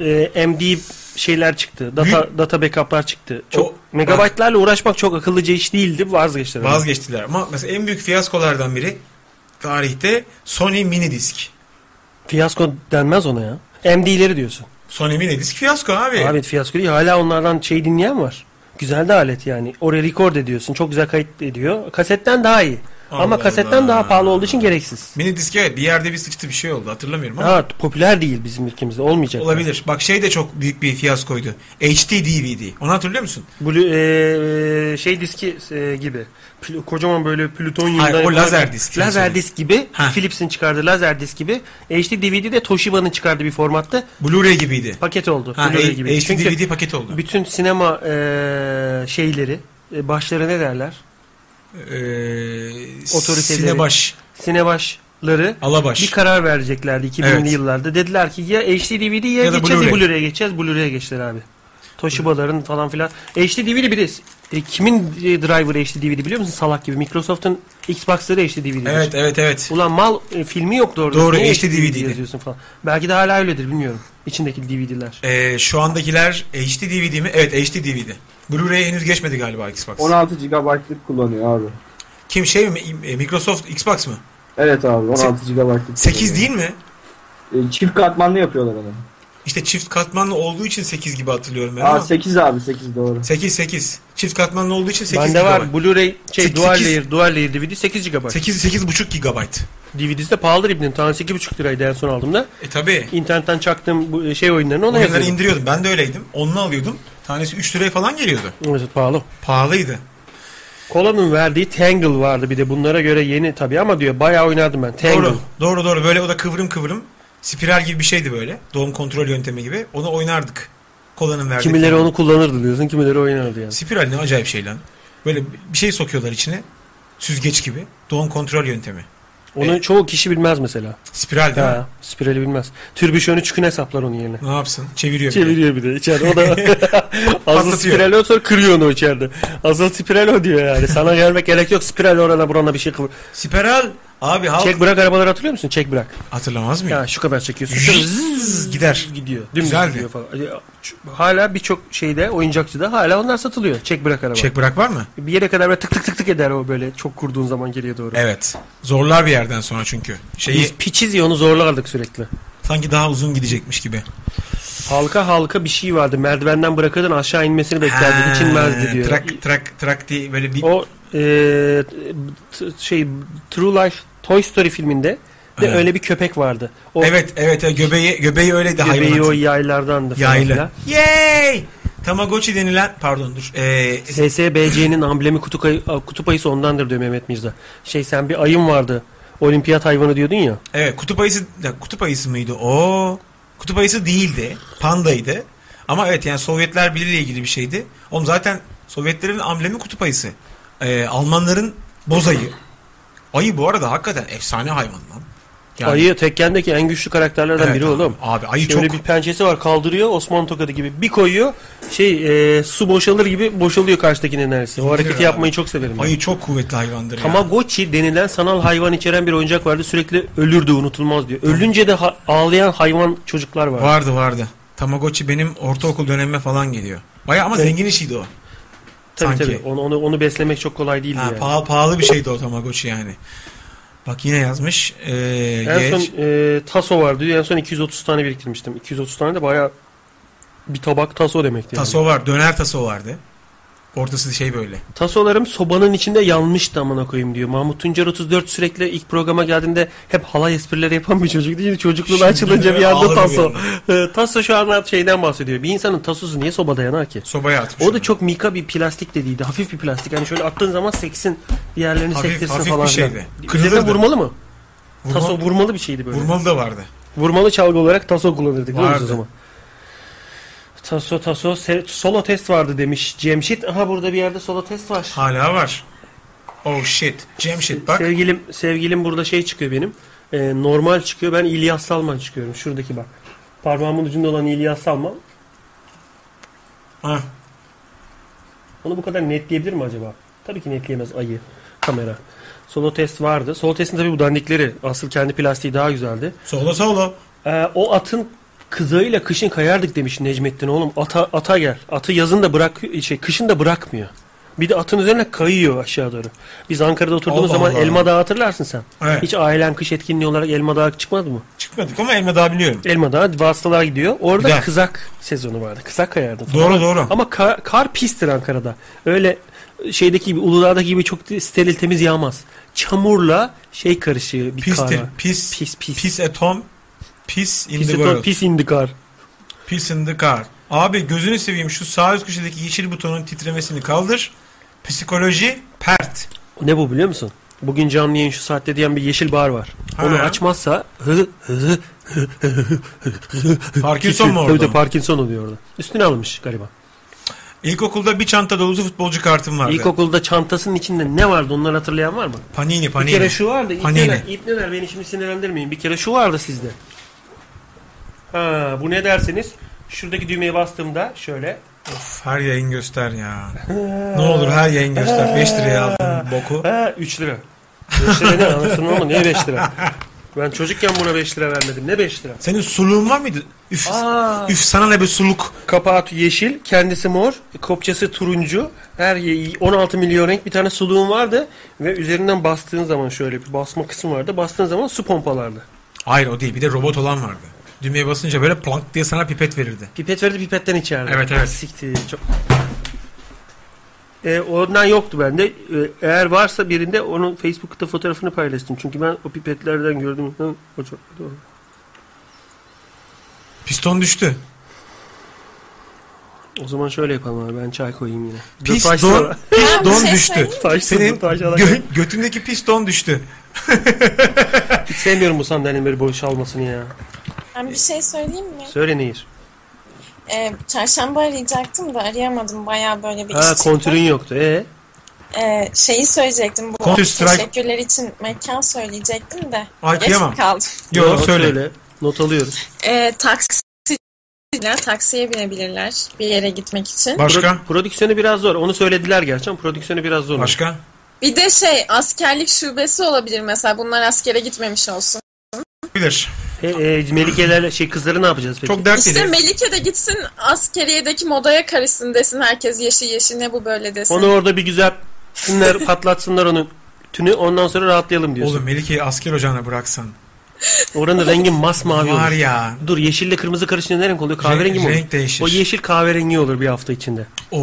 Speaker 2: e, MD şeyler çıktı. Data data backup'lar çıktı. Çok
Speaker 3: O-
Speaker 2: megabaytlarla uğraşmak çok akıllıca iş değildi. Vazgeçtiler.
Speaker 3: vazgeçtiler. Ama mesela en büyük fiyaskolardan biri tarihte Sony mini disk.
Speaker 2: Fiyasko denmez ona ya. MD'leri diyorsun.
Speaker 3: Sony mini disk fiyasko abi.
Speaker 2: Abi fiyasko değil. Hala onlardan şey dinleyen var. Güzel de alet yani. Oraya record ediyorsun. Çok güzel kayıt ediyor. Kasetten daha iyi.
Speaker 3: Allah
Speaker 2: Ama kasetten
Speaker 3: Allah.
Speaker 2: daha pahalı olduğu için gereksiz.
Speaker 3: Mini disk evet bir yerde bir sıçtı bir şey oldu hatırlamıyorum ama.
Speaker 2: Ha, popüler değil bizim ülkemizde. Olmayacak.
Speaker 3: Olabilir. Bak şey de çok büyük bir fiyaskoydu. HD DVD. Onu hatırlıyor musun?
Speaker 2: Blue, e, şey diski e, gibi. Pl- kocaman böyle plütonyumdan
Speaker 3: Hayır, o
Speaker 2: yapılan-
Speaker 3: lazer disk.
Speaker 2: Lazer disk gibi.
Speaker 3: Ha.
Speaker 2: Philips'in çıkardığı lazer disk gibi. HD DVD de Toshiba'nın çıkardığı bir formatta
Speaker 3: Blu-ray gibiydi.
Speaker 2: paket oldu.
Speaker 3: Ha,
Speaker 2: Blu-ray
Speaker 3: H- HD DVD paket oldu.
Speaker 2: bütün sinema e, şeyleri e, başları ne derler?
Speaker 3: Ee,
Speaker 2: Otoriteleri.
Speaker 3: Sinebaş.
Speaker 2: Sinebaşları
Speaker 3: Alabaş.
Speaker 2: bir karar vereceklerdi 2000'li
Speaker 3: Evet.
Speaker 2: yıllarda. Dediler ki ya HD DVD ya,
Speaker 3: Ya da
Speaker 2: geçeceğiz ya
Speaker 3: Blu-ray.
Speaker 2: Blu-ray'e geçeceğiz. Blu-ray'e geçtiler abi. Toshiba'ların falan filan. HD DVD bir de e, kimin e, driver'ı HD DVD biliyor musun? Salak gibi. Microsoft'un Xbox'ları HD DVD. 'dir.
Speaker 3: Evet evet evet.
Speaker 2: Ulan mal e, filmi yok doğru. düzgün.
Speaker 3: Doğru,
Speaker 2: Niye
Speaker 3: HD DVD 'di?
Speaker 2: yazıyorsun falan. Belki de hala öyledir bilmiyorum. İçindeki DVD'ler.
Speaker 3: Ee, şu andakiler HD DVD mi? Evet HD DVD. Blu-ray henüz geçmedi galiba Xbox.
Speaker 10: 16 GB'lık kullanıyor abi.
Speaker 3: Kim şey mi? E, Microsoft Xbox mı?
Speaker 10: Evet abi 16 GB'lık.
Speaker 3: 8 değil mi?
Speaker 10: Ee, çift katmanlı yapıyorlar onu.
Speaker 3: İşte çift katmanlı olduğu için 8 gibi hatırlıyorum ben
Speaker 10: Aa
Speaker 3: ama.
Speaker 10: 8 abi 8 doğru.
Speaker 3: 8 8. Çift katmanlı olduğu için 8
Speaker 2: Bende
Speaker 3: GB.
Speaker 2: var Blu-ray şey
Speaker 3: Sek-
Speaker 2: dual
Speaker 3: sekiz-
Speaker 2: layer dual layer DVD 8 GB.
Speaker 3: 8 8,5 GB.
Speaker 2: DVD'si de pahalıdır ibnin. Tanesi 2,5 liraydı en son aldığımda.
Speaker 3: E tabi.
Speaker 2: İnternetten çaktığım bu e, şey oyunlarını ona
Speaker 3: Onları
Speaker 2: yazıyordum.
Speaker 3: indiriyordum. Ben de öyleydim. Onunla alıyordum. Tanesi 3 liraya falan geliyordu.
Speaker 2: Evet pahalı.
Speaker 3: Pahalıydı.
Speaker 2: Kolan'ın verdiği Tangle vardı bir de bunlara göre yeni tabii ama diyor bayağı oynardım ben. Tangle.
Speaker 3: Doğru. Doğru doğru. Böyle o da kıvrım kıvrım. Spiral gibi bir şeydi böyle. Doğum kontrol yöntemi gibi. Onu oynardık. Kolanın verdiği.
Speaker 2: Kimileri onu kullanırdı diyorsun, kimileri oynardı yani.
Speaker 3: Spiral ne acayip şey lan. Böyle bir şey sokuyorlar içine. Süzgeç gibi. Doğum kontrol yöntemi. E-
Speaker 2: Onu çoğu kişi bilmez mesela.
Speaker 3: Spiral değil mi?
Speaker 2: Ha, spirali bilmez. Türbüşönü çüküne hesaplar onun yerine.
Speaker 3: Ne yapsın? Çeviriyor. bir de.
Speaker 2: Çeviriyor bir de içeride. O da asıl spiral o sonra kırıyor onu içeride. Asıl spiral o diyor yani. Sana gelmek gerek yok. Spiral orana burana bir şey kıvır.
Speaker 3: Spiral. Abi halk
Speaker 2: Çek bırak arabaları hatırlıyor musun? Çek bırak.
Speaker 3: hatırlamaz mıyım?
Speaker 2: Ya şu kadar çekiyorsun.
Speaker 3: Zzz gider.
Speaker 2: gidiyor. Dümdüz
Speaker 3: Güzeldi.
Speaker 2: gidiyor falan. Ya, ç- Hala birçok şeyde oyuncakçıda hala onlar satılıyor. Çek bırak araba.
Speaker 3: Çek bırak var mı?
Speaker 2: Bir yere kadar böyle tık tık tık tık eder o böyle çok kurduğun zaman geriye doğru.
Speaker 3: Evet. Zorlar bir yerden sonra çünkü. Şeyi
Speaker 2: Biz piçiz ya onu zorlardık sürekli.
Speaker 3: Sanki daha uzun gidecekmiş gibi.
Speaker 2: Halka halka bir şey vardı. Merdivenden bırakırdın aşağı inmesini beklerdi. Hiç inmezdi diyor.
Speaker 3: Trak trak trak diye böyle bir
Speaker 2: O e, t- şey True Life Toy Story filminde de
Speaker 3: Evet.
Speaker 2: öyle bir köpek vardı. O
Speaker 3: Evet evet evet. göbeği göbeği öyleydi
Speaker 2: göbeği o
Speaker 3: hayvanat.
Speaker 2: yaylardandı. falan
Speaker 3: Yaylı.
Speaker 2: filan.
Speaker 3: Yay! Tamagotchi denilen pardon dur. Ee,
Speaker 2: SSBC'nin amblemi kutup, ayı, kutup ayısı ondandır diyor Mehmet Mirza. Şey sen bir ayın vardı. Olimpiyat hayvanı diyordun ya.
Speaker 3: Evet kutup ayısı ya, kutup ayısı mıydı? O kutup ayısı değildi. Pandaydı. Ama evet yani Sovyetler Birliği ile ilgili bir şeydi. Oğlum zaten Sovyetlerin amblemi kutup ayısı. Ee, Almanların boz ayı. Ayı bu arada hakikaten efsane hayvan lan. Yani-
Speaker 2: Ayı Tekken'deki en güçlü karakterlerden
Speaker 3: Evet
Speaker 2: biri
Speaker 3: abi.
Speaker 2: oğlum.
Speaker 3: Abi ayı
Speaker 2: Şöyle
Speaker 3: çok
Speaker 2: bir pençesi var kaldırıyor Osman tokadı gibi. Bir koyuyor şey e, su boşalır gibi boşalıyor karşıdakinin neredeyse. O
Speaker 3: İndirir
Speaker 2: hareketi
Speaker 3: abi.
Speaker 2: yapmayı çok severim. ben.
Speaker 3: ayı çok kuvvetli hayvandır ya.
Speaker 2: Tamagotchi denilen sanal hayvan içeren bir oyuncak vardı. Sürekli ölürdü unutulmaz diyor. Ölünce de ha- ağlayan hayvan çocuklar vardı.
Speaker 3: Vardı vardı. Tamagotchi benim ortaokul dönemime falan geliyor. Baya ama zengin işiydi o.
Speaker 2: tabii
Speaker 3: sanki.
Speaker 2: tabii. Onu, onu, onu beslemek çok kolay değildi
Speaker 3: Ha,
Speaker 2: yani.
Speaker 3: pahalı, pahalı bir şeydi o Tamagotchi yani. Bak yine yazmış. Ee,
Speaker 2: En
Speaker 3: geç.
Speaker 2: son e, taso vardı. En son 230 tane biriktirmiştim. 230 tane de bayağı bir tabak taso demekti. yani.
Speaker 3: Taso var. Döner taso vardı. Ortası şey böyle.
Speaker 2: Tasolarım sobanın içinde yanmıştı amına koyayım diyor. Mahmut Tuncer 34 sürekli ilk programa geldiğinde hep halay esprileri yapan bir çocuk değil. Çocukluğunu
Speaker 3: Şimdi
Speaker 2: açılınca bir anda
Speaker 3: ağlarım
Speaker 2: taso. E, taso şu an şeyden bahsediyor. Bir insanın tasosu niye sobada yanar ki?
Speaker 3: Sobaya atmış.
Speaker 2: O da
Speaker 3: onu.
Speaker 2: çok mika bir plastik dediydi. Hafif bir plastik. Hani şöyle attığın zaman seksin. Diğerlerini
Speaker 3: Hafif-
Speaker 2: sektirsin
Speaker 3: hafif
Speaker 2: falan.
Speaker 3: bir
Speaker 2: filan.
Speaker 3: şeydi.
Speaker 2: Üzerine
Speaker 3: Kırılırdı.
Speaker 2: vurmalı mı?
Speaker 3: Vurma-
Speaker 2: Taso vurmalı bir şeydi böyle.
Speaker 3: Vurmalı da vardı.
Speaker 2: Vurmalı çalgı olarak taso kullanırdık. biliyor musunuz
Speaker 3: Vardı.
Speaker 2: o zaman? Taso taso se- solo test vardı demiş Cemşit. Aha burada bir yerde solo test var.
Speaker 3: Hala var. Oh shit. Cem shit bak.
Speaker 2: Sevgilim sevgilim burada şey çıkıyor benim. Ee, normal çıkıyor. Ben İlyas Salman çıkıyorum. Şuradaki bak. Parmağımın ucunda olan İlyas Salman.
Speaker 3: Ha.
Speaker 2: Onu bu kadar netleyebilir mi acaba? Tabii ki netleyemez ayı kamera. Solo test vardı. Solo testin tabii bu dandikleri. Asıl kendi plastiği daha güzeldi.
Speaker 3: Solo solo.
Speaker 2: Ee, o atın kızağıyla kışın kayardık demiş Necmettin oğlum. Ata, ata gel. Atı yazın da bırak, şey kışın da bırakmıyor. Bir de atın üzerine kayıyor aşağı doğru. Biz Ankara'da oturduğumuz
Speaker 3: Allah
Speaker 2: zaman
Speaker 3: Allah.
Speaker 2: Elma Dağı hatırlarsın sen.
Speaker 3: Evet.
Speaker 2: Hiç ailen kış etkinliği olarak Elma Dağı çıkmadı mı?
Speaker 3: Çıkmadık ama elma daha biliyorum.
Speaker 2: Elma Dağı vasıtalar gidiyor. Orada
Speaker 3: Güzel.
Speaker 2: kızak sezonu vardı. Kızak kayardı.
Speaker 3: Doğru doğru.
Speaker 2: Ama kar, kar pistir Ankara'da. Öyle şeydeki gibi Uludağ'daki gibi çok steril temiz yağmaz. Çamurla şey karışıyor bir kar.
Speaker 3: Pistir.
Speaker 2: var.
Speaker 3: Pis.
Speaker 2: Pis pis.
Speaker 3: Pis atom. Pis in
Speaker 2: Pis,
Speaker 3: the
Speaker 2: eto-
Speaker 3: world.
Speaker 2: pis indi kar.
Speaker 3: Pis in the car. Abi gözünü seveyim şu sağ üst köşedeki yeşil butonun titremesini kaldır. Psikoloji pert.
Speaker 2: Ne bu biliyor musun? Bugün canlı yayın şu saatte diyen bir yeşil bar var.
Speaker 3: Ha.
Speaker 2: Onu açmazsa hı hı
Speaker 3: Parkinson mu
Speaker 2: Tabii de
Speaker 3: orada?
Speaker 2: Parkinson oluyor orada. Üstüne almış galiba.
Speaker 3: İlkokulda bir çanta dolusu futbolcu kartım vardı.
Speaker 2: İlkokulda çantasının içinde ne vardı onları hatırlayan var mı?
Speaker 3: Panini panini.
Speaker 2: Bir kere şu vardı.
Speaker 3: Panini.
Speaker 2: İpneler, İpneler beni şimdi sinirlendirmeyin. Bir kere şu vardı sizde. Ha, bu ne derseniz şuradaki düğmeye bastığımda şöyle
Speaker 3: Of, her yayın göster ya. ne olur her yayın göster. 5 liraya aldım boku.
Speaker 2: ha, 3 lira. 5 lira ne anasını ama niye 5 lira? Ben çocukken buna 5 lira vermedim. Ne 5 lira?
Speaker 3: Senin suluğun var mıydı? Üf,
Speaker 2: Aa.
Speaker 3: üf sana ne be suluk.
Speaker 2: Kapağı yeşil, kendisi mor, kopçası turuncu. Her ye- 16 milyon renk bir tane suluğum vardı ve üzerinden bastığın zaman şöyle bir basma kısmı vardı. Bastığın zaman su pompalardı.
Speaker 3: Hayır o değil bir de robot olan vardı. Düğmeye basınca böyle plank diye sana pipet verirdi.
Speaker 2: Pipet verdi pipetten içerdi.
Speaker 3: Evet, evet.
Speaker 2: Siktir. Çok... E, ondan yoktu bende. E, eğer varsa birinde onun Facebook'ta fotoğrafını paylaştım. Çünkü ben o pipetlerden gördüm. Hı, o çok doğru.
Speaker 3: Piston düştü.
Speaker 2: O zaman şöyle yapalım abi. Ben çay koyayım yine. Dur, taş
Speaker 3: Piston,
Speaker 2: sonra.
Speaker 8: Ben bir
Speaker 3: piston
Speaker 8: şey
Speaker 3: düştü.
Speaker 2: Taş
Speaker 3: Senin
Speaker 2: sonra, taş alakalı.
Speaker 3: gö- götündeki piston düştü.
Speaker 2: Hiç sevmiyorum bu sandalyenin böyle boşalmasını ya.
Speaker 8: Ben bir şey söyleyeyim mi?
Speaker 2: Söyle Nehir.
Speaker 8: Ee, çarşamba arayacaktım da arayamadım. Bayağı böyle bir
Speaker 2: Ha
Speaker 8: iş çıktı.
Speaker 2: kontürün yoktu. E
Speaker 8: Ee, şeyi söyleyecektim. Bu
Speaker 3: Counter Strike.
Speaker 8: teşekkürler için mekan söyleyecektim de.
Speaker 3: Ay,
Speaker 8: geç
Speaker 3: kıyamam.
Speaker 8: kaldım.
Speaker 3: Yo söyle.
Speaker 2: Not alıyoruz.
Speaker 8: Ee, taksiciler taksiye binebilirler bir yere gitmek için.
Speaker 3: Başka?
Speaker 2: Pro- prodüksiyonu biraz zor. Onu söylediler gerçi ama prodüksiyonu biraz zor.
Speaker 3: Başka?
Speaker 8: Bir de şey askerlik şubesi olabilir mesela. Bunlar askere gitmemiş olsun.
Speaker 3: Bilir.
Speaker 2: E, e, Melikelerle şey kızları ne yapacağız peki?
Speaker 3: Çok dertli.
Speaker 8: İşte
Speaker 3: değil.
Speaker 8: Melike de gitsin askeriyedeki modaya karışsın desin. Herkes yeşil yeşil ne bu böyle desin.
Speaker 2: Onu orada bir güzel tünler patlatsınlar onun tünü ondan sonra rahatlayalım diyorsun.
Speaker 3: Oğlum Melike'yi asker ocağına bıraksan.
Speaker 2: Oranın rengi masmavi
Speaker 3: Var
Speaker 2: olur.
Speaker 3: ya.
Speaker 2: Dur yeşille kırmızı karışınca ne renk oluyor? Kahverengi mi
Speaker 3: Renk-
Speaker 2: olur?
Speaker 3: renk değişir.
Speaker 2: O yeşil kahverengi olur bir hafta içinde.
Speaker 3: Of.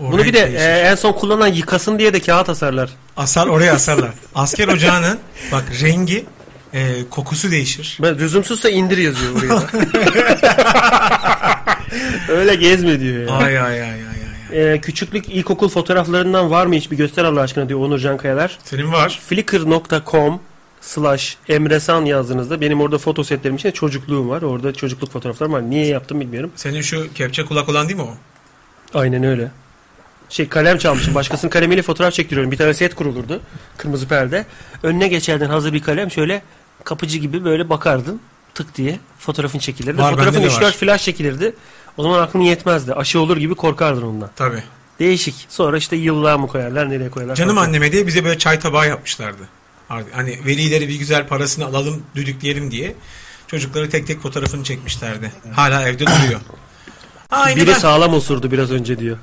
Speaker 3: o
Speaker 2: Bunu bir
Speaker 3: renk
Speaker 2: de
Speaker 3: değişir.
Speaker 2: e, en son kullanan yıkasın diye de kağıt asarlar.
Speaker 3: asar oraya asarlar. Asker ocağının bak rengi e, kokusu değişir.
Speaker 2: Ben lüzumsuzsa indir yazıyor buraya. da. Öyle gezme diyor ya.
Speaker 3: Ay ay ay ay ay.
Speaker 2: E, küçüklük ilkokul fotoğraflarından var mı hiç bir göster Allah aşkına diyor Onurcan Kayalar.
Speaker 3: Senin var.
Speaker 2: Flickr.com slash Emresan yazdığınızda benim orada foto setlerim içinde çocukluğum var. Orada çocukluk fotoğraflarım var. Niye yaptım bilmiyorum.
Speaker 3: Senin şu kepçe kulak olan değil mi o?
Speaker 2: Aynen öyle. Şey kalem çalmışım. Başkasının kalemiyle fotoğraf çektiriyorum. Bir tane set kurulurdu. Kırmızı perde. Önüne geçerdin hazır bir kalem. Şöyle kapıcı gibi böyle bakardın. Tık diye fotoğrafın çekilirdi.
Speaker 3: Var,
Speaker 2: Fotoğrafın
Speaker 3: bende de
Speaker 2: 3-4
Speaker 3: var.
Speaker 2: flash çekilirdi. O zaman aklın yetmezdi. Aşı olur gibi korkardın ondan.
Speaker 3: Tabii.
Speaker 2: Değişik. Sonra işte yıllığa mı koyarlar nereye koyarlar.
Speaker 3: Canım
Speaker 2: falan.
Speaker 3: anneme diye bize böyle çay tabağı yapmışlardı. Ar- Hani velileri bir güzel parasını alalım düdükleyelim diye. Çocukları tek tek fotoğrafını çekmişlerdi. Hala evde duruyor. Aynı
Speaker 2: Biri
Speaker 3: ben.
Speaker 2: sağlam osurdu biraz önce diyor.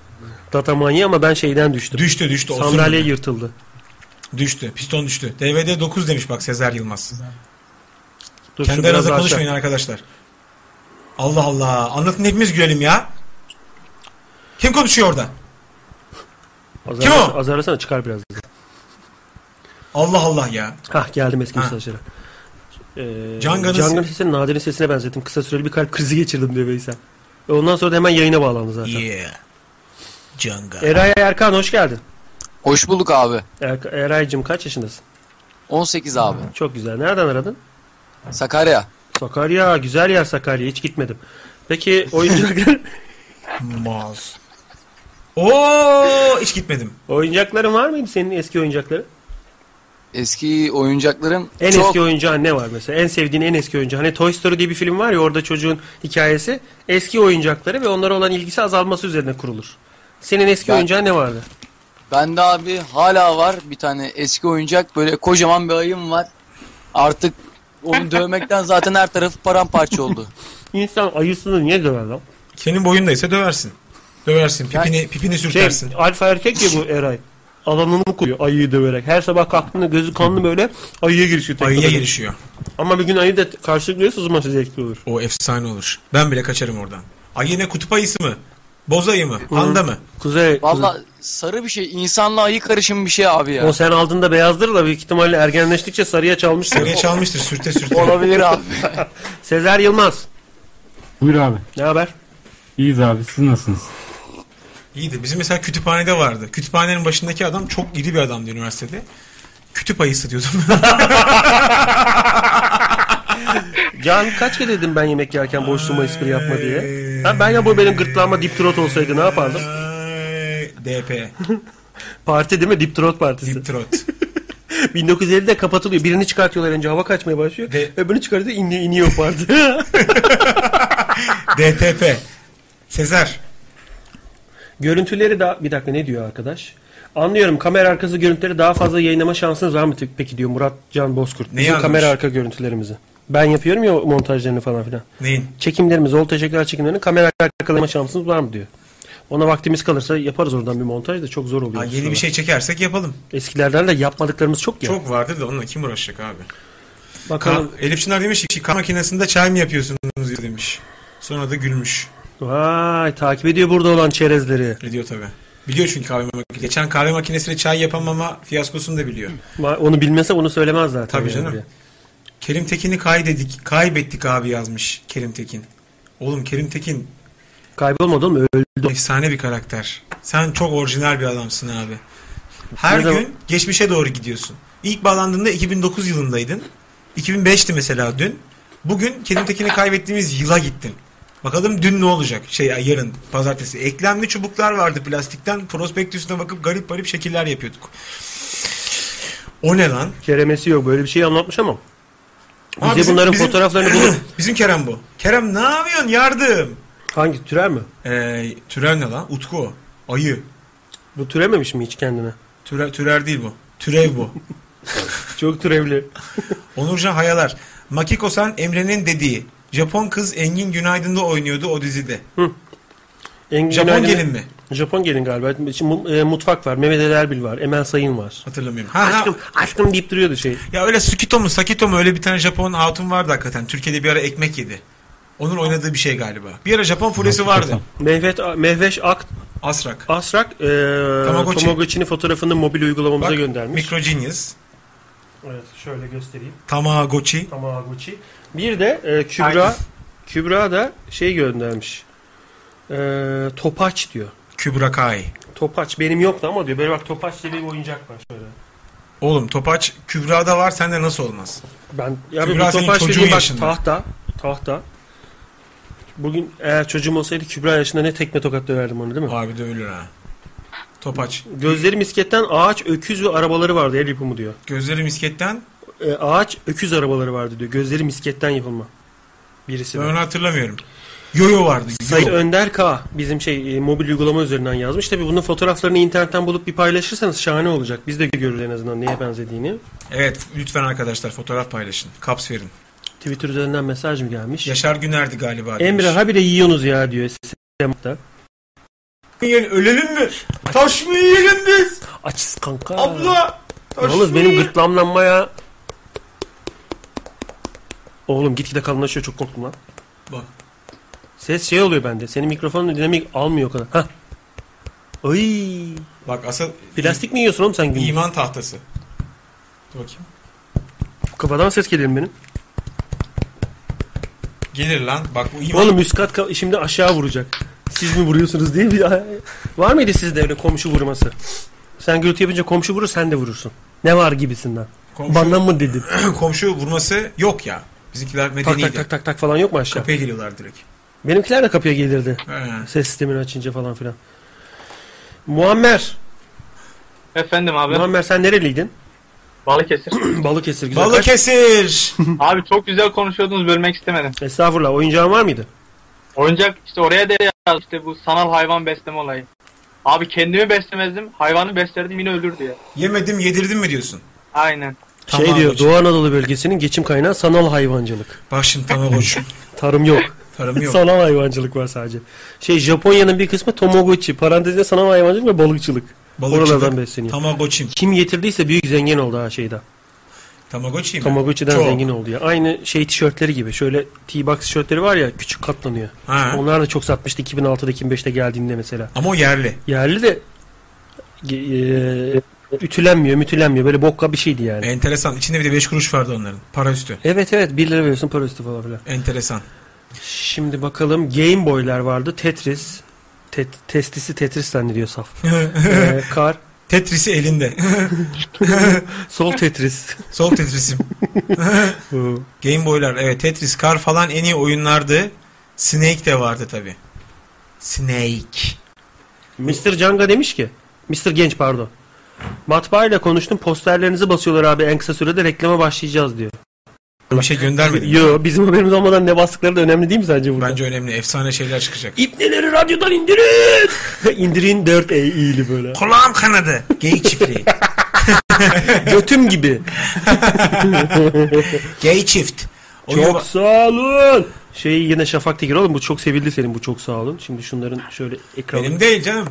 Speaker 2: Data manyağı ama ben şeyden düştüm.
Speaker 3: Düştü düştü.
Speaker 2: Sandalye
Speaker 3: Sandalye...
Speaker 2: yırtıldı.
Speaker 3: Düştü. Piston düştü. DVD 9 demiş bak Sezer Yılmaz.
Speaker 2: Dur, şu
Speaker 3: Kendi
Speaker 2: biraz
Speaker 3: aranızda
Speaker 2: aşağı.
Speaker 3: konuşmayın arkadaşlar. Allah Allah. Anlatın hepimiz gülelim ya. Kim konuşuyor orada?
Speaker 2: Az
Speaker 3: Kim
Speaker 2: arasana-
Speaker 3: o?
Speaker 2: Az arasana çıkar biraz.
Speaker 3: Allah Allah ya.
Speaker 2: Hah geldim eski
Speaker 3: Ha.
Speaker 2: mesajlara. Ee,
Speaker 3: Canga'nın
Speaker 2: Canga'nın,
Speaker 3: se-
Speaker 2: sesini Nadir'in sesine benzettim. Kısa süreli bir kalp krizi geçirdim diyor Veysel. E, Ondan sonra da hemen yayına bağlandı zaten.
Speaker 3: Yeah. Canga.
Speaker 2: Eray Erkan hoş geldin.
Speaker 11: Hoş bulduk abi.
Speaker 2: Er- Eray'cığım kaç yaşındasın?
Speaker 11: 18 abi.
Speaker 2: Çok güzel. Nereden aradın?
Speaker 11: Sakarya.
Speaker 2: Sakarya. Güzel yer Sakarya. Hiç gitmedim. Peki oyuncaklar,
Speaker 3: Mal. Oo hiç gitmedim.
Speaker 2: oyuncakların var mıydı senin eski oyuncakların?
Speaker 11: Eski oyuncaklarım
Speaker 2: En
Speaker 11: çok
Speaker 2: eski oyuncağın ne var mesela? En sevdiğin en eski oyuncağı. Hani Toy Story diye bir film var ya orada çocuğun hikayesi eski oyuncakları ve onlara olan ilgisi azalması üzerine kurulur. Senin eski
Speaker 11: Ben-
Speaker 2: oyuncağın ne vardı?
Speaker 11: Bende abi hala var bir tane eski oyuncak böyle kocaman bir ayım var. Artık onu dövmekten zaten her tarafı paramparça oldu.
Speaker 2: İnsan ayısını niye döver lan?
Speaker 3: Senin boyunda ise döversin. Döversin. Pipini, pipini
Speaker 2: Şey,
Speaker 3: sürtersin.
Speaker 2: alfa erkek ya bu Eray. Alanını koyuyor ayıyı döverek. Her sabah kalktığında gözü kanlı böyle ayıya girişiyor. tekrar.
Speaker 3: Ayıya gelişiyor.
Speaker 2: Ama bir gün ayı da karşılıklıyorsa o zaman size zevkli olur.
Speaker 3: O efsane olur. Ben bile kaçarım oradan. Ay yine kutup ayısı mı? Boz ayı mı? Panda mı?
Speaker 2: Kuzey,
Speaker 11: Valla sarı bir şey insanla ayı karışım bir şey abi
Speaker 2: Kuzey- o
Speaker 11: ya.
Speaker 2: sen aldığında beyazdır da büyük ihtimalle ergenleştikçe sarıya çalmıştır.
Speaker 3: Sarıya çalmıştır sürte sürte.
Speaker 11: Olabilir abi.
Speaker 2: Sezer Yılmaz.
Speaker 10: Buyur abi.
Speaker 2: Ne haber?
Speaker 10: İyiyiz abi. Siz nasılsınız?
Speaker 3: İyiydi. Bizim mesela kütüphanede vardı. Kütüphanenin başındaki adam çok iri bir adamdı üniversitede. Kütüp ayısı diyordum.
Speaker 2: Can kaç kere dedim ben yemek yerken boşluğuma espri yapma diye. Ha, ben ya bu benim gırtlağıma diptrot olsaydı ne yapardım?
Speaker 3: Ay, DP.
Speaker 2: Parti değil mi? Diptrot partisi.
Speaker 3: Diptrot.
Speaker 2: 1950'de kapatılıyor. Birini çıkartıyorlar önce hava kaçmaya başlıyor.
Speaker 3: De-
Speaker 2: Öbürünü çıkartıyor iniyor, iniyor parti.
Speaker 3: DTP. Sezer.
Speaker 2: Görüntüleri daha... Bir dakika ne diyor arkadaş? Anlıyorum kamera arkası görüntüleri daha fazla yayınlama şansınız var mı peki diyor Murat Can Bozkurt.
Speaker 3: Neyi
Speaker 2: Bizim
Speaker 3: anlamış?
Speaker 2: kamera arka görüntülerimizi. Ben yapıyorum ya o montajlarını falan filan.
Speaker 3: Neyin?
Speaker 2: Çekimlerimiz, olta tekrar çekimlerini kamera arka yayınlama şansınız var mı diyor. Ona vaktimiz kalırsa yaparız oradan bir montaj da çok zor oluyor.
Speaker 3: Ha,
Speaker 2: bu
Speaker 3: yeni
Speaker 2: sıralar.
Speaker 3: bir şey çekersek yapalım.
Speaker 2: Eskilerden de yapmadıklarımız çok ya.
Speaker 3: Çok vardır da onunla kim uğraşacak abi?
Speaker 2: Bakalım.
Speaker 3: Ka- Elif Çınar demiş ki kan makinesinde çay mı yapıyorsunuz ya demiş. Sonra da gülmüş.
Speaker 2: Vay takip ediyor burada olan çerezleri.
Speaker 3: Ne diyor tabi. Biliyor çünkü kahve makinesi. Geçen kahve makinesiyle çay yapamama fiyaskosunu da biliyor.
Speaker 2: Vay, Onu bilmese onu söylemez zaten.
Speaker 3: Tabii
Speaker 2: yani
Speaker 3: canım.
Speaker 2: diye.
Speaker 3: Kerim Tekin'i kaydedik, kaybettik abi yazmış Kerim Tekin. Oğlum Kerim Tekin
Speaker 2: Kaybolmadı oğlum öldü.
Speaker 3: efsane bir karakter. Sen çok orijinal bir adamsın abi. Her
Speaker 2: Ne
Speaker 3: gün
Speaker 2: zaman-
Speaker 3: geçmişe doğru gidiyorsun. İlk bağlandığında 2009 yılındaydın. 2005'ti mesela dün. Bugün Kerim Tekin'i kaybettiğimiz yıla gittin. Bakalım dün ne olacak? Şey ay, yarın pazartesi. Eklemli çubuklar vardı plastikten. Prospektüsüne bakıp garip garip şekiller yapıyorduk. O ne lan?
Speaker 2: Keremesi yok böyle bir şey anlatmış ama. Bize
Speaker 3: Abi bizim-
Speaker 2: bunların
Speaker 3: bizim-
Speaker 2: fotoğraflarını bulup
Speaker 3: Bizim Kerem bu. Kerem ne yapıyorsun? Yardım.
Speaker 2: hangi türer mi?
Speaker 3: Ee, türer ne lan? Utku. o. Ayı.
Speaker 2: Bu türememiş mi hiç kendine?
Speaker 3: Türer, türer değil bu. Türev bu.
Speaker 2: Çok türevli.
Speaker 3: Onurcan Hayalar. Makiko san Emre'nin dediği. Japon kız Engin Günaydın'da oynuyordu o dizide.
Speaker 2: Engin
Speaker 3: Japon
Speaker 2: Günaydın'ı-
Speaker 3: gelin mi?
Speaker 2: Japon gelin galiba. Şimdi e, mutfak var. Mehmet Ali Erbil var. Emel Sayın var.
Speaker 3: Hatırlamıyorum.
Speaker 2: aşkım, aşkım deyip duruyordu şey.
Speaker 3: Ya öyle Sukito mu Sakito mu öyle bir tane Japon hatun vardı hakikaten. Türkiye'de bir ara ekmek yedi. Onun oynadığı bir şey galiba. Bir ara Japon furyası vardı.
Speaker 2: Mehmet Mehveş Ak
Speaker 3: Asrak.
Speaker 2: Asrak e,
Speaker 3: Tamagotchi.
Speaker 2: Tamagotchi'nin fotoğrafını mobil uygulamamıza
Speaker 3: Bak,
Speaker 2: göndermiş.
Speaker 3: Micro Genius.
Speaker 2: Evet, şöyle göstereyim.
Speaker 3: Tamagotchi.
Speaker 2: Tamagotchi. Bir de e, Kübra Kübra da şey göndermiş. E, topaç diyor.
Speaker 3: Kübra Kai.
Speaker 2: Topaç benim yoktu ama diyor. Böyle bak topaç diye bir oyuncak var şöyle.
Speaker 3: Oğlum Topaç Kübra'da var sende nasıl olmaz?
Speaker 2: Ben ya
Speaker 3: Kübra
Speaker 2: bu
Speaker 3: senin
Speaker 2: topaç
Speaker 3: çocuğun
Speaker 2: dediğim bak
Speaker 3: yaşında.
Speaker 2: tahta, tahta. Bugün eğer çocuğum olsaydı Kübra yaşında ne tekme tokat döverdim onu değil mi?
Speaker 3: Abi de ölür ha. Topaç.
Speaker 2: Gözleri misketten ağaç, öküz ve arabaları vardı el yapımı diyor.
Speaker 3: Gözleri misketten
Speaker 2: E, ağaç, öküz arabaları vardı diyor. Gözleri misketten yapılma. Birisi.
Speaker 3: ben
Speaker 2: de.
Speaker 3: onu hatırlamıyorum. Yoyo vardı.
Speaker 2: Sayın
Speaker 3: Yoyo.
Speaker 2: Önder K bizim şey e, mobil uygulama üzerinden yazmış. Tabii bunun fotoğraflarını internetten bulup bir paylaşırsanız şahane olacak. Biz de görürüz en azından neye benzediğini.
Speaker 3: Evet lütfen arkadaşlar fotoğraf paylaşın. Kaps verin.
Speaker 2: Twitter üzerinden mesaj mı gelmiş?
Speaker 3: Yaşar Güner'di galiba. demiş.
Speaker 2: Emre habire yiyorsunuz ya diyor. Sistemde.
Speaker 3: Yiyelim, Ölelim mi? Taş mı yiyelim biz?
Speaker 2: Açız kanka.
Speaker 3: Abla. Taş
Speaker 2: Yalnız
Speaker 3: mı
Speaker 2: benim
Speaker 3: yiyelim?
Speaker 2: gırtlamlanma ya. Oğlum gitgide kalınlaşıyor çok korktum lan.
Speaker 3: Bak.
Speaker 2: Ses şey oluyor bende. Senin mikrofonun dinamik almıyor o kadar. Hah. Ay.
Speaker 3: Bak asıl
Speaker 2: Plastik mi yiyorsun oğlum sen gündüz?
Speaker 3: iman tahtası. Dur bakayım.
Speaker 2: Kafadan ses geliyor mu benim.
Speaker 3: Gelir lan. Bak bu iman.
Speaker 2: Oğlum müskat ka- şimdi aşağı vuracak. Siz mi vuruyorsunuz değil mi? ya? Var mıydı sizde öyle komşu vurması? Sen gürültü yapınca komşu vurur sen de vurursun. Ne var gibisinden.
Speaker 3: Komşu-
Speaker 2: Bana mı dedin?
Speaker 3: komşu vurması yok ya. Bizimkiler
Speaker 2: tak
Speaker 3: medeniydi.
Speaker 2: tak tak tak tak falan yok mu aşağı?
Speaker 3: Kapıya geliyorlar direkt.
Speaker 2: Benimkiler de kapıya gelirdi.
Speaker 3: He.
Speaker 2: Ses sistemini açınca falan filan. Muammer.
Speaker 5: Efendim abi.
Speaker 2: Muammer sen nereliydin?
Speaker 5: Balıkesir.
Speaker 2: Balıkesir. Güzel. Kaç-
Speaker 3: Balıkesir.
Speaker 5: abi çok güzel konuşuyordunuz bölmek istemedim.
Speaker 2: Estağfurullah. Oyuncağın var mıydı?
Speaker 5: Oyuncak işte oraya da yaz işte bu sanal hayvan besleme olayı. Abi kendimi beslemezdim. Hayvanı beslerdim yine ölürdü ya.
Speaker 3: Yemedim yedirdim mi diyorsun?
Speaker 5: Aynen.
Speaker 2: şey
Speaker 3: Tamam
Speaker 2: diyor
Speaker 3: hocam.
Speaker 2: Doğu Anadolu bölgesinin geçim kaynağı sanal hayvancılık.
Speaker 3: Bak şimdi Tamagotchi.
Speaker 2: Tarım yok.
Speaker 3: Tarım yok.
Speaker 2: sanal hayvancılık var sadece. Şey Japonya'nın bir kısmı Tomoguchi. Parantezde sanal hayvancılık ve balıkçılık.
Speaker 3: Balıkçılık.
Speaker 2: Oralardan besleniyor.
Speaker 3: Tamagotchi'm.
Speaker 2: Kim getirdiyse büyük zengin oldu ha şeyde.
Speaker 3: Tamagotchi mi?
Speaker 2: Tamagotchi'den
Speaker 3: Çok.
Speaker 2: zengin oldu ya. Aynı şey tişörtleri gibi. Şöyle T-Box tişörtleri var ya küçük katlanıyor.
Speaker 3: Ha.
Speaker 2: Onlar da çok satmıştı 2006'da 2005'te geldiğinde mesela.
Speaker 3: Ama o yerli.
Speaker 2: Yerli de e, e, ütülenmiyor mütülenmiyor. Böyle bokka bir şeydi
Speaker 3: E-
Speaker 2: yani.
Speaker 3: Enteresan. İçinde bir de 5 kuruş vardı onların. Para üstü.
Speaker 2: Evet evet 1 lira veriyorsun para üstü falan filan.
Speaker 3: Enteresan.
Speaker 2: Şimdi bakalım Game Boy'lar vardı. Tetris. Tet- testisi Tetris zannediyor saf. Ee, kar.
Speaker 3: Tetris'i elinde.
Speaker 2: Sol Tetris.
Speaker 3: Sol Tetris'im. Game Boy'lar. Evet Tetris, Kar falan en iyi oyunlardı. Snake de vardı tabi. Snake.
Speaker 2: Mr. Canga demiş ki. Mr. Genç pardon. Matbaayla konuştum posterlerinizi basıyorlar abi en kısa sürede reklama başlayacağız diyor.
Speaker 3: Bir şey göndermedim.
Speaker 2: Yo bizim haberimiz olmadan ne bastıkları da önemli değil mi sence burada?
Speaker 3: Bence önemli. Efsane şeyler çıkacak.
Speaker 2: İpneleri radyodan indirin. indirin 4 e iyili böyle.
Speaker 3: Kulağım kanadı. Geyik çiftliği.
Speaker 2: Götüm gibi.
Speaker 3: Gay çift. Oyun-
Speaker 2: Çok sağ olun. Şey yine Şafak Tekir oğlum bu çok sevildi senin bu çok sağ olun. Şimdi şunların şöyle ekranı.
Speaker 3: Benim değil canım.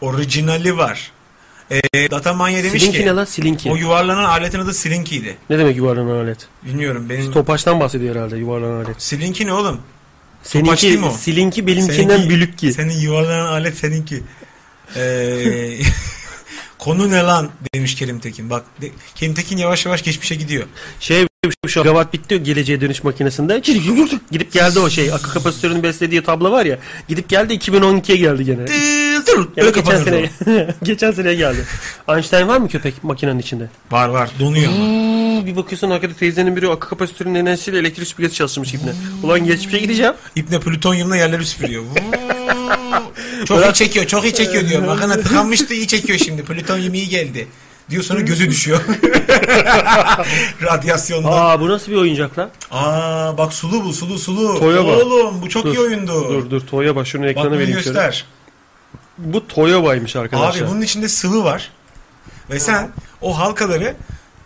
Speaker 3: Orijinali var. Ee, Datamanya demiş
Speaker 2: Silinki
Speaker 3: ki
Speaker 2: ne lan silinki?
Speaker 3: o yuvarlanan aletin adı Slinky'ydi.
Speaker 2: Ne demek yuvarlanan alet?
Speaker 3: Bilmiyorum benim.
Speaker 2: Topaçtan bahsediyor herhalde yuvarlanan alet.
Speaker 3: Slinky ne oğlum? değil
Speaker 2: Seninki,
Speaker 3: mi o?
Speaker 2: silinki benimkinden
Speaker 3: Seninki-
Speaker 2: bülük ki.
Speaker 3: Senin yuvarlanan alet seninki. Ee, konu ne lan demiş Kerim Tekin. Bak de- Kerim Tekin yavaş yavaş geçmişe gidiyor.
Speaker 2: Şey şu an gavat bitti o geleceğe dönüş makinesinde. Gidip geldi o şey. Akı kapasitörünü beslediği tablo var ya. Gidip geldi 2012'ye geldi gene.
Speaker 3: Böyle
Speaker 2: Yani geçen
Speaker 3: kapanırdı
Speaker 2: sene geçen sene geldi. Einstein var mı köpek makinenin içinde?
Speaker 3: o. Var var donuyor ama.
Speaker 2: Hmm. Aa, bir bakıyorsun arkada teyzenin biri akı kapasitörünün enerjisiyle elektrik süpürgesi çalıştırmış ibne. Ulan geçmişe gideceğim.
Speaker 3: İpne plütonyumla yerleri süpürüyor. Vuuu. çok iyi çekiyor, çok iyi çekiyor diyor. Makine tıkanmıştı, iyi çekiyor şimdi. Plütonyum iyi geldi. Diyor sonra gözü düşüyor. Radyasyondan.
Speaker 2: Hmm. Aa bu nasıl bir oyuncak lan?
Speaker 3: Aa bak sulu bu, sulu sulu.
Speaker 2: Toya bak.
Speaker 3: Oğlum bu çok iyi oyundu.
Speaker 2: Dur dur Toyoba şunun
Speaker 3: Bak
Speaker 2: ekranı
Speaker 3: bunu
Speaker 2: vereyim şöyle.
Speaker 3: göster.
Speaker 2: Bu Toyoba'ymış arkadaşlar.
Speaker 3: Abi bunun içinde sıvı var. Ve sen o halkaları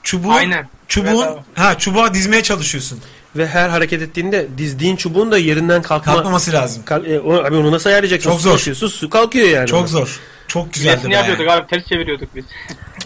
Speaker 3: çubuğun
Speaker 5: Aynen.
Speaker 3: çubuğun
Speaker 5: Evet abi.
Speaker 3: ha çubuğa dizmeye çalışıyorsun.
Speaker 2: Ve her hareket ettiğinde dizdiğin çubuğun da yerinden kalkma...
Speaker 3: Kalkmaması lazım.
Speaker 2: Kal- e, o- abi onu nasıl ayıracaksın?
Speaker 3: Çok
Speaker 2: Su
Speaker 3: zor.
Speaker 2: taşıyorsun, su kalkıyor yani.
Speaker 3: Çok zor. Çok
Speaker 5: Bilesini yapıyorduk abi ters çeviriyorduk biz.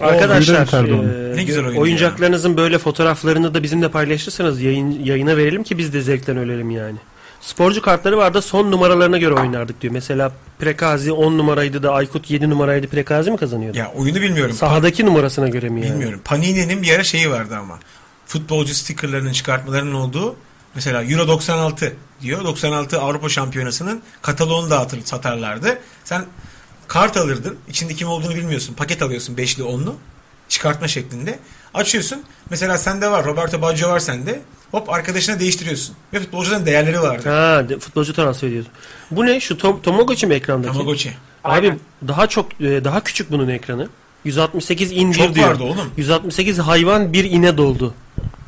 Speaker 2: Arkadaşlar
Speaker 3: pardon.
Speaker 2: e,
Speaker 3: Ne güzel oyundu ya.
Speaker 2: oyuncaklarınızın böyle fotoğraflarını da bizimle paylaşırsanız yayın, yayına verelim ki biz de zevkten ölelim yani. Sporcu kartları var da son numaralarına göre oynardık diyor. Mesela Prekazi 10 numaraydı da Aykut 7 numaraydı Prekazi mi kazanıyordu?
Speaker 3: Ya oyunu bilmiyorum.
Speaker 2: Sahadaki numarasına göre mi yani?
Speaker 3: Bilmiyorum. Panini'nin bir ara şeyi vardı ama. Futbolcu stickerlarının çıkartmalarının olduğu mesela Euro 96 diyor. 96 Avrupa Şampiyonası'nın kataloğunu dağıtır satarlardı. Sen kart alırdın. İçinde kim olduğunu bilmiyorsun. Paket alıyorsun 5'li 10'lu. Çıkartma şeklinde. Açıyorsun. Mesela sende var. Roberto Baggio var sende. Hop arkadaşına değiştiriyorsun. Ve futbolcuların değerleri vardı.
Speaker 2: Ha, de- futbolcu transfer ediyorsun. Bu ne? Şu tom, Tomogochi mi ekrandaki?
Speaker 3: Tamagotchi.
Speaker 2: Abi daha çok e, daha küçük bunun ekranı. 168 in
Speaker 3: Çok
Speaker 2: bir diyor.
Speaker 3: vardı oğlum.
Speaker 2: 168 hayvan bir ine doldu.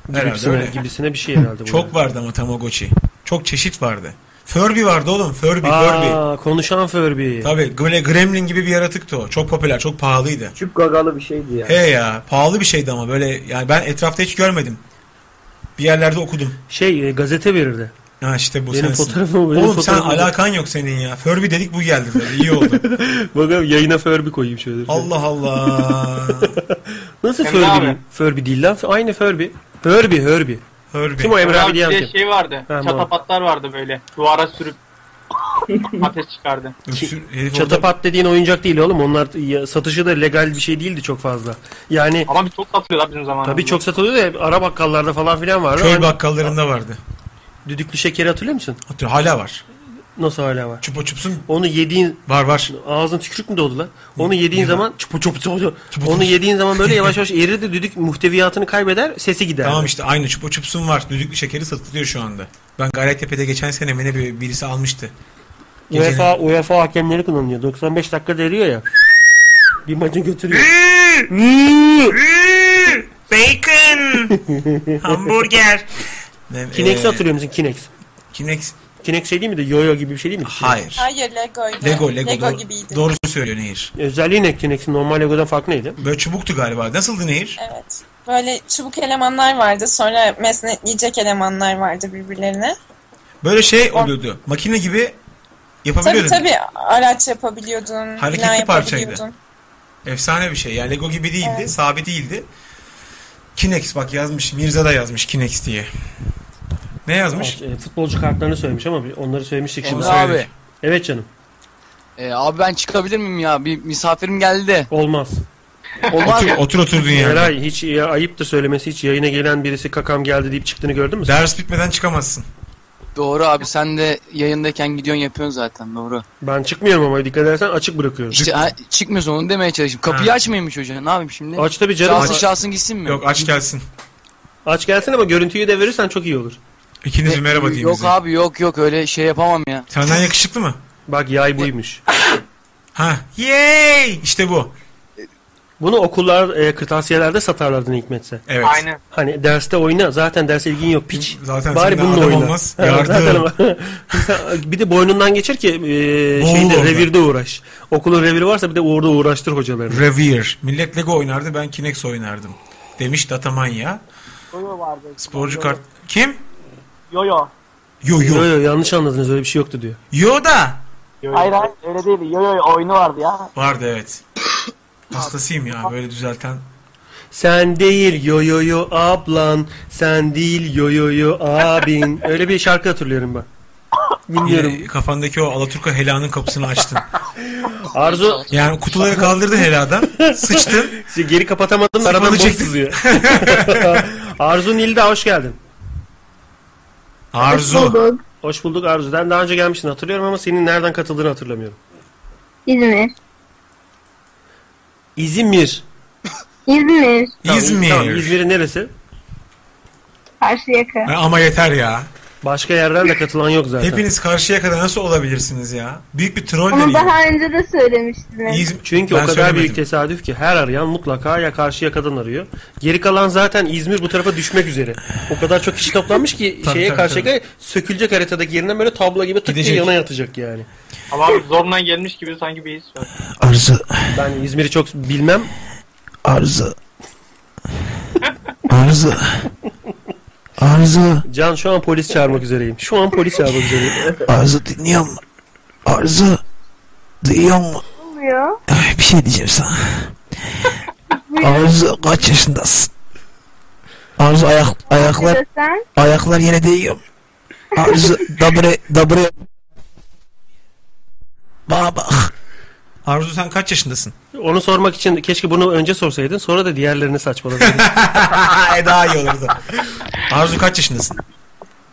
Speaker 3: Herhalde
Speaker 2: Gibisine,
Speaker 3: öyle.
Speaker 2: gibisine bir şey herhalde. bu.
Speaker 3: Çok vardı ama Tamagotchi. Çok çeşit vardı. Furby vardı oğlum. Furby,
Speaker 2: Aa, konuşan Furby.
Speaker 3: Furby. Tabii böyle Gremlin gibi bir yaratıktı o. Çok popüler, çok pahalıydı.
Speaker 12: Küp gagalı bir şeydi yani.
Speaker 3: He ya, pahalı bir şeydi ama böyle yani ben etrafta hiç görmedim. Bir yerlerde okudum.
Speaker 2: Şey, gazete verirdi.
Speaker 3: Ha işte bu
Speaker 2: Benim
Speaker 3: sensin.
Speaker 2: fotoğrafım- benim
Speaker 3: Oğlum sen
Speaker 2: fotoğrafım-
Speaker 3: alakan yok senin ya. Furby dedik bu geldi böyle. İyi oldu.
Speaker 2: Bakalım yayına Furby koyayım şöyle.
Speaker 3: Allah Allah.
Speaker 2: Nasıl
Speaker 5: Emre
Speaker 2: Furby?
Speaker 5: abi.
Speaker 2: değil? Furby değil lan. Aynı Furby. Furby, Furby. Kim o Emre abi diyen
Speaker 5: bir de
Speaker 2: kim?
Speaker 5: şey vardı.
Speaker 2: Ha,
Speaker 5: çatapatlar vardı böyle. Duvara sürüp ateş çıkardı.
Speaker 2: Çatapat dediğin oyuncak değil oğlum. Onlar ya- satışı da legal bir şey değildi çok fazla. Yani
Speaker 5: Ama bir çok satılıyor bizim zamanımızda.
Speaker 2: tabii çok satılıyor da hep ara bakkallarda falan filan vardı.
Speaker 3: Köy
Speaker 2: Hani
Speaker 3: bakkallarında vardı.
Speaker 2: Düdüklü şekeri hatırlıyor musun?
Speaker 3: Hatırlıyorum, hala var.
Speaker 2: Nasıl hala var?
Speaker 3: Çupa çupsun.
Speaker 2: Onu yediğin
Speaker 3: var var.
Speaker 2: Ağzın tükürük mü doğdu lan? Onu yediğin
Speaker 3: Ne?
Speaker 2: zaman çupa çupa çupa çupa. Onu yediğin zaman böyle yavaş yavaş erir de düdük muhteviyatını kaybeder, sesi gider.
Speaker 3: Tamam işte aynı çupa çupsun var. Düdüklü şekeri satılıyor şu anda. Ben Gayrettepe'de geçen sene mi ne bir- birisi almıştı. Gecenin-
Speaker 2: UEFA UEFA hakemleri kullanıyor. 95 dakika deriyor ya. Bir maçı götürüyor.
Speaker 3: Bacon. Hamburger. Ne-
Speaker 2: Kinex'i
Speaker 3: e,
Speaker 2: hatırlıyor musun? Kinex.
Speaker 3: Kinex.
Speaker 2: Kinex şey değil miydi? Yo-yo gibi bir şey değil miydi? Kinex?
Speaker 3: Hayır.
Speaker 8: Hayır Lego'ydu.
Speaker 3: Lego, Lego, doğru,
Speaker 8: gibiydi.
Speaker 3: doğru söylüyor Nehir.
Speaker 2: Özelliği ne Kinex'in? Normal Lego'dan farklı neydi?
Speaker 3: Böyle çubuktu galiba. Nasıldı Nehir?
Speaker 8: Evet. Böyle çubuk elemanlar vardı. Sonra mesnetleyecek elemanlar vardı birbirlerine.
Speaker 3: Böyle şey oluyordu. Makine gibi
Speaker 8: Tabii
Speaker 3: yapabiliyordun.
Speaker 8: tabii araç yapabiliyordun.
Speaker 3: Hareketli
Speaker 8: bina
Speaker 3: parçaydı.
Speaker 8: yapabiliyordun.
Speaker 3: Efsane bir şey. Yani Lego gibi değildi.
Speaker 8: Evet.
Speaker 3: Sabit değildi. Kinex bak yazmış. Mirza da yazmış Kinex diye. Ne yazmış?
Speaker 2: Evet, e, futbolcu kartlarını söylemiş ama bir- onları söylemiştik şimdi.
Speaker 11: Emre abi.
Speaker 2: Evet canım.
Speaker 11: E, abi ben çıkabilir miyim ya? Bir misafirim geldi.
Speaker 2: Olmaz.
Speaker 11: Olmaz mı?
Speaker 2: Eray hiç ya, ayıptır söylemesi hiç yayına gelen birisi kakam geldi deyip çıktığını gördün mü? sen?
Speaker 3: Ders bitmeden çıkamazsın.
Speaker 11: Doğru abi sen de yayındayken gidiyorsun yapıyorsun zaten doğru.
Speaker 2: Ben çıkmıyorum ama dikkat edersen açık bırakıyorum.
Speaker 11: İşte ha, çıkmıyorsun onu demeye çalıştım. Kapıyı
Speaker 2: Ha.
Speaker 11: açmayayım mı çocuğa ne yapayım şimdi?
Speaker 2: Aç tabii canım.
Speaker 11: Şahsın
Speaker 2: Aç.
Speaker 11: şahsın gitsin mi?
Speaker 3: Yok aç gelsin.
Speaker 2: Aç gelsin ama görüntüyü de verirsen çok iyi olur.
Speaker 3: İkiniz bir merhaba diyeyim
Speaker 11: Yok
Speaker 3: bize.
Speaker 11: abi yok yok öyle şey yapamam ya.
Speaker 3: Senden yakışıklı mı?
Speaker 2: Bak yay buymuş.
Speaker 3: ha. Yay! İşte bu.
Speaker 2: Bunu okullar e, kırtasiyelerde satarlardı ne hikmetse.
Speaker 3: Evet.
Speaker 5: Aynen.
Speaker 2: Hani derste oyna zaten derse ilgin yok piç.
Speaker 3: Zaten
Speaker 2: Bari
Speaker 3: senden
Speaker 2: bununla
Speaker 3: adam
Speaker 2: oyna.
Speaker 3: olmaz.
Speaker 2: Ha,
Speaker 3: Yardım.
Speaker 2: zaten ama- bir de boynundan geçir ki e, şeyde
Speaker 3: orada.
Speaker 2: revirde uğraş. Okulun reviri varsa bir de orada uğraştır hocalarını.
Speaker 3: Revere. Millet Lego oynardı ben Kinex oynardım. Demiş Datamanya.
Speaker 5: Yoyo vardı.
Speaker 3: Sporcu kart... Kim?
Speaker 5: Yoyo.
Speaker 3: Yo yo.
Speaker 2: Yo yo yanlış anladınız öyle bir şey yoktu diyor.
Speaker 3: Yoda.
Speaker 5: Hayır hayır öyle değildi. Yoyo oyunu vardı ya.
Speaker 3: Vardı evet. Hastasıyım ya böyle düzelten.
Speaker 2: Sen değil yo yo yo ablan, sen değil yo yo yo abin. Öyle bir şarkı hatırlıyorum ben. Bilmiyorum.
Speaker 3: Yine kafandaki o Alaturka helanın kapısını açtın.
Speaker 2: Arzu
Speaker 3: Yani kutuları kaldırdı heladan. Sıçtın.
Speaker 2: geri kapatamadım da
Speaker 3: Sıkmadı
Speaker 2: aradan boş
Speaker 3: çektin.
Speaker 2: sızıyor. Arzu Nilda hoş geldin.
Speaker 3: Arzu.
Speaker 2: Hoş bulduk Arzu. Sen daha önce gelmiştin hatırlıyorum ama senin nereden katıldığını hatırlamıyorum.
Speaker 13: İzmir.
Speaker 2: İzmir.
Speaker 13: İzmir.
Speaker 2: Tamam,
Speaker 3: İzmir.
Speaker 2: Tamam, İzmir'in neresi?
Speaker 13: Karşıyaka.
Speaker 3: Ha, Ama yeter ya.
Speaker 2: Başka yerden de katılan yok zaten.
Speaker 3: Hepiniz karşıya kadar nasıl olabilirsiniz ya? Büyük bir troll
Speaker 13: Onu
Speaker 3: deneyim.
Speaker 13: daha önce de söylemiştiniz.
Speaker 2: Çünkü
Speaker 3: Ben
Speaker 2: o kadar
Speaker 3: söylemedim.
Speaker 2: büyük tesadüf ki her arayan mutlaka ya Karşıyaka'dan arıyor. Geri kalan zaten İzmir bu tarafa düşmek üzere. O kadar çok kişi toplanmış ki
Speaker 3: Tabii,
Speaker 2: şeye
Speaker 3: tabii,
Speaker 2: Karşıyaka'ya sökülecek haritadaki yerinden böyle tablo gibi tık diye
Speaker 3: Gidecek.
Speaker 2: yana yatacak yani.
Speaker 5: Ama abi zorla gelmiş gibi sanki bir his var.
Speaker 4: Arzu.
Speaker 2: Ben İzmir'i çok bilmem.
Speaker 4: Arzu. Arzu. Arzu.
Speaker 2: Can şu an polis çağırmak üzereyim. Şu an polis çağırmak üzereyim.
Speaker 4: Arzu dinliyor mu? Arzu. Duyuyor mu?
Speaker 13: Oluyor.
Speaker 4: Ay, bir şey diyeceğim sana. Arzu kaç yaşındasın? Arzu ayak, ayaklar
Speaker 13: Sen
Speaker 4: ayaklar yere değiyor. mu? Arzu dabre dabre. Bana bak.
Speaker 3: Arzu sen kaç yaşındasın?
Speaker 2: Onu sormak için keşke bunu önce sorsaydın. Sonra da diğerlerini saçmaladın.
Speaker 3: e daha iyi olurdu. Arzu kaç yaşındasın?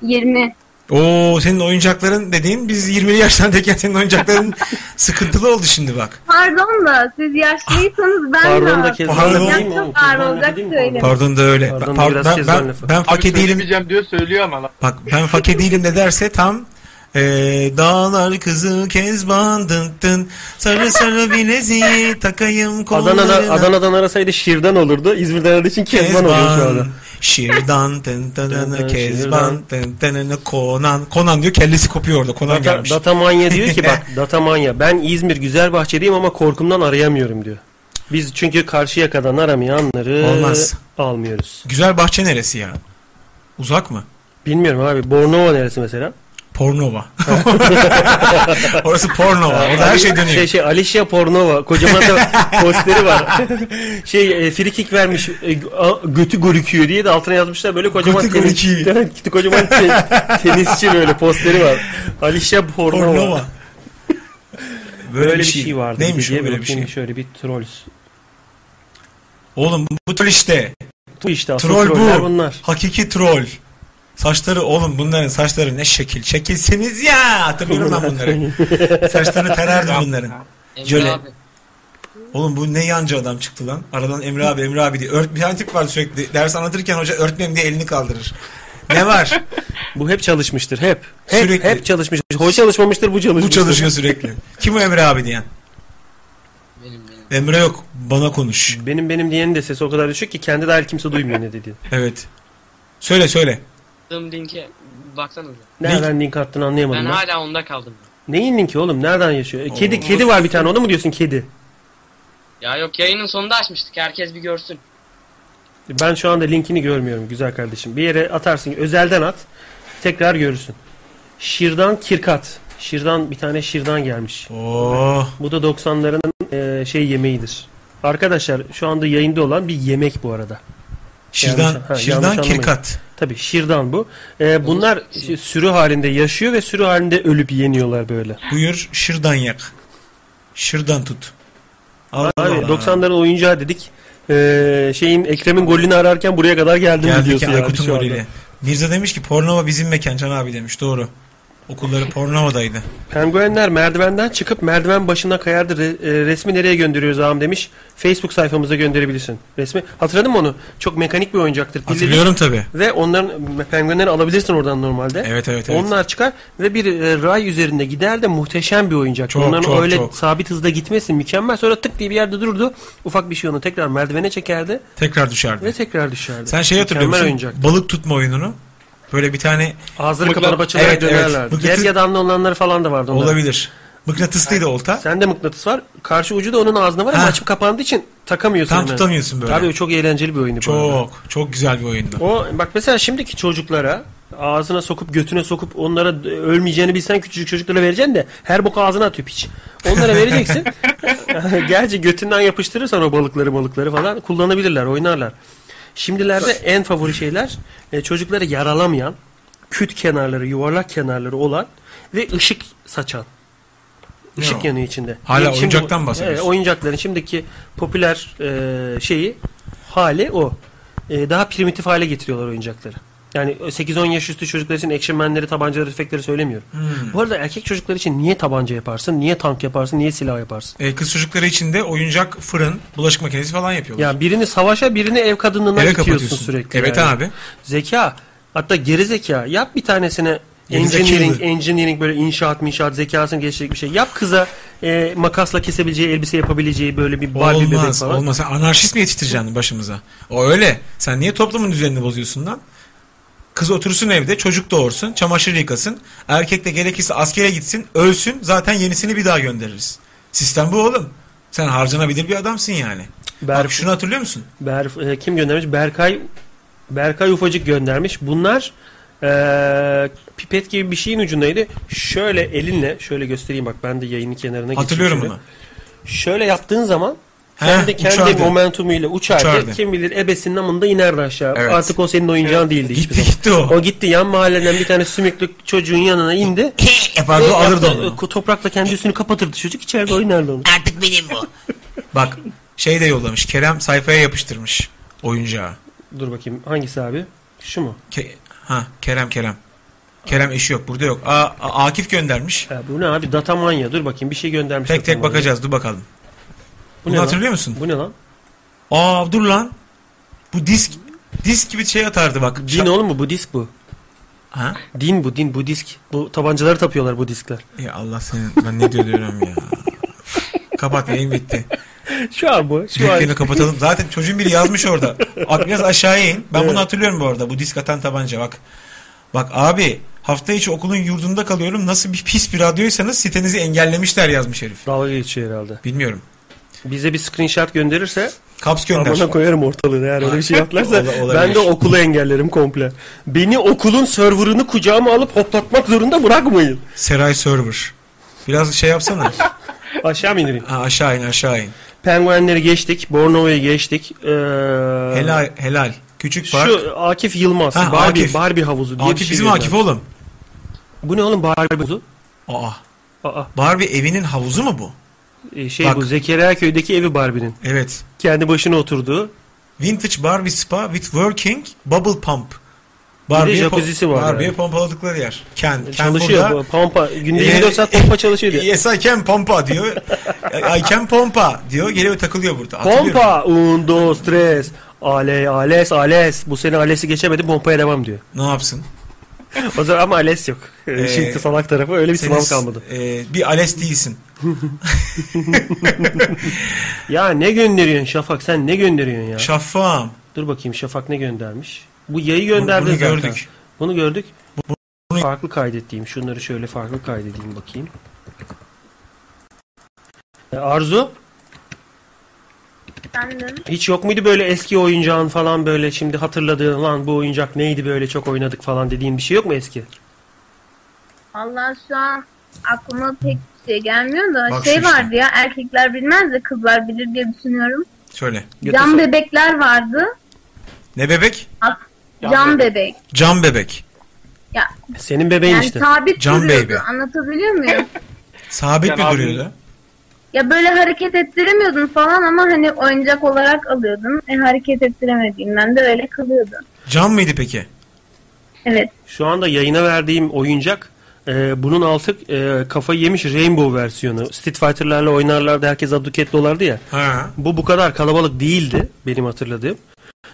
Speaker 13: 20.
Speaker 3: Oo senin oyuncakların dediğin biz 20'li yaşlardayken senin oyuncakların sıkıntılı oldu şimdi bak.
Speaker 13: Pardon da siz yaşlıysanız ben
Speaker 3: Pardon da
Speaker 13: de
Speaker 3: kez- Pardon
Speaker 13: Yani
Speaker 3: değil mi
Speaker 13: çok
Speaker 3: oğlum?
Speaker 13: ağır olacak söyleyeyim.
Speaker 3: Pardon da öyle.
Speaker 2: Pardon da
Speaker 3: Pardon-
Speaker 2: biraz şey
Speaker 3: ben,
Speaker 2: kez ben
Speaker 3: ben,
Speaker 2: lafı.
Speaker 3: ben fake değilim.
Speaker 5: Söylemeyeceğim diyor söylüyor ama lan.
Speaker 3: Bak ben fake değilim de derse tam eee dağlar kızı kezban dın dın sarı sarı bileziği takayım kollarına.
Speaker 2: Adana'dan, Adana'dan arasaydı şiirden olurdu. İzmir'den aradığı için Kezban oluyor şu anda.
Speaker 3: Kezban, Şirdan tın
Speaker 2: Tın
Speaker 3: tınını
Speaker 2: tın,
Speaker 3: Kezban tın tınını Konan. Konan diyor kellesi kopuyor orada. Konan
Speaker 2: Data,
Speaker 3: gelmiş.
Speaker 2: Datamanya diyor ki bak Datamanya ben İzmir Güzelbahçe'deyim ama korkumdan arayamıyorum diyor. Biz çünkü karşıya kadar aramayanları
Speaker 3: Olmaz.
Speaker 2: almıyoruz.
Speaker 3: Güzel bahçe neresi ya? Uzak mı?
Speaker 2: Bilmiyorum abi. Bornova neresi mesela?
Speaker 3: Pornova. Orası Pornova. Orada her şey dönüyor.
Speaker 2: Şey şey Alicia Pornova. Kocaman da posteri var. şey e, free kick vermiş. e, gö- a- götü görüküyor diye de altına yazmışlar böyle kocaman
Speaker 3: Götü
Speaker 2: tenis, kocaman te- tenisçi böyle posteri var. Alicia Pornova.
Speaker 3: Pornova.
Speaker 2: Böyle, bir şey, vardı.
Speaker 3: Neymiş
Speaker 2: Bir de
Speaker 3: o böyle bir
Speaker 2: bakayım
Speaker 3: şey?
Speaker 2: Şöyle bir trolls.
Speaker 3: Oğlum bu troll işte.
Speaker 2: Bu işte asıl
Speaker 3: troll
Speaker 2: troller
Speaker 3: bu.
Speaker 2: bunlar.
Speaker 3: Hakiki troll. Saçları oğlum bunların saçları ne şekil. Çekilseniz ya. Hatırlıyorum ben bunları. Saçlarını tererdim bunların.
Speaker 9: Emre
Speaker 3: Jöle.
Speaker 9: abi.
Speaker 3: Oğlum bu ne yancı adam çıktı lan. Aradan Emre abi Emre abi diye. Ört, bir tane tip var sürekli. Ders anlatırken hoca örtmeyeyim diye elini kaldırır. Ne var?
Speaker 2: Bu hep çalışmıştır. Hep. Hep,
Speaker 3: Sürekli.
Speaker 2: hep çalışmıştır. Hoş çalışmamıştır bu çalışmıştır.
Speaker 3: Bu çalışıyor sürekli. Kim o Emre abi diyen? Emre yok. Bana konuş.
Speaker 2: Benim benim diyenin de sesi o kadar düşük ki kendi dahil kimse duymuyor ne dediğini.
Speaker 3: Evet. Söyle söyle.
Speaker 9: Attığım linke baksanıza.
Speaker 2: Nereden link attığını anlayamadım
Speaker 9: Ben
Speaker 2: ben.
Speaker 9: hala onda kaldım.
Speaker 2: Neyin linki oğlum? Nereden yaşıyor? E, kedi
Speaker 9: Oo.
Speaker 2: kedi var bir
Speaker 3: şey?
Speaker 2: tane. Onu mu diyorsun kedi?
Speaker 9: Ya yok yayının sonunda açmıştık. Herkes bir görsün.
Speaker 2: Ben şu anda linkini görmüyorum güzel kardeşim. Bir yere atarsın. Özelden at. Tekrar görürsün. Şirdan Kirkat. Şirdan bir tane şirdan gelmiş. Bu da 90'ların e, şey yemeğidir. Arkadaşlar şu anda yayında olan bir yemek bu arada.
Speaker 3: Şirdan- şirdan
Speaker 2: anlamayın.
Speaker 3: kirkat.
Speaker 2: Tabii şirdan bu. E, bunlar şey, sürü halinde yaşıyor ve sürü halinde ölüp yeniyorlar böyle.
Speaker 3: Buyur şırdan yak. Şırdan tut. Allah
Speaker 2: Abi
Speaker 3: Allah.
Speaker 2: 90'ların oyuncağı dedik. E, şeyin Ekrem'in golünü ararken buraya kadar geldim
Speaker 3: Geldik
Speaker 2: diyorsun şey
Speaker 3: ya
Speaker 2: yani
Speaker 3: Aykut'un
Speaker 2: şu anda.
Speaker 3: golüyle. Mirza demiş ki Pornova bizim mekan Can abi demiş. Doğru. Okulları Pornova'daydı.
Speaker 2: Penguenler merdivenden çıkıp merdiven başına kayardı. Re- e, resmi nereye gönderiyoruz ağam demiş. Facebook sayfamıza gönderebilirsin. Resmi. Hatırladın mı onu? Çok mekanik bir oyuncaktır. Pillidir.
Speaker 3: Hatırlıyorum tabii.
Speaker 2: Ve onların penguenleri alabilirsin oradan normalde.
Speaker 3: Evet, evet, evet.
Speaker 2: Onlar çıkar ve bir e, ray üzerinde gider de muhteşem bir oyuncak.
Speaker 3: Çok,
Speaker 2: Onların
Speaker 3: çok,
Speaker 2: öyle
Speaker 3: çok.
Speaker 2: sabit hızda gitmesin mükemmel. Sonra tık diye bir yerde dururdu. Ufak bir şey onu tekrar merdivene çekerdi
Speaker 3: Tekrar düşerdi.
Speaker 2: ve tekrar düşerdi.
Speaker 3: Sen şey hatırlıyor musun?
Speaker 2: Mükemmel oyuncak.
Speaker 3: Balık tutma oyununu. Böyle bir tane...
Speaker 2: Ağzını kapanıp açılır dönerler.
Speaker 3: Mıknatıs-
Speaker 2: Gergedanlı olanları falandı vardı. onların.
Speaker 3: Olabilir. Mıknatıslıydı olta.
Speaker 2: Sende mıknatıs var. Karşı ucu da onun ağzında var ama açıp kapandığı için takamıyorsun.
Speaker 3: Tam
Speaker 2: hemen.
Speaker 3: tutamıyorsun böyle.
Speaker 2: Tabii o çok eğlenceli bir oyundu. bu arada.
Speaker 3: Çok. Çok güzel bir oyundu.
Speaker 2: O bak mesela şimdiki çocuklara ağzına sokup götüne sokup onlara e, ölmeyeceğini bilsen küçücük çocuklara vereceksin de her boku ağzına atıyor piç. Onlara vereceksin. Gerçi götünden yapıştırırsan o balıkları balıkları falan kullanabilirler oynarlar. Şimdilerde en favori şeyler e, çocukları yaralamayan küt kenarları yuvarlak kenarları olan ve ışık saçan. Işık
Speaker 3: Ya.
Speaker 2: yanıyor içinde.
Speaker 3: Hala
Speaker 2: Şimdi bu-
Speaker 3: oyuncaktan bahsediyorsun.
Speaker 2: Evet, oyuncakların şimdiki popüler e, şeyi hali o. E, daha primitif hale getiriyorlar oyuncakları. Yani 8-10 yaş üstü çocuklar için ekşimenleri, tabancaları, tüfekleri söylemiyorum.
Speaker 3: Hmm.
Speaker 2: Bu arada erkek çocuklar için niye tabanca yaparsın, niye tank yaparsın, niye silah yaparsın?
Speaker 3: E, kız çocukları için de oyuncak, fırın, bulaşık makinesi falan yapıyorlar.
Speaker 2: Ya birini savaşa, birini ev kadınlığına
Speaker 3: Eve
Speaker 2: itiyorsun
Speaker 3: kapatıyorsun.
Speaker 2: sürekli.
Speaker 3: Evet
Speaker 2: yani.
Speaker 3: abi.
Speaker 2: Zeka. Hatta geri zeka. Yap bir tanesine
Speaker 3: Geri
Speaker 2: engineering,
Speaker 3: zekalı.
Speaker 2: engineering böyle inşaat inşaat zekasını geliştirecek bir şey. Yap kıza e, makasla kesebileceği, elbise yapabileceği böyle bir Barbie bebek
Speaker 3: olmaz,
Speaker 2: falan.
Speaker 3: olmaz. Sen anarşist mi yetiştireceksin başımıza? O öyle. Sen niye toplumun düzenini bozuyorsun lan? Kız otursun evde, çocuk doğursun, çamaşır yıkasın. Erkek de gerekirse askere gitsin, ölsün. Zaten yenisini bir daha göndeririz. Sistem bu oğlum. Sen harcanabilir bir adamsın yani. Bak şunu hatırlıyor musun?
Speaker 2: Ber, e, kim göndermiş? Berkay Berkay Ufacık göndermiş. Bunlar eee, pipet gibi bir şeyin ucundaydı. Şöyle elinle şöyle göstereyim bak ben de yayının kenarına geçeyim
Speaker 3: Hatırlıyorum
Speaker 2: şöyle.
Speaker 3: bunu.
Speaker 2: Şöyle yaptığın zaman
Speaker 3: He,
Speaker 2: kendi kendi
Speaker 3: uçardı.
Speaker 2: momentumuyla uçardı.
Speaker 3: Uçardı.
Speaker 2: Kim bilir ebesinin amında inerdi aşağı.
Speaker 3: Evet.
Speaker 2: Artık o senin oyuncağın değildi. Gitti gitti o. O gitti yan mahalleden bir tane sümüklü çocuğun yanına indi.
Speaker 3: Yapardı,
Speaker 2: Ve
Speaker 3: alırdı
Speaker 2: Şey yaptı- Toprakla kendi üstünü kapatırdı çocuk içeride oynardı onu.
Speaker 4: Artık benim bu.
Speaker 3: Bak şey de yollamış. Kerem sayfaya yapıştırmış oyuncağı.
Speaker 2: Dur bakayım hangisi abi? Şu mu?
Speaker 3: Ke- ha Kerem Kerem. Kerem eşi yok. Burada yok. Aa, A- Akif göndermiş.
Speaker 2: E, bu ne abi? Datamanya. Dur bakayım bir şey göndermiş.
Speaker 3: Tek tek
Speaker 2: Datamanya.
Speaker 3: bakacağız. Dur bakalım.
Speaker 2: Bu
Speaker 3: Bunu
Speaker 2: ne lan?
Speaker 3: hatırlıyor musun?
Speaker 2: Bu ne lan?
Speaker 3: Aa dur lan. Bu disk disk gibi şey atardı bak.
Speaker 2: Din oğlum bu, bu disk bu.
Speaker 3: Ha?
Speaker 2: Din bu, din bu disk. Bu tabancaları tapıyorlar bu diskler.
Speaker 3: Ya Allah senin ben ne diyor diyorum ya. Kapat yayın bitti.
Speaker 2: Şu an bu. Şu an.
Speaker 3: Yayını kapatalım. Zaten çocuğun biri yazmış orada. Abi Biraz aşağıya in. Ben
Speaker 2: Evet.
Speaker 3: bunu hatırlıyorum bu arada. Bu disk atan tabanca bak. Bak abi hafta içi okulun yurdunda kalıyorum. Nasıl bir pis bir radyoysanız sitenizi engellemişler yazmış herif.
Speaker 2: Dalga geçiyor herhalde.
Speaker 3: Bilmiyorum.
Speaker 2: Bize bir screenshot gönderirse
Speaker 3: Kaps gönder.
Speaker 2: Amına koyarım ortalığını eğer öyle bir şey yaptılarsa
Speaker 3: Ola- olabilir.
Speaker 2: ben de okulu engellerim komple. Beni okulun serverını kucağıma alıp hoplatmak zorunda bırakmayın.
Speaker 3: Seray Server. Biraz şey yapsana.
Speaker 2: aşağı mı indireyim?
Speaker 3: Ha, aşağı in aşağı in.
Speaker 2: Penguenleri geçtik, Bornova'yı geçtik. Ee,
Speaker 3: Helal helal. Küçük park.
Speaker 2: Şu Akif Yılmaz,
Speaker 3: Ha,
Speaker 2: Barbie,
Speaker 3: Akif.
Speaker 2: Barbie havuzu diye
Speaker 3: Akif
Speaker 2: bir şey
Speaker 3: bizim
Speaker 2: gönderdi.
Speaker 3: Akif oğlum.
Speaker 2: Bu ne oğlum Barbie havuzu?
Speaker 3: Aa.
Speaker 2: Aa.
Speaker 3: Barbie evinin havuzu mu bu?
Speaker 2: Ee, şey
Speaker 3: Bak.
Speaker 2: bu Zekeriya köydeki evi Barbie'nin.
Speaker 3: Evet.
Speaker 2: Kendi başına oturduğu.
Speaker 3: Vintage Barbie Spa with Working Bubble Pump.
Speaker 2: Bir de jacuzzisi var
Speaker 3: Barbie'ye
Speaker 2: yani. E,
Speaker 3: pompaladıkları yer. Ken, Ken
Speaker 2: Çalışıyor
Speaker 3: burada,
Speaker 2: bu, şey pompa. Günde
Speaker 3: Ee,
Speaker 2: 24 saat pompa çalışıyor diyor.
Speaker 3: Yes I can pompa diyor. E, I can pompa diyor. Geliyor takılıyor burada. Hatırlıyorum.
Speaker 2: Pompa, un, dos, tres. Ale, ales, ales. Bu sene alesi geçemedi, pompaya devam diyor.
Speaker 3: Ne yapsın?
Speaker 2: O zaman ama ales yok. Ee, İşin
Speaker 3: Ee,
Speaker 2: salak tarafı öyle bir
Speaker 3: senin
Speaker 2: sınav
Speaker 3: s-
Speaker 2: kalmadı.
Speaker 3: e, bir ales değilsin.
Speaker 2: Ya ne gönderiyorsun Şafak sen ne gönderiyorsun ya?
Speaker 3: Şafak'ım.
Speaker 2: Dur bakayım Şafak ne göndermiş? Bu yayı gönderdi
Speaker 3: bunu
Speaker 2: zaten.
Speaker 3: gördük.
Speaker 2: Bunu gördük. Farklı kaydettiğim. Şunları şöyle farklı kaydedeyim bakayım. Ee, Arzu
Speaker 13: Efendim?
Speaker 2: hiç yok muydu böyle eski oyuncağın falan böyle şimdi hatırladığın lan bu oyuncak neydi böyle çok oynadık falan dediğin bir şey yok mu eski?
Speaker 13: Valla şu an aklıma pek bir şey gelmiyor da
Speaker 3: Bak
Speaker 13: şey
Speaker 3: şu işte.
Speaker 13: vardı ya erkekler bilmez de kızlar bilir diye düşünüyorum.
Speaker 3: Şöyle.
Speaker 13: Cam bebekler vardı.
Speaker 3: Ne bebek?
Speaker 13: Cam, bebek.
Speaker 3: Cam bebek.
Speaker 13: Ya
Speaker 2: Senin
Speaker 13: yani sabit
Speaker 3: Cam
Speaker 13: duruyordu.
Speaker 3: baby.
Speaker 13: Anlatabiliyor muyum?
Speaker 3: Sabit mi
Speaker 5: abi-
Speaker 3: duruyordu?
Speaker 13: ya böyle hareket ettiremiyordun falan ama hani oyuncak olarak alıyordun. E, hareket ettiremediğinden de öyle kalıyordu.
Speaker 3: Cam mıydı peki?
Speaker 13: Evet.
Speaker 2: Şu anda yayına verdiğim oyuncak e, bunun altı e, kafayı yemiş Rainbow versiyonu. Street Fighter'larla oynarlardı herkes aduketli olardı ya.
Speaker 3: Ha.
Speaker 2: Bu bu kadar kalabalık değildi benim hatırladığım.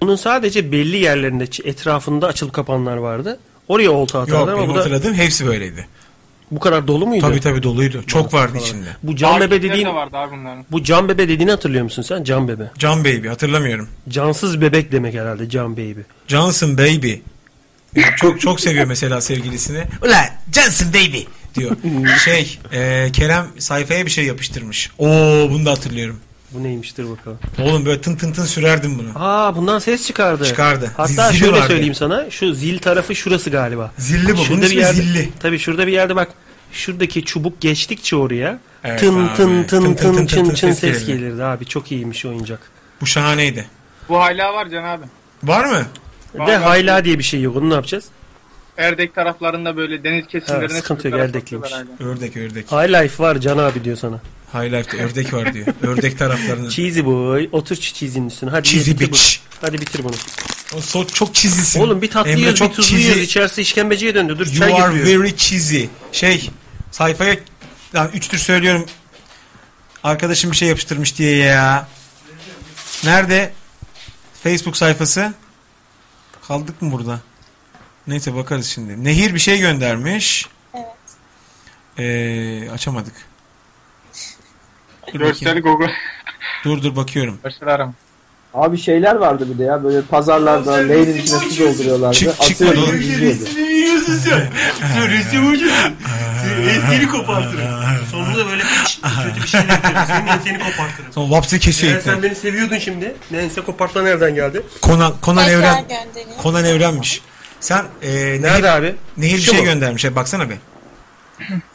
Speaker 2: Bunun sadece belli yerlerinde ç- etrafında açılıp kapanlar vardı. Oraya olta
Speaker 3: Yok
Speaker 2: atarlar ama
Speaker 3: benim
Speaker 2: bu da
Speaker 3: hatırladığım hepsi böyleydi.
Speaker 2: bu kadar dolu muydu?
Speaker 3: Tabii tabii doluydu. Çok vardı içinde.
Speaker 2: Bu can bebe dediğin
Speaker 5: de vardı abi bunların.
Speaker 2: bu can bebe dediğini hatırlıyor musun sen? Can bebe.
Speaker 3: Can baby hatırlamıyorum.
Speaker 2: Cansız bebek demek herhalde can baby.
Speaker 3: Johnson baby. Yani çok çok seviyor mesela sevgilisini. Ulan Johnson baby diyor. Şey e, Kerem sayfaya bir şey yapıştırmış. Oo bunu da hatırlıyorum.
Speaker 2: Bu neymiştir bakalım.
Speaker 3: Oğlum böyle tın tın tın sürerdim bunu.
Speaker 2: Aa bundan ses çıkardı.
Speaker 3: Çıkardı.
Speaker 2: Hatta
Speaker 3: Zili
Speaker 2: şöyle
Speaker 3: vardı.
Speaker 2: söyleyeyim sana. Şu zil tarafı şurası galiba.
Speaker 3: Zilli bu. Bunun ismi
Speaker 2: yerde,
Speaker 3: zilli.
Speaker 2: Tabii şurada bir yerde bak. Şuradaki çubuk geçtikçe oraya
Speaker 3: Evet
Speaker 2: tın,
Speaker 3: abi.
Speaker 2: tın tın tın tın çın çın
Speaker 3: ses
Speaker 2: ses
Speaker 3: gelirdi.
Speaker 2: gelirdi abi. Çok iyiymiş oyuncak.
Speaker 3: Bu şahaneydi.
Speaker 5: Bu hala var Can abi.
Speaker 3: Var mı?
Speaker 2: Bir de
Speaker 5: Vallahi-
Speaker 2: hayla diye bir şey yok. Onu ne yapacağız?
Speaker 5: Erdek taraflarında böyle deniz kesimlerine
Speaker 2: Ha, sıkıntı yok,
Speaker 5: çocuklara
Speaker 2: erdekliymiş.
Speaker 5: sokuyorlar
Speaker 3: Ördek ördek.
Speaker 2: High life var Can abi diyor sana.
Speaker 3: High Life'da ördek var diyor. Ördek taraflarını.
Speaker 2: Cheesy boy. Otur şu cheesy'nin üstüne. Hadi
Speaker 3: Cheesy
Speaker 2: bitir
Speaker 3: bitch.
Speaker 2: bunu. Hadi bitir bunu.
Speaker 3: O so- çok çizisin.
Speaker 2: Oğlum bir tatlı
Speaker 3: Emre
Speaker 2: yiyoruz bir
Speaker 3: çok
Speaker 2: tuzlu
Speaker 3: cheesy.
Speaker 2: yiyoruz. İçerisi işkembeciye döndü. Dur çay
Speaker 3: You are
Speaker 2: getiriyor.
Speaker 3: very cheesy. Şey sayfaya lan üç tür söylüyorum. Arkadaşım bir şey yapıştırmış diye ya. Nerede? Facebook sayfası. Kaldık mı burada? Neyse bakarız şimdi. Nehir bir şey göndermiş.
Speaker 8: Evet.
Speaker 3: Ee, açamadık. Dur,
Speaker 5: Görsel
Speaker 3: bakayım.
Speaker 5: Google.
Speaker 3: dur dur bakıyorum.
Speaker 5: Görsel arama.
Speaker 12: Abi şeyler vardı bir de ya böyle pazarlarda leğenin içine su dolduruyorlardı.
Speaker 3: Çık- çıkmadı
Speaker 12: Atıyordu,
Speaker 3: oğlum.
Speaker 12: izliyordu.
Speaker 2: Sen resim ucu. Seni kopartırım. Sonunda böyle Kötü bir şey bekliyorum. Senin enseni kopartırım.
Speaker 3: Sonra lapse kesiyor
Speaker 2: Meğer
Speaker 3: ipten.
Speaker 2: sen beni seviyordun şimdi. Neyse kopartma nereden geldi?
Speaker 3: Konan, Konan
Speaker 2: Tekrar
Speaker 3: Evren.
Speaker 2: göndereyim.
Speaker 3: Konan Evrenmiş. Sen e, Nerede
Speaker 2: abi?
Speaker 3: Nehir bir
Speaker 2: Şu
Speaker 3: şey
Speaker 2: mu?
Speaker 3: göndermiş. He, Baksana be.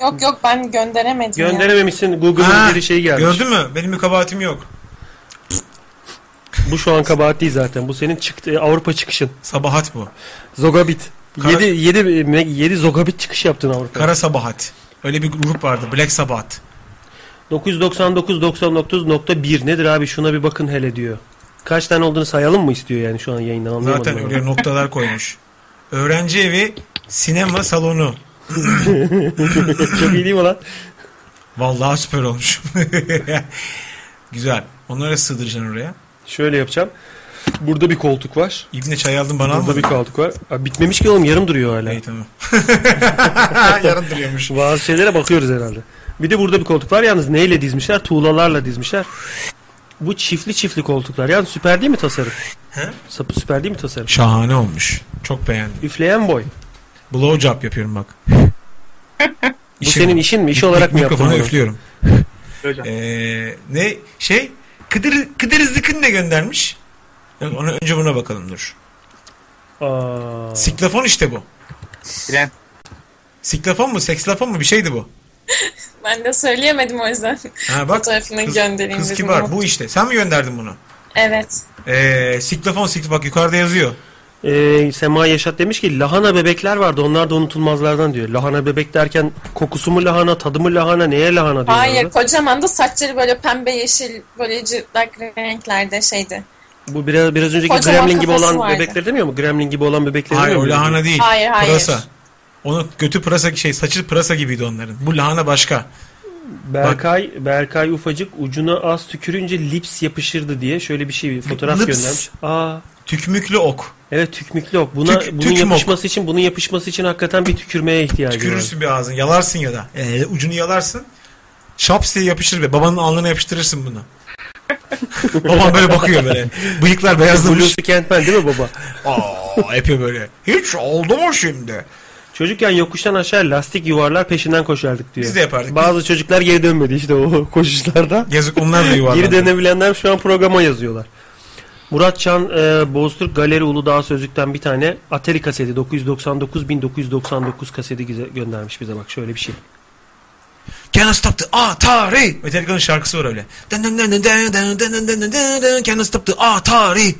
Speaker 8: Yok yok ben gönderemedim ya.
Speaker 2: Gönderememişsin. Google'ın
Speaker 3: Ha,
Speaker 2: geri şeyi şey gelmiş.
Speaker 3: Gördün mü? Benim bir kabahatim yok.
Speaker 2: Bu şu an kabahat değil zaten. Bu senin çıktı e, Avrupa çıkışın.
Speaker 3: Sabahat bu.
Speaker 2: Zogabit.
Speaker 3: Kara-
Speaker 2: 7 7 7 Zogabit çıkış yaptın Avrupa.
Speaker 3: Kara Sabahat. Öyle bir grup vardı. Black Sabahat.
Speaker 2: 999.99.1 nedir abi şuna bir bakın hele diyor. Kaç tane olduğunu sayalım mı istiyor yani şu an yayından anlayamadım.
Speaker 3: Zaten
Speaker 2: ben.
Speaker 3: oraya noktalar koymuş. Öğrenci evi, sinema salonu.
Speaker 2: Çok iyi değil mi lan?
Speaker 3: Vallahi süper olmuş. Güzel. Onları sığdıracaksın oraya.
Speaker 2: Şöyle yapacağım. Burada bir koltuk var.
Speaker 3: İbne çay aldın bana
Speaker 2: Burada
Speaker 3: almadın.
Speaker 2: bir koltuk var. Abi bitmemiş ki oğlum yarım duruyor hala. İyi
Speaker 3: tamam.
Speaker 2: yarım duruyormuş. Bazı şeylere bakıyoruz herhalde. Bir de burada bir koltuk var. Yalnız neyle dizmişler? Tuğlalarla dizmişler. Bu çiftli çiftli koltuklar. Yani süper değil mi tasarım?
Speaker 3: He?
Speaker 2: Sapı süper değil mi tasarım?
Speaker 3: Şahane olmuş. Çok beğendim.
Speaker 2: Üfleyen boy.
Speaker 3: Blowjob yapıyorum bak.
Speaker 2: Bu senin işin mi? İş olarak mı yaptın
Speaker 3: Mikrofona
Speaker 2: bunu?
Speaker 3: üflüyorum. Ee, ne şey? Kıdır, Kıdır Zıkın ne göndermiş? Yok, ona, önce buna bakalım dur.
Speaker 2: Aa.
Speaker 3: Siklafon işte bu.
Speaker 5: Tren.
Speaker 3: Siklafon mu? Sekslafon mu? Bir şeydi bu.
Speaker 8: Ben de söyleyemedim o yüzden.
Speaker 3: Ha bak.
Speaker 8: Fotoğrafını göndereyim
Speaker 3: Kız
Speaker 8: dedim.
Speaker 3: kibar. Bu işte. Sen mi gönderdin bunu?
Speaker 8: Evet.
Speaker 3: Ee, siklafon siklafon. Bak yukarıda yazıyor.
Speaker 2: Ee, Sema Yaşat demiş ki lahana bebekler vardı onlar da unutulmazlardan diyor. Lahana bebek derken kokusu mu lahana, tadı mı lahana, neye lahana diyorlar.
Speaker 8: Hayır
Speaker 2: orada.
Speaker 8: kocaman da saçları böyle pembe yeşil böyle cırtlak renklerde şeydi.
Speaker 2: Bu biraz, biraz önceki
Speaker 8: Kocaman
Speaker 2: gremlin gibi
Speaker 8: kafası
Speaker 2: olan
Speaker 8: vardı.
Speaker 2: bebekler demiyor mu? Gremlin gibi olan bebekler
Speaker 3: Hayır
Speaker 2: demiyor
Speaker 3: o
Speaker 2: mu?
Speaker 3: lahana değil.
Speaker 8: Hayır, hayır.
Speaker 3: Pırasa. Onun götü pırasa şey saçı pırasa gibiydi onların. Bu lahana başka.
Speaker 2: Berkay, Berkay ufacık ucuna az tükürünce lips yapışırdı diye şöyle bir şey bir fotoğraf
Speaker 3: Lips.
Speaker 2: göndermiş. Aa.
Speaker 3: Tükmüklü ok.
Speaker 2: Evet tükmüklü ok. Buna
Speaker 3: Tük-
Speaker 2: bunun
Speaker 3: tükmok.
Speaker 2: yapışması için bunun yapışması için hakikaten bir tükürmeye ihtiyacı var.
Speaker 3: Tükürürsün bir ağzını. Yalarsın ya da. Ee, ucunu yalarsın. Şaps diye yapışır be. Babanın alnına yapıştırırsın bunu. Babam böyle bakıyor böyle. Bıyıklar beyazlamış.
Speaker 2: Hulusi Kentmen değil mi baba?
Speaker 3: Aa yapıyor böyle. Hiç oldu mu şimdi?
Speaker 2: Çocukken yokuştan aşağı lastik yuvarlar peşinden koşardık diyor.
Speaker 3: Biz de yapardık.
Speaker 2: Bazı çocuklar geri dönmedi işte o koşuşlarda.
Speaker 3: Yazık onlar da yuvarlandı.
Speaker 2: Geri dönebilenler şu an programa yazıyorlar. Murat Çan e, Boztürk Galeri Uludağ Sözlük'ten bir tane Atari kaseti 999.999 kaseti bize göndermiş bize bak şöyle bir şey.
Speaker 3: Can't stop the Atari. Metallica'nın şarkısı var öyle. Dın dın dın dın dın dın dın dın dın dın dın. Can't stop the Atari.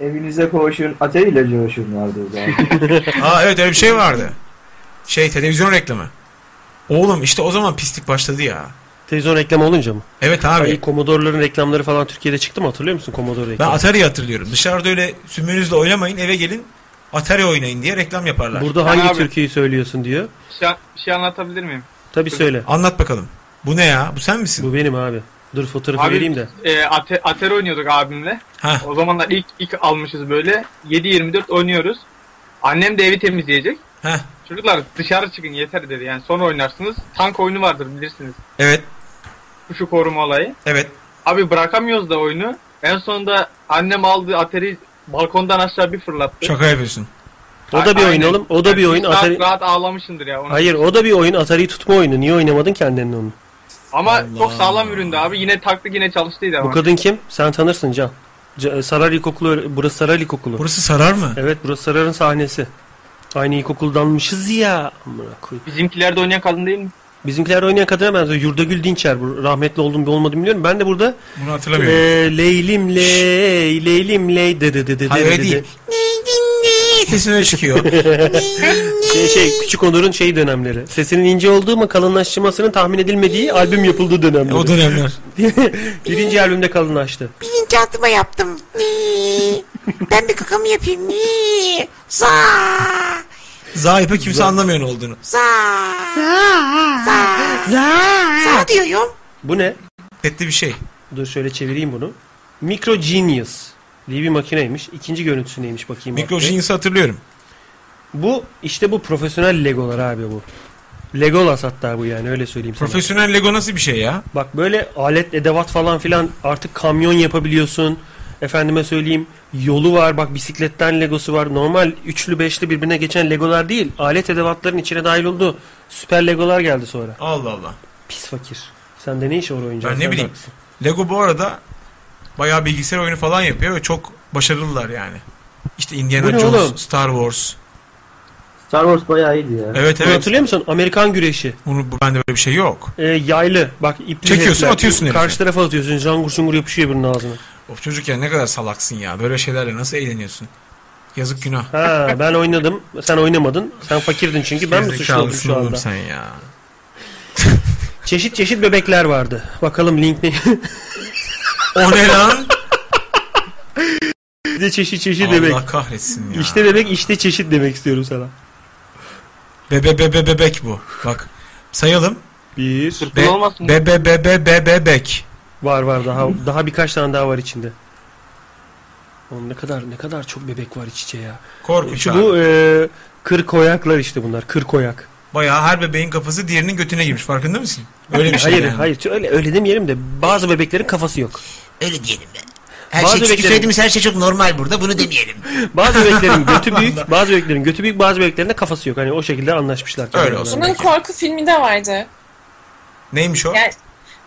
Speaker 12: Evinize koşun, ate ile coşun vardı o zaman.
Speaker 3: Aa evet öyle bir şey vardı. Şey televizyon reklamı. Oğlum işte o zaman pislik başladı ya.
Speaker 2: Televizyon reklamı olunca mı?
Speaker 3: Evet abi.
Speaker 2: Ay, Commodore'ların reklamları falan Türkiye'de çıktı mı hatırlıyor musun Commodore
Speaker 3: Ben
Speaker 2: reklamı?
Speaker 3: Atari'yi hatırlıyorum. Dışarıda öyle sümüğünüzle oynamayın eve gelin Atari oynayın diye reklam yaparlar.
Speaker 2: Burada hangi türküyü söylüyorsun diyor.
Speaker 5: Bir şey, bir şey anlatabilir miyim?
Speaker 2: Tabi söyle.
Speaker 3: Anlat bakalım. Bu ne ya? Bu sen misin?
Speaker 2: Bu benim abi. Dur fotoğrafı vereyim de.
Speaker 5: E, ate, ater oynuyorduk abimle. O zamanlar ilk ilk almışız böyle. 7-24 oynuyoruz. Annem de evi temizleyecek.
Speaker 3: Heh.
Speaker 5: Çocuklar dışarı çıkın yeter dedi. Yani sonra oynarsınız. Tank oyunu vardır bilirsiniz.
Speaker 3: Evet.
Speaker 5: Kuşu koruma olayı.
Speaker 3: Evet.
Speaker 5: Abi bırakamıyoruz da oyunu. En sonunda annem aldı ateri balkondan aşağı bir fırlattı.
Speaker 3: Şaka yapıyorsun.
Speaker 2: O da bir oyun oğlum. O da bir oyun.
Speaker 5: Rahat,
Speaker 2: Atari...
Speaker 5: rahat ağlamışındır ya. Onu
Speaker 2: Hayır o da bir oyun. Atari tutma oyunu. Niye oynamadın ki annenle onu?
Speaker 5: Ama çok sağlam üründü abi. Yine taktı yine çalıştıydı ama.
Speaker 2: Bu kadın kim? Sen tanırsın Can. Ca- Sarar İlkokulu. Burası Sarar İlkokulu.
Speaker 3: Burası Sarar mı?
Speaker 2: Evet burası Sarar'ın sahnesi. Aynı ilkokuldanmışız ya. Amına koyayım.
Speaker 5: Bizimkiler de oynayan kadın değil mi?
Speaker 2: Bizimkiler oynayan kadına benziyor. Yurdagül Dinçer. Bu rahmetli olduğum bir olmadı bilmiyorum. Ben de burada
Speaker 3: Bunu hatırlamıyorum.
Speaker 2: eee, leylim ley, leylim ley de de de de
Speaker 3: Hayır,
Speaker 2: de
Speaker 3: öyle
Speaker 2: de
Speaker 3: değil.
Speaker 2: de.
Speaker 12: Ee,
Speaker 3: Sesini öyle çıkıyor.
Speaker 2: şey, şey, küçük Onur'un şey dönemleri. Sesinin ince olduğu ama kalınlaştırmasının tahmin edilmediği albüm yapıldığı dönemler.
Speaker 3: O dönemler.
Speaker 2: Birinci albümde kalınlaştı.
Speaker 14: Birinci altıma yaptım. Nii. ben bir kakamı yapayım. Nii. Za.
Speaker 3: Zahipe kimse anlamıyor ne olduğunu.
Speaker 14: Za. Za. Za. Za. Za diyorum.
Speaker 2: Bu ne?
Speaker 3: Tetli bir şey.
Speaker 2: Dur şöyle çevireyim bunu. Micro Genius diye bir makineymiş. İkinci görüntüsü neymiş bakayım. Ee,
Speaker 3: Micro
Speaker 2: abi.
Speaker 3: Genius'u hatırlıyorum.
Speaker 2: Bu işte bu profesyonel Legolar abi bu. Legolas hatta bu yani öyle söyleyeyim sana.
Speaker 3: Profesyonel Lego nasıl bir şey ya?
Speaker 2: Bak böyle alet edevat falan filan artık kamyon yapabiliyorsun. Efendime söyleyeyim yolu var bak bisikletten legosu var. Normal üçlü beşli birbirine geçen legolar değil. Alet edevatların içine dahil oldu. Süper legolar geldi sonra.
Speaker 3: Allah Allah.
Speaker 2: Pis fakir. Sende ne işi var
Speaker 3: Ben
Speaker 2: oyuncağın? Sen
Speaker 3: ne
Speaker 2: de
Speaker 3: bileyim.
Speaker 2: haklısın.
Speaker 3: Lego bu arada bayağı bilgisayar oyunu falan yapıyor ve çok başarılılar yani. İşte
Speaker 2: Bu
Speaker 3: Indiana
Speaker 2: ne
Speaker 3: Jones,
Speaker 2: oğlum?
Speaker 3: Star Wars.
Speaker 12: Star Wars bayağı iyiydi ya.
Speaker 3: Evet
Speaker 2: Bunu
Speaker 3: evet.
Speaker 2: hatırlıyor musun? Amerikan güreşi.
Speaker 3: Bunu bende böyle bir şey yok.
Speaker 2: Ee, yaylı. Bak ipli.
Speaker 3: Çekiyorsun,
Speaker 2: herifler.
Speaker 3: atıyorsun herife.
Speaker 2: Karşı tarafa atıyorsun. Jangur şungur yapışıyor birinin ağzına.
Speaker 3: Of çocuk ya ne kadar salaksın ya. Böyle şeylerle nasıl eğleniyorsun? Yazık günah.
Speaker 2: Ha ben oynadım. Sen oynamadın. Sen fakirdin çünkü. Ben mi suçlu oldum
Speaker 3: Gerizekalısın
Speaker 2: şu
Speaker 3: oğlum
Speaker 2: anda?
Speaker 3: sen ya.
Speaker 2: Çeşit çeşit bebekler vardı. Bakalım link ne?
Speaker 3: o ne lan?
Speaker 2: Bir de çeşit çeşit
Speaker 3: Allah
Speaker 2: bebek.
Speaker 3: kahretsin ya.
Speaker 2: İşte bebek işte çeşit demek istiyorum sana.
Speaker 3: Bebe bebe bebek bu. Bak sayalım.
Speaker 2: Bir.
Speaker 3: Be, bebe bebe be bebek.
Speaker 2: Var var daha daha birkaç tane daha var içinde. Oğlum ne kadar ne kadar çok bebek var iç içe ya.
Speaker 3: Korkunç
Speaker 2: Şu
Speaker 3: abi.
Speaker 2: bu e, kır koyaklar işte bunlar. Kır koyak.
Speaker 3: Bayağı her bebeğin kafası diğerinin götüne girmiş. Farkında mısın? Öyle bir şey
Speaker 2: hayır,
Speaker 3: yani.
Speaker 2: Hayır öyle, öyle demeyelim de bazı bebeklerin kafası yok.
Speaker 14: Öyle diyelim ben. Her
Speaker 2: Bazı
Speaker 14: şey çünkü
Speaker 2: bebeklerin-
Speaker 14: söylediğimiz her şey çok normal burada bunu demeyelim.
Speaker 2: Bazı bebeklerin götü büyük, bazı bebeklerin götü büyük, bazı bebeklerin de kafası yok. Hani o şekilde anlaşmışlar. Öyle
Speaker 8: Bunun korku filmi de vardı.
Speaker 3: Neymiş o?
Speaker 8: Yani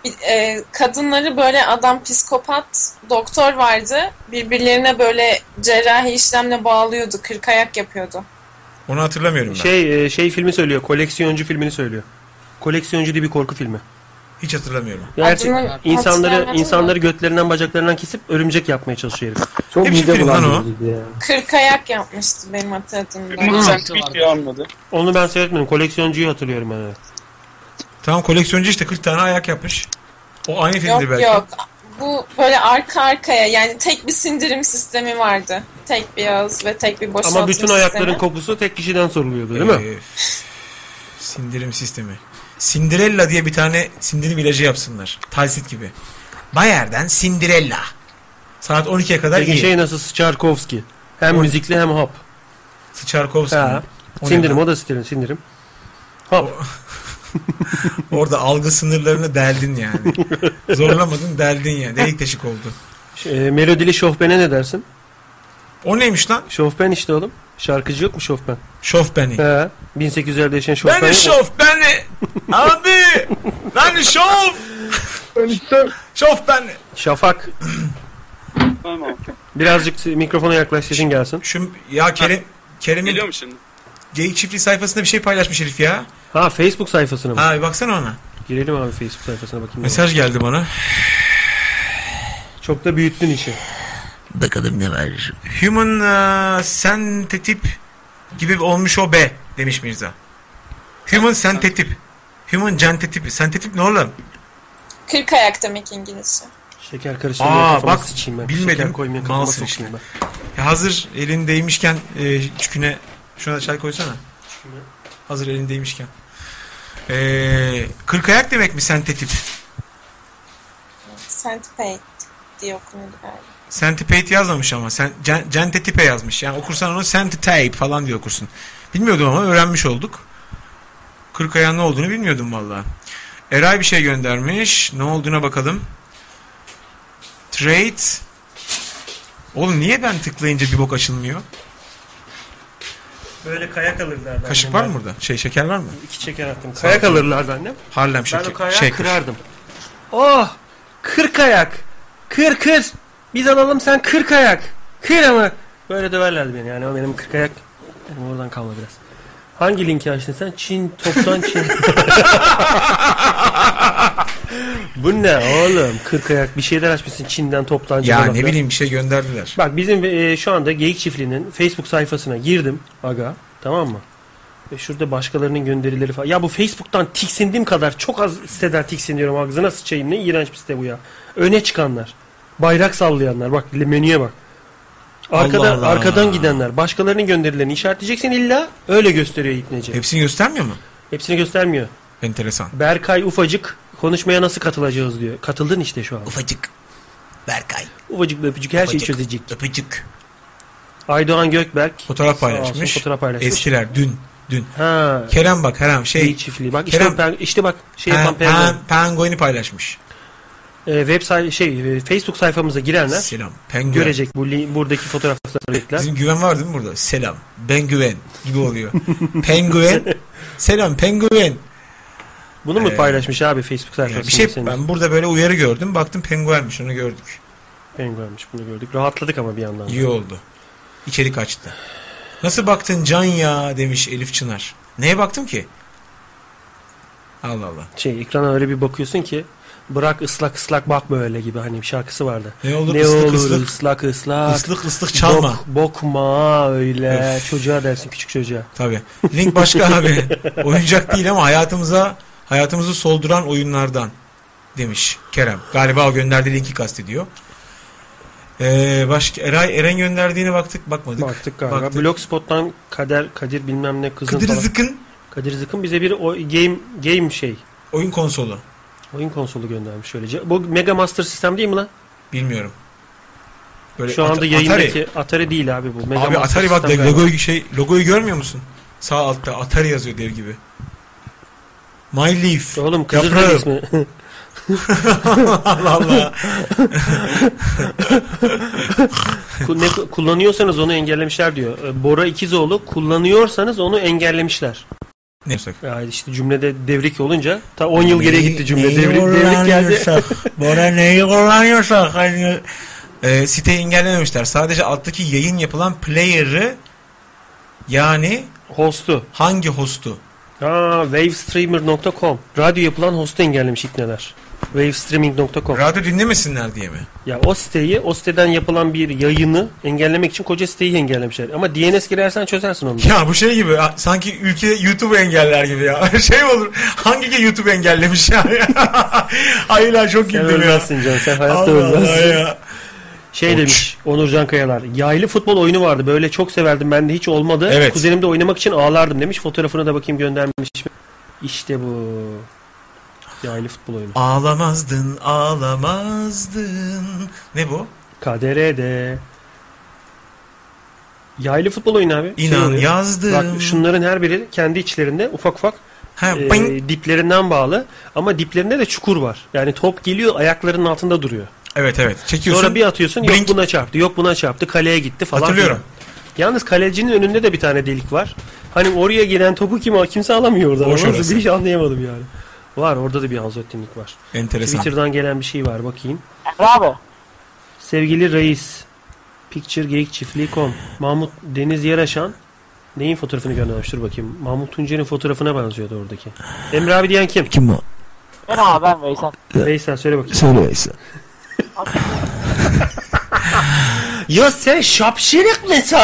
Speaker 8: bir- e, kadınları böyle adam psikopat doktor vardı. Birbirlerine böyle cerrahi işlemle bağlıyordu. Kırk ayak yapıyordu.
Speaker 3: Onu hatırlamıyorum ben.
Speaker 2: Şey e, şey filmi söylüyor. Koleksiyoncu filmini söylüyor. Koleksiyoncu diye bir korku filmi.
Speaker 3: Hiç hatırlamıyorum.
Speaker 2: Gerçi
Speaker 3: Adını
Speaker 2: insanları
Speaker 8: hatırlayamadım
Speaker 2: insanları götlerinden bacaklarından kesip örümcek yapmaya çalışıyor herif.
Speaker 12: Çok
Speaker 2: Hepsi
Speaker 12: mide
Speaker 2: film lan o.
Speaker 12: bulandırıcıydı ya.
Speaker 8: Kırk ayak yapmıştı benim hatırladığımda.
Speaker 2: Onu ben seyretmedim. Koleksiyoncuyu hatırlıyorum ben. evet.
Speaker 3: Tamam koleksiyoncu işte 40 tane ayak yapmış. O aynı filmdir
Speaker 8: Yok
Speaker 3: belki.
Speaker 8: yok. Bu böyle arka arkaya yani tek bir sindirim sistemi vardı. Tek bir ağız ve tek bir boşaltım
Speaker 2: Ama bütün
Speaker 8: sistemi.
Speaker 2: ayakların kokusu tek kişiden soruluyordu değil
Speaker 3: Ee,
Speaker 2: mi?
Speaker 3: Öf. Sindirim sistemi. Cinderella diye bir tane sindirim ilacı yapsınlar. Talsit gibi. Bayer'den Cinderella. Saat 12'ye kadar
Speaker 2: Peki
Speaker 3: iyi.
Speaker 2: şey nasıl Sıçarkovski? Hem müzikli hem hop.
Speaker 3: Sıçarkovski mi? O ne
Speaker 2: Sindirim
Speaker 3: lan?
Speaker 2: o da sindirim. sindirim. Hop.
Speaker 3: Orada algı sınırlarını deldin yani. Zorlamadın deldin yani. Delik deşik oldu.
Speaker 2: E, melodili şofbene ne dersin?
Speaker 3: O neymiş lan?
Speaker 2: Şofben işte oğlum. Şarkıcı yok mu Şofben?
Speaker 3: Şofbeni.
Speaker 2: He. 1800'lerde yaşayan Şofben.
Speaker 3: Beni
Speaker 2: yok mu?
Speaker 3: şof beni. Abi. Beni şof. şof beni.
Speaker 2: Şafak. Birazcık mikrofona yaklaş sesin gelsin.
Speaker 3: Şu ya Kerim Kerim'in Geliyor mu şimdi? Geyik çiftliği sayfasında bir şey paylaşmış herif ya.
Speaker 2: Ha Facebook sayfasına mı?
Speaker 3: Ha bir baksana ona.
Speaker 2: Girelim abi Facebook sayfasına bakayım.
Speaker 3: Mesaj geldi bana.
Speaker 2: Çok da büyüttün işi.
Speaker 3: Bakalım ne var. Human uh, sentetip gibi olmuş o be demiş Mirza. Human sentetip. Human centetip. Sentetip ne oğlum?
Speaker 8: Kırk ayak demek İngilizce.
Speaker 2: Şeker karıştırmaya
Speaker 3: Aa
Speaker 2: kafama
Speaker 3: bak
Speaker 2: sıçayım ben. Şeker
Speaker 3: bilmedim.
Speaker 2: koymaya kafama
Speaker 3: Malsın işte.
Speaker 2: sokayım ben.
Speaker 3: Ya hazır elindeymişken e, çüküne şuna çay koysana. Hazır elindeymişken. E, kırk ayak demek mi sentetip?
Speaker 8: Centipede diye okunuyordu galiba.
Speaker 3: Centipede yazmamış ama. Sen, cen, centetipe yazmış. Yani okursan onu centitape falan diye okursun. Bilmiyordum ama öğrenmiş olduk. Kırk ayağın ne olduğunu bilmiyordum valla. Eray bir şey göndermiş. Ne olduğuna bakalım. Trade. Oğlum niye ben tıklayınca bir bok açılmıyor?
Speaker 2: Böyle kayak alırlardı.
Speaker 3: Kaşık var mı burada? Şey şeker var mı?
Speaker 2: İki şeker attım.
Speaker 3: Sağ
Speaker 2: Kayak
Speaker 3: ol.
Speaker 2: alırlardı annem.
Speaker 3: Harlem
Speaker 2: Ben
Speaker 3: şeker.
Speaker 2: o kayağı
Speaker 3: şey
Speaker 2: kırardım. Oh! Kırk ayak! Kır kır! Biz alalım sen kırk ayak! Kır ama! Böyle döverlerdi beni yani ama benim kırk ayak benim oradan kalma biraz. Hangi linki açtın sen? Çin, toptan Çin. Bu ne oğlum? Kırk ayak bir şeyler açmışsın Çin'den toptan Çin'e
Speaker 3: Ya
Speaker 2: bak
Speaker 3: ne bileyim bir şey gönderdiler.
Speaker 2: Bak bizim e, şu anda Geyik Çiftliği'nin Facebook sayfasına girdim aga tamam mı? Ve şurada başkalarının gönderileri falan. Ya bu Facebook'tan tiksindiğim kadar çok az siteden tiksiniyorum ağzına sıçayım ne iğrenç bir site bu ya. Öne çıkanlar, bayrak sallayanlar bak menüye bak. Arkada,
Speaker 3: Allah Allah.
Speaker 2: Arkadan gidenler, başkalarının gönderilerini işaretleyeceksin illa öyle gösteriyor ipneci.
Speaker 3: Hepsini göstermiyor mu?
Speaker 2: Hepsini göstermiyor.
Speaker 3: Enteresan.
Speaker 2: Berkay Ufacık konuşmaya nasıl katılacağız diyor. Katıldın işte şu an.
Speaker 14: Ufacık. Berkay.
Speaker 2: Ufacık öpücük her şeyi
Speaker 14: Ufacık.
Speaker 2: çözecek.
Speaker 14: Öpücük.
Speaker 2: Aydoğan Gökberk
Speaker 3: Fotoğraf
Speaker 2: Sağ olsun,
Speaker 3: paylaşmış.
Speaker 2: fotoğraf paylaşmış.
Speaker 3: Eskiler dün dün.
Speaker 2: Ha.
Speaker 3: Kerem bak Kerem şey.
Speaker 2: Geyik çiftliği. Bak işte pen- işte bak şey yapan
Speaker 3: Pen-
Speaker 2: penguen.
Speaker 3: Pen- pengueni paylaşmış.
Speaker 2: E, web say- şey e, Facebook sayfamıza girenler
Speaker 3: Selam, penguen.
Speaker 2: görecek bu li- buradaki fotoğrafları ekler.
Speaker 3: E, Bizim güven var değil mi burada? Selam. Ben güven gibi oluyor. penguen. Selam penguen.
Speaker 2: Bunu mu
Speaker 3: Ee,
Speaker 2: paylaşmış abi Facebook sayfasında?
Speaker 3: bir şey
Speaker 2: senin?
Speaker 3: ben burada böyle uyarı gördüm. Baktım penguenmiş onu gördük.
Speaker 2: Penguenmiş bunu gördük. Rahatladık ama bir yandan. da.
Speaker 3: İyi oldu. İçeri kaçtı. Nasıl baktın can ya demiş Elif Çınar. Neye baktım ki? Allah Allah.
Speaker 2: Şey ekrana öyle bir bakıyorsun ki bırak ıslak ıslak bakma öyle gibi hani bir şarkısı vardı.
Speaker 3: Ne olur ıslık
Speaker 2: olur
Speaker 3: ıslık.
Speaker 2: ıslak ıslak.
Speaker 3: Islık ıslık çalma.
Speaker 2: Bok, bokma öyle.
Speaker 3: Öf.
Speaker 2: Çocuğa dersin küçük çocuğa.
Speaker 3: Tabii. Link başka abi. Oyuncak değil ama hayatımıza hayatımızı solduran oyunlardan demiş Kerem. Galiba o gönderdiği linki kastediyor. Ee, başka Eray Eren gönderdiğine baktık bakmadık.
Speaker 2: Baktık galiba. Blogspot'tan Kader Kadir bilmem ne kızın
Speaker 3: Kadir
Speaker 2: falan.
Speaker 3: Zıkın.
Speaker 2: Kadir Zıkın bize bir o, game game şey.
Speaker 3: Oyun konsolu.
Speaker 2: Oyun konsolu göndermiş şöylece. Bu Mega Master System değil mi lan?
Speaker 3: Bilmiyorum.
Speaker 2: Şu anda
Speaker 3: At-
Speaker 2: yayındaki Atari. değil abi bu. Mega
Speaker 3: abi
Speaker 2: Master
Speaker 3: Atari bak
Speaker 2: System galiba.
Speaker 3: logoyu şey logoyu görmüyor musun? Sağ altta Atari yazıyor dev gibi. My Leaf.
Speaker 2: Oğlum Kızılır
Speaker 3: Yaprağım.
Speaker 2: ismi.
Speaker 3: Allah Allah.
Speaker 2: Ku- ne- kullanıyorsanız onu engellemişler diyor. Ee, Bora İkizoğlu kullanıyorsanız onu engellemişler.
Speaker 3: Ne
Speaker 2: Yani işte cümlede devrik olunca ta 10 yıl geriye gitti cümle. devrik devrik geldi.
Speaker 3: kullanıyorsak, Bora neyi kullanıyorsak hani e, siteyi engellememişler. Sadece alttaki yayın yapılan player'ı yani
Speaker 2: hostu.
Speaker 3: Hangi hostu?
Speaker 2: Aa, wavestreamer.com. Radyo yapılan hostu engellemiş ikneler. Wavestreaming.com.
Speaker 3: Radyo dinlemesinler diye mi?
Speaker 2: Ya o siteyi, o siteden yapılan bir yayını engellemek için koca siteyi engellemişler. Ama DNS girersen çözersin onu.
Speaker 3: Ya bu şey gibi a- sanki ülke YouTube engeller gibi ya. Şey olur. Hangi ki YouTube engellemiş ya? Hayır lan çok
Speaker 2: Sen
Speaker 3: güldüm ya.
Speaker 2: ölmezsin Can sen hayatta
Speaker 3: Allah Allah
Speaker 2: ölmezsin.
Speaker 3: ya.
Speaker 2: Şey demiş Onurcan Kayalar. Yaylı futbol oyunu vardı. Böyle çok severdim. Ben de hiç olmadı.
Speaker 3: Evet.
Speaker 2: Kuzenimde oynamak için ağlardım demiş. Fotoğrafına da bakayım göndermiş. mi? İşte bu. Yaylı futbol oyunu.
Speaker 3: Ağlamazdın, ağlamazdın. Ne bu?
Speaker 2: KDR'de. Yaylı futbol oyunu abi. Şey
Speaker 3: İnan
Speaker 2: oluyor.
Speaker 3: yazdım.
Speaker 2: Bak şunların her biri kendi içlerinde ufak ufak e,
Speaker 3: bing.
Speaker 2: diplerinden bağlı. Ama diplerinde de çukur var. Yani top geliyor ayaklarının altında duruyor.
Speaker 3: Evet evet. Çekiyorsun.
Speaker 2: Sonra bir atıyorsun yok buna çarptı yok buna çarptı kaleye gitti falan.
Speaker 3: Hatırlıyorum.
Speaker 2: filan. Yalnız kalecinin önünde de bir tane delik var. Hani oraya gelen topu kim kimse alamıyor orada.
Speaker 3: Boş
Speaker 2: Nasıl
Speaker 3: orası.
Speaker 2: bir şey anlayamadım yani. Var orada da bir Anzotti'lik var.
Speaker 3: Enteresan.
Speaker 2: Twitter'dan gelen bir şey var bakayım.
Speaker 5: Bravo.
Speaker 2: Sevgili reis. Picture Geek Çiftliği.com Mahmut Deniz Yaraşan neyin fotoğrafını göndermiş? Dur bakayım. Mahmut Tuncer'in fotoğrafına benziyordu oradaki. Emre abi diyen kim?
Speaker 4: Kim o?
Speaker 5: Ben abi ben Veysel.
Speaker 2: Veysel söyle bakayım.
Speaker 4: Söyleyeysen.
Speaker 2: Ya sen şapşirik misin?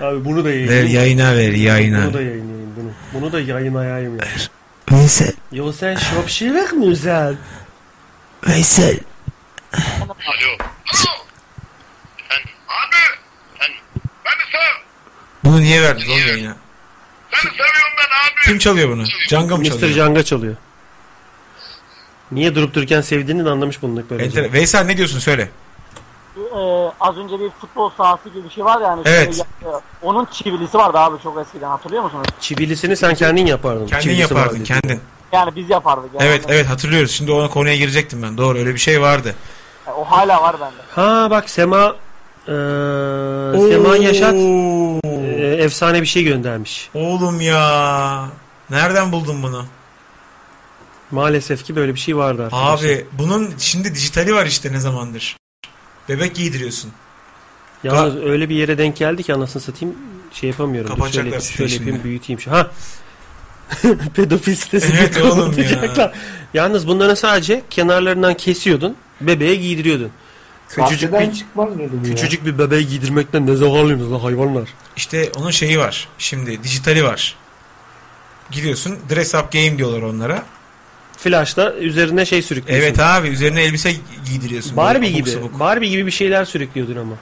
Speaker 2: Abi bunu da
Speaker 3: Ver
Speaker 2: yayınlayayım.
Speaker 3: yayına ver yayına.
Speaker 2: Bunu da yayınlayayım bunu. Bunu da yayınlayayım yani.
Speaker 4: Veysel.
Speaker 2: Yo sen şapşirik mi güzel?
Speaker 4: Veysel.
Speaker 15: Alo. Sen abi. Sen beni sev.
Speaker 3: Bunu niye verdiniz oğlum yayına?
Speaker 15: Seni seviyorum ben abi.
Speaker 3: Kim çalıyor bunu? Canga mı
Speaker 2: Mr.
Speaker 3: çalıyor?
Speaker 2: Canga çalıyor. Niye durup dururken sevdiğini de anlamış bulunduk böyle.
Speaker 3: Enter- Veysel ne diyorsun söyle.
Speaker 5: Ee, az önce bir futbol sahası gibi bir şey var ya hani
Speaker 3: Evet.
Speaker 5: şey, e, onun çivilisi vardı abi çok eskiden hatırlıyor musunuz?
Speaker 2: Çivilisini sen kendin yapardın.
Speaker 3: Kendin
Speaker 2: Çivilisi
Speaker 3: yapardın,
Speaker 2: vardı.
Speaker 3: kendin.
Speaker 5: Yani biz yapardık yani.
Speaker 3: Evet evet hatırlıyoruz. Şimdi ona konuya girecektim ben. Doğru öyle bir şey vardı.
Speaker 5: Yani O hala var bende.
Speaker 2: Ha bak Sema eee Sema Yaşat eee, efsane bir şey göndermiş.
Speaker 3: Oğlum ya. Nereden buldun bunu?
Speaker 2: Maalesef ki böyle bir şey vardı arkadaşlar.
Speaker 3: Abi bunun şimdi dijitali var işte ne zamandır. Bebek giydiriyorsun.
Speaker 2: Yalnız öyle bir yere denk geldi ki anasını satayım şey yapamıyorum. Dur,
Speaker 3: Kapatacaklar
Speaker 2: şöyle
Speaker 3: siteyi
Speaker 2: şöyle yapayım
Speaker 3: şimdi.
Speaker 2: büyüteyim. şu- Ha. Pedofil sitesi
Speaker 3: Evet
Speaker 2: gibi
Speaker 3: oğlum ya.
Speaker 2: kapatacaklar. Yalnız bunların sadece kenarlarından kesiyordun. Bebeğe giydiriyordun. Küçücük
Speaker 12: Bahçeden
Speaker 2: bir,
Speaker 12: çıkmaz mıydı bu ya?
Speaker 2: küçücük bir bebeği giydirmekten ne zararlıyız lan hayvanlar.
Speaker 3: İşte onun şeyi var. Şimdi dijitali var. Gidiyorsun dress up game diyorlar onlara.
Speaker 2: Flash'ta üzerine şey sürüklüyorsun.
Speaker 3: Evet abi üzerine elbise giydiriyorsun. Böyle
Speaker 2: Barbie
Speaker 3: abuk
Speaker 2: gibi.
Speaker 3: sabuk.
Speaker 2: Barbie gibi bir şeyler sürüklüyordun ama.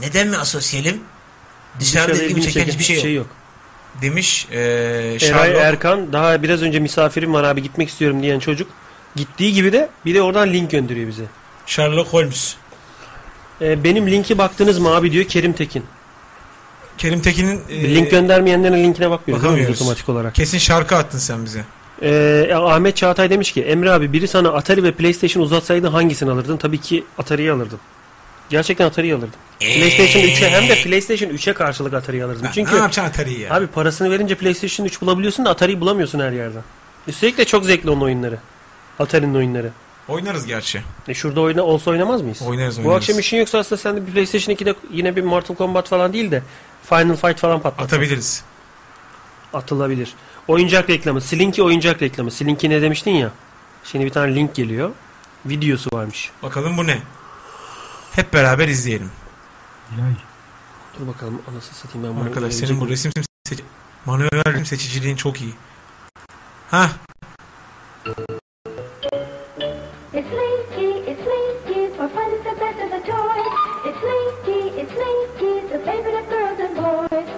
Speaker 3: Neden mi asosyalim?
Speaker 2: Dışarıda
Speaker 3: Dışarıda
Speaker 2: ilgimi
Speaker 3: ilgimi çeken
Speaker 2: çeken
Speaker 3: hiçbir şey yok.
Speaker 2: şey
Speaker 3: Demiş eee
Speaker 2: Eray Er-
Speaker 3: Sherlock.
Speaker 2: Erkan daha biraz önce misafirim var abi gitmek istiyorum diyen çocuk. Gittiği gibi de bir de oradan link gönderiyor bize.
Speaker 3: Sherlock Holmes.
Speaker 2: Ee, benim linki baktınız mı abi diyor Kerim Tekin.
Speaker 3: Kerim Tekin'in eee,
Speaker 2: Link göndermeyenlerin linkine bakmıyoruz değil mi biz
Speaker 3: Ee, bakamıyoruz.
Speaker 2: otomatik olarak.
Speaker 3: Kesin şarkı attın sen bize.
Speaker 2: Ee, Ahmet Çağatay demiş ki Emre abi biri sana Atari ve PlayStation uzatsaydı hangisini alırdın? Tabii ki Atari'yi alırdım. Gerçekten Atari'yi alırdım. E, PlayStation 3'e hem de PlayStation 3'e karşılık Atari'yi alırdım. Çünkü
Speaker 3: Ee, ne yapacaksın Atari'yi ya?
Speaker 2: Abi parasını verince PlayStation 3 bulabiliyorsun da Atari'yi bulamıyorsun her yerden. Üstelik de çok zevkli onun oyunları. Atari'nin oyunları.
Speaker 3: Oynarız gerçi.
Speaker 2: E şurada oyna, olsa oynamaz mıyız?
Speaker 3: Oynarız
Speaker 2: Bu
Speaker 3: oynarız.
Speaker 2: akşam işin yoksa aslında sen de bir PlayStation 2'de yine bir Mortal Kombat falan değil de Final Fight falan patlat.
Speaker 3: Atabiliriz.
Speaker 2: Atılabilir. Oyuncak reklamı. Slinky oyuncak reklamı. Slinky ne demiştin ya? Şimdi bir tane link geliyor. Videosu varmış.
Speaker 3: Bakalım bu ne? Hep beraber izleyelim.
Speaker 2: Dur bakalım anasını satayım ben bunu.
Speaker 3: Arkadaş
Speaker 2: izleyebilecek
Speaker 3: senin bu
Speaker 2: miyim?
Speaker 3: resim seç manöver seçiciliğin çok iyi. Ha
Speaker 16: It's Linky, it's Linky, for fun is the best of the toys. It's Linky, it's Linky, the favorite of girls and boys.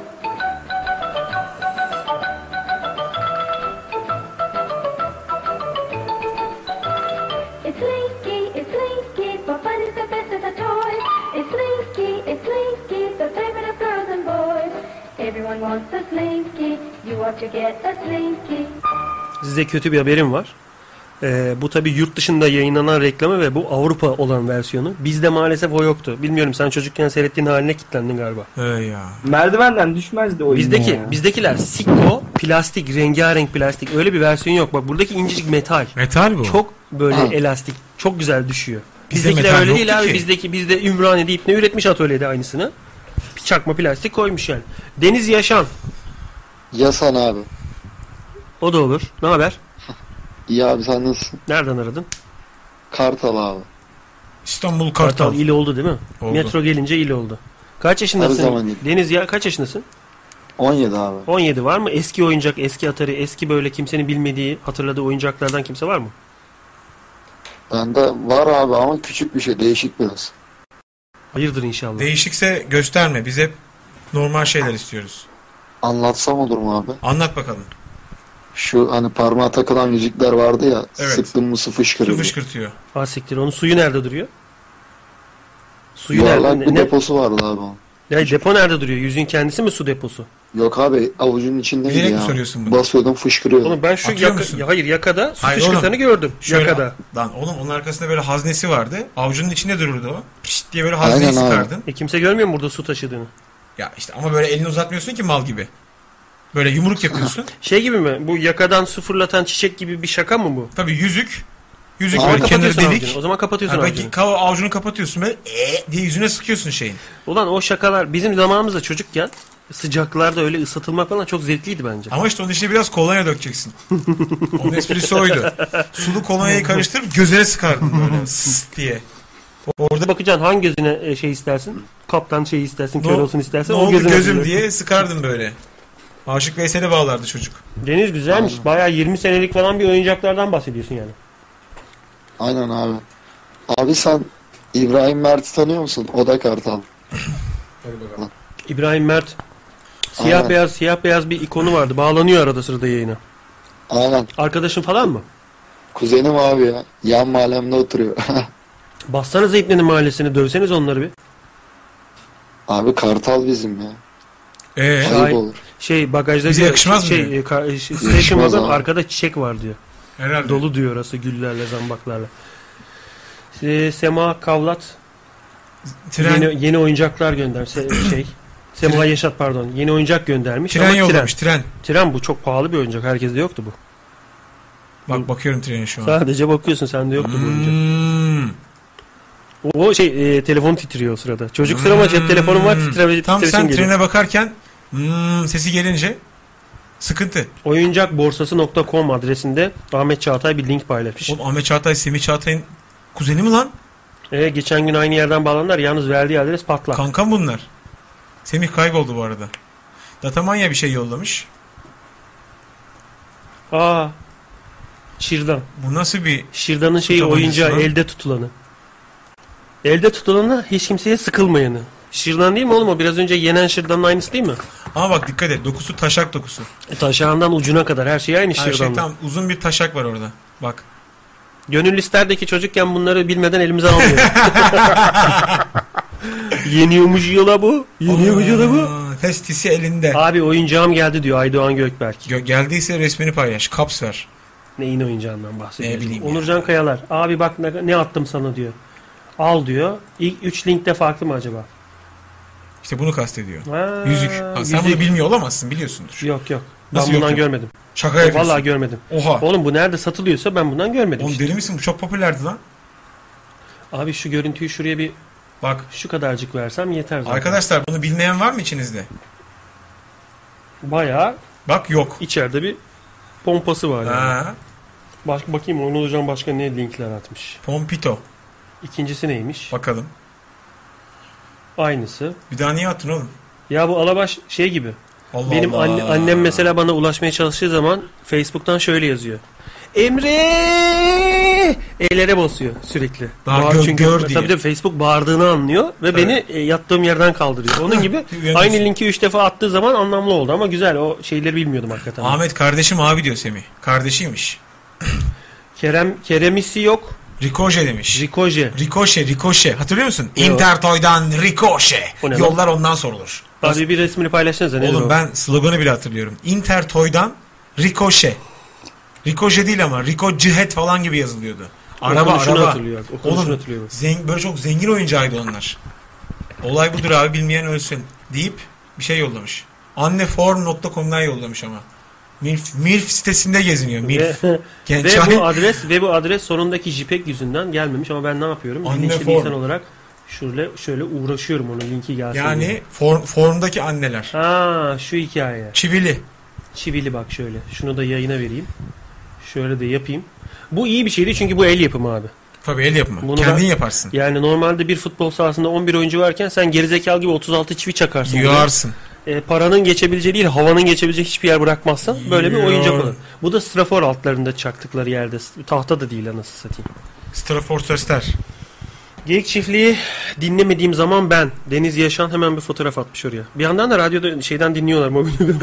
Speaker 16: It's Linky, it's Linky, for fun is the best of the toys. It's Linky, it's Linky, the favorite of girls and boys. Everyone wants a Slinky, you ought to get a Slinky.
Speaker 2: Size kötü bir haberim var. Ee, bu tabi yurt dışında yayınlanan reklamı ve bu Avrupa olan versiyonu. Bizde maalesef o yoktu. Bilmiyorum sen çocukken seyrettiğin haline kilitlendin galiba.
Speaker 3: He e, ya.
Speaker 12: Merdivenden düşmezdi oyun.
Speaker 2: Bizdeki
Speaker 12: ya.
Speaker 2: bizdekiler sikko plastik rengarenk plastik öyle bir versiyon yok. Bak buradaki incecik metal.
Speaker 3: Metal bu.
Speaker 2: Çok böyle
Speaker 3: Ha.
Speaker 2: elastik çok güzel düşüyor.
Speaker 3: Bizde
Speaker 2: Bizdekiler
Speaker 3: metal
Speaker 2: öyle
Speaker 3: yoktu
Speaker 2: değil abi.
Speaker 3: ki.
Speaker 2: Bizdeki bizde Ümraniye'de ipne üretmiş atölyede aynısını. Bir Çakma plastik koymuş yani. Deniz Yaşan.
Speaker 17: Yasan abi.
Speaker 2: O da olur. Ne haber?
Speaker 17: İyi abi sen nasılsın?
Speaker 2: Nereden aradın?
Speaker 17: Kartal abi.
Speaker 3: İstanbul
Speaker 2: Kartal. il oldu değil mi?
Speaker 17: Oldu.
Speaker 2: Metro gelince il oldu. Kaç
Speaker 17: Her zaman
Speaker 2: yaşındasın?
Speaker 17: il.
Speaker 2: Deniz ya kaç yaşındasın?
Speaker 17: 17 abi.
Speaker 2: 17 var mı? Eski oyuncak, eski Atari, eski böyle kimsenin bilmediği, hatırladığı oyuncaklardan kimse var mı?
Speaker 17: Bende var abi ama küçük bir şey değişik biraz.
Speaker 2: Hayırdır inşallah.
Speaker 3: değişikse gösterme. Biz hep normal şeyler istiyoruz.
Speaker 17: Anlatsam olur mu abi?
Speaker 3: Anlat bakalım.
Speaker 17: Şu hani parmağa takılan yüzükler vardı ya.
Speaker 2: Evet.
Speaker 17: Sıktım mı su
Speaker 3: Su
Speaker 17: fışkırıyordu.
Speaker 3: fışkırtıyor.
Speaker 2: Ah siktir onun suyu nerede duruyor? Suyu
Speaker 17: Yuvarlak
Speaker 2: nerede?
Speaker 17: bir
Speaker 2: Ne-
Speaker 17: deposu vardı abi onun.
Speaker 2: Ya depo nerede duruyor? Yüzüğün kendisi mi su deposu?
Speaker 17: Yok abi avucunun içindeydi
Speaker 2: Bilerek
Speaker 17: ya.
Speaker 2: mi soruyorsun bunu?
Speaker 17: Basıyordum fışkırıyordu.
Speaker 2: Oğlum ben şu
Speaker 3: Atıyor
Speaker 2: yaka,
Speaker 3: musun?
Speaker 2: ya hayır yakada su
Speaker 3: Hayır
Speaker 2: fışkırtanı
Speaker 3: oğlum.
Speaker 2: gördüm.
Speaker 3: Şöyle-
Speaker 2: yakada.
Speaker 3: Lan oğlum onun arkasında böyle haznesi vardı. Avucunun içinde dururdu o. Pişt diye böyle hazneyi sıkardın.
Speaker 2: E kimse görmüyor mu burada su taşıdığını?
Speaker 3: Ya işte ama böyle elini uzatmıyorsun ki mal gibi. Böyle yumruk yapıyorsun.
Speaker 2: Şey gibi mi? Bu yakadan su fırlatan çiçek gibi bir şaka mı bu?
Speaker 3: Tabii yüzük. Yüzük
Speaker 2: O zaman
Speaker 3: böyle kenarı
Speaker 2: kapatıyorsun
Speaker 3: delik.
Speaker 2: avucunu, o zaman kapatıyorsun
Speaker 3: Ha, belki
Speaker 2: avucunu.
Speaker 3: kav- avucunu kapatıyorsun böyle ee diye yüzüne sıkıyorsun şeyin.
Speaker 2: Ulan o şakalar bizim zamanımızda çocukken sıcaklarda öyle ısıtılmak falan çok zevkliydi bence.
Speaker 3: Ama işte onun içine biraz kolonya dökeceksin. Onun esprisi oydu. Sulu kolonyayı karıştırıp gözüne sıkardın böyle sıs diye.
Speaker 2: Orada bakacaksın hangi gözüne e, şey istersin? Kaptan şeyi istersin, kör
Speaker 3: Ne-
Speaker 2: olsun istersin.
Speaker 3: ne
Speaker 2: o
Speaker 3: oldu
Speaker 2: gözüne
Speaker 3: gözüm
Speaker 2: atılıyor.
Speaker 3: diye sıkardın böyle. Aşık Veysel'e bağlardı çocuk.
Speaker 2: Deniz güzelmiş. Bayağı 20 senelik falan bir oyuncaklardan bahsediyorsun yani.
Speaker 17: Aynen abi. Abi sen İbrahim Mert'i tanıyor musun? O da Kartal.
Speaker 2: İbrahim Mert siyah
Speaker 17: Aynen.
Speaker 2: beyaz siyah beyaz bir ikonu vardı. Bağlanıyor arada sırada yayına.
Speaker 17: Aynen.
Speaker 2: Arkadaşın falan mı?
Speaker 17: Kuzenim abi ya. Yan mahallemde oturuyor.
Speaker 2: Bassanız İbni'nin mahallesini dövseniz onları bir.
Speaker 17: abi Kartal bizim ya.
Speaker 3: Ee?
Speaker 17: Ayıp olur.
Speaker 2: Şey bagajda
Speaker 17: Bize
Speaker 2: diyor,
Speaker 17: yakışmaz mı
Speaker 2: şey,
Speaker 17: diyor?
Speaker 2: e, ka- e, şey,
Speaker 17: Yakışmaz
Speaker 2: station wagon
Speaker 17: ama.
Speaker 2: arkada çiçek var diyor.
Speaker 3: Herhalde.
Speaker 2: Dolu diyor orası güllerle zambaklarla. Se- Sema Kavlat
Speaker 3: Tren-
Speaker 2: yeni, yeni oyuncaklar göndermiş Se- şey. Sema Yaşat pardon. Yeni oyuncak göndermiş.
Speaker 3: Tren
Speaker 2: ama
Speaker 3: yollamış, tren.
Speaker 2: Tren bu çok pahalı bir oyuncak. Herkeste yoktu bu.
Speaker 3: Bak bakıyorum trene şu an. Hmm.
Speaker 2: Sadece bakıyorsun sende yoktu bu oyuncak. O şey e, telefon titriyor o sırada. Çocuk sırama cep telefonum var titreme
Speaker 3: Hmm. Tam
Speaker 2: titreşim
Speaker 3: sen
Speaker 2: geliyor.
Speaker 3: trene bakarken hmm, sesi gelince sıkıntı.
Speaker 2: Oyuncakborsası.com adresinde Ahmet Çağatay bir link paylaşmış.
Speaker 3: Oğlum Ahmet Çağatay, Semih Çağatay'ın kuzeni mi lan?
Speaker 2: E, geçen gün aynı yerden bağlandılar. Yalnız verdiği adres patlak.
Speaker 3: Kankam bunlar. Semih kayboldu bu arada. Datamanya bir şey yollamış.
Speaker 2: Aa. Şırdan.
Speaker 3: Bu nasıl bir...
Speaker 2: Şırdanın şeyi
Speaker 3: Tutamadım
Speaker 2: oyuncağı
Speaker 3: şunu.
Speaker 2: elde tutulanı. Elde tutulanı hiç kimseye sıkılmayanı. Şırdan değil mi oğlum o? Biraz önce yenen şırdanın aynısı değil mi?
Speaker 3: Ama bak dikkat et dokusu taşak dokusu.
Speaker 2: E, taşağından ucuna kadar her şey
Speaker 3: Her
Speaker 2: aynı
Speaker 3: şey
Speaker 2: şırdanla.
Speaker 3: tam uzun bir taşak var orada. Bak.
Speaker 2: Gönül isterdeki çocukken bunları bilmeden elimize almıyor. Yeniyormuş yola bu. Yeniyormuş yola bu.
Speaker 3: Testisi elinde.
Speaker 2: Abi oyuncağım geldi diyor Aydoğan Gökberk.
Speaker 3: Gö- geldiyse resmini paylaş. Kaps ver.
Speaker 2: Neyin oyuncağından bahsediyorsun?
Speaker 3: Ne bileyim
Speaker 2: Onurcan Kayalar. Abi bak ne, ne attım sana diyor. Al diyor. İlk 3 linkte farklı mı acaba?
Speaker 3: İşte bunu kastediyor.
Speaker 2: Ha,
Speaker 3: yüzük. Ha, sen bunu
Speaker 2: yüzük.
Speaker 3: bilmiyor olamazsın biliyorsundur.
Speaker 2: Yok yok.
Speaker 3: Nasıl
Speaker 2: ben
Speaker 3: yok
Speaker 2: bundan
Speaker 3: yok?
Speaker 2: görmedim.
Speaker 3: Şaka
Speaker 2: Ya
Speaker 3: yapıyorsun.
Speaker 2: Vallahi görmedim.
Speaker 3: Oha.
Speaker 2: Oğlum bu nerede satılıyorsa ben bundan görmedim.
Speaker 3: Oğlum deli misin? Bu çok popülerdi lan.
Speaker 2: Abi şu görüntüyü şuraya bir
Speaker 3: bak
Speaker 2: şu kadarcık versem yeter zaten.
Speaker 3: Arkadaşlar bunu bilmeyen var mı içinizde?
Speaker 2: Bayağı
Speaker 3: bak yok.
Speaker 2: İçeride bir pompası var yani.
Speaker 3: Ha.
Speaker 2: Başka bakayım Onur Hocam başka ne linkler atmış.
Speaker 3: Pompito.
Speaker 2: İkincisi neymiş?
Speaker 3: Bakalım.
Speaker 2: Aynısı.
Speaker 3: Bir daha niye attın oğlum?
Speaker 2: Ya bu Alabaş şey gibi.
Speaker 3: Allah
Speaker 2: Benim
Speaker 3: Allah.
Speaker 2: anne- annem mesela bana ulaşmaya çalıştığı zaman Facebook'tan şöyle yazıyor. Emre! E'lere basıyor sürekli.
Speaker 3: Daha
Speaker 2: Bağır
Speaker 3: gör- gör diye.
Speaker 2: Tabii de Facebook bağırdığını anlıyor ve beni e, yattığım yerden kaldırıyor. Onun gibi aynı linki 3 defa attığı zaman anlamlı oldu ama güzel o şeyleri bilmiyordum hakikaten.
Speaker 3: Ahmet kardeşim abi diyor Semih. Kardeşiymiş.
Speaker 2: Kerem Keremisi yok.
Speaker 3: Rikoje demiş.
Speaker 2: Rikoje.
Speaker 3: Rikoşe, rikoşe. Hatırlıyor musun?
Speaker 2: Yok.
Speaker 3: Intertoy'dan rikoşe.
Speaker 2: O ne lan?
Speaker 3: Yollar ondan sorulur.
Speaker 2: Abi bir resmini paylaşsanıza. nedir
Speaker 3: Oğlum
Speaker 2: o?
Speaker 3: ben sloganı bile hatırlıyorum. Intertoy'dan rikoşe. Rikoşe değil ama Riko Cihet falan gibi yazılıyordu. Araba
Speaker 2: Okunuşunu
Speaker 3: araba.
Speaker 2: hatırlıyor. Okunuşunu
Speaker 3: Oğlum
Speaker 2: hatırlıyor.
Speaker 3: zengin, böyle çok zengin oyuncağıydı onlar. Olay budur abi bilmeyen ölsün deyip bir şey yollamış. Anneform.com'dan yollamış ama. Milf, Milf sitesinde geziniyor. Milf.
Speaker 2: Ve,
Speaker 3: Genç
Speaker 2: ve
Speaker 3: ay-
Speaker 2: bu adres ve bu adres sonundaki JPEG yüzünden gelmemiş ama ben ne yapıyorum?
Speaker 3: Anne
Speaker 2: Bilinçli bir
Speaker 3: form.
Speaker 2: insan olarak şöyle şöyle uğraşıyorum onun linki gelsin
Speaker 3: yani
Speaker 2: diye.
Speaker 3: form, formdaki anneler.
Speaker 2: Ha şu hikaye.
Speaker 3: Çivili.
Speaker 2: Çivili bak şöyle. Şunu da yayına vereyim. Şöyle de yapayım. Bu iyi bir şeydi çünkü bu el yapımı abi.
Speaker 3: Tabii el yapımı.
Speaker 2: Bunu
Speaker 3: Kendin
Speaker 2: ben-
Speaker 3: yaparsın.
Speaker 2: Yani normalde bir futbol sahasında 11 oyuncu varken sen gerizekalı gibi 36 çivi çakarsın.
Speaker 3: Yuvarsın.
Speaker 2: E, paranın geçebileceği değil havanın geçebileceği hiçbir yer bırakmazsan böyle bir
Speaker 3: Yuvar.
Speaker 2: oyuncak olur. Bu da strafor altlarında çaktıkları yerde. Tahta da değil anasını satayım.
Speaker 3: Strafor Söster.
Speaker 2: Geyik çiftliği dinlemediğim zaman ben Deniz Yaşan hemen bir fotoğraf atmış oraya. Bir yandan da radyoda şeyden dinliyorlar mobilyadan.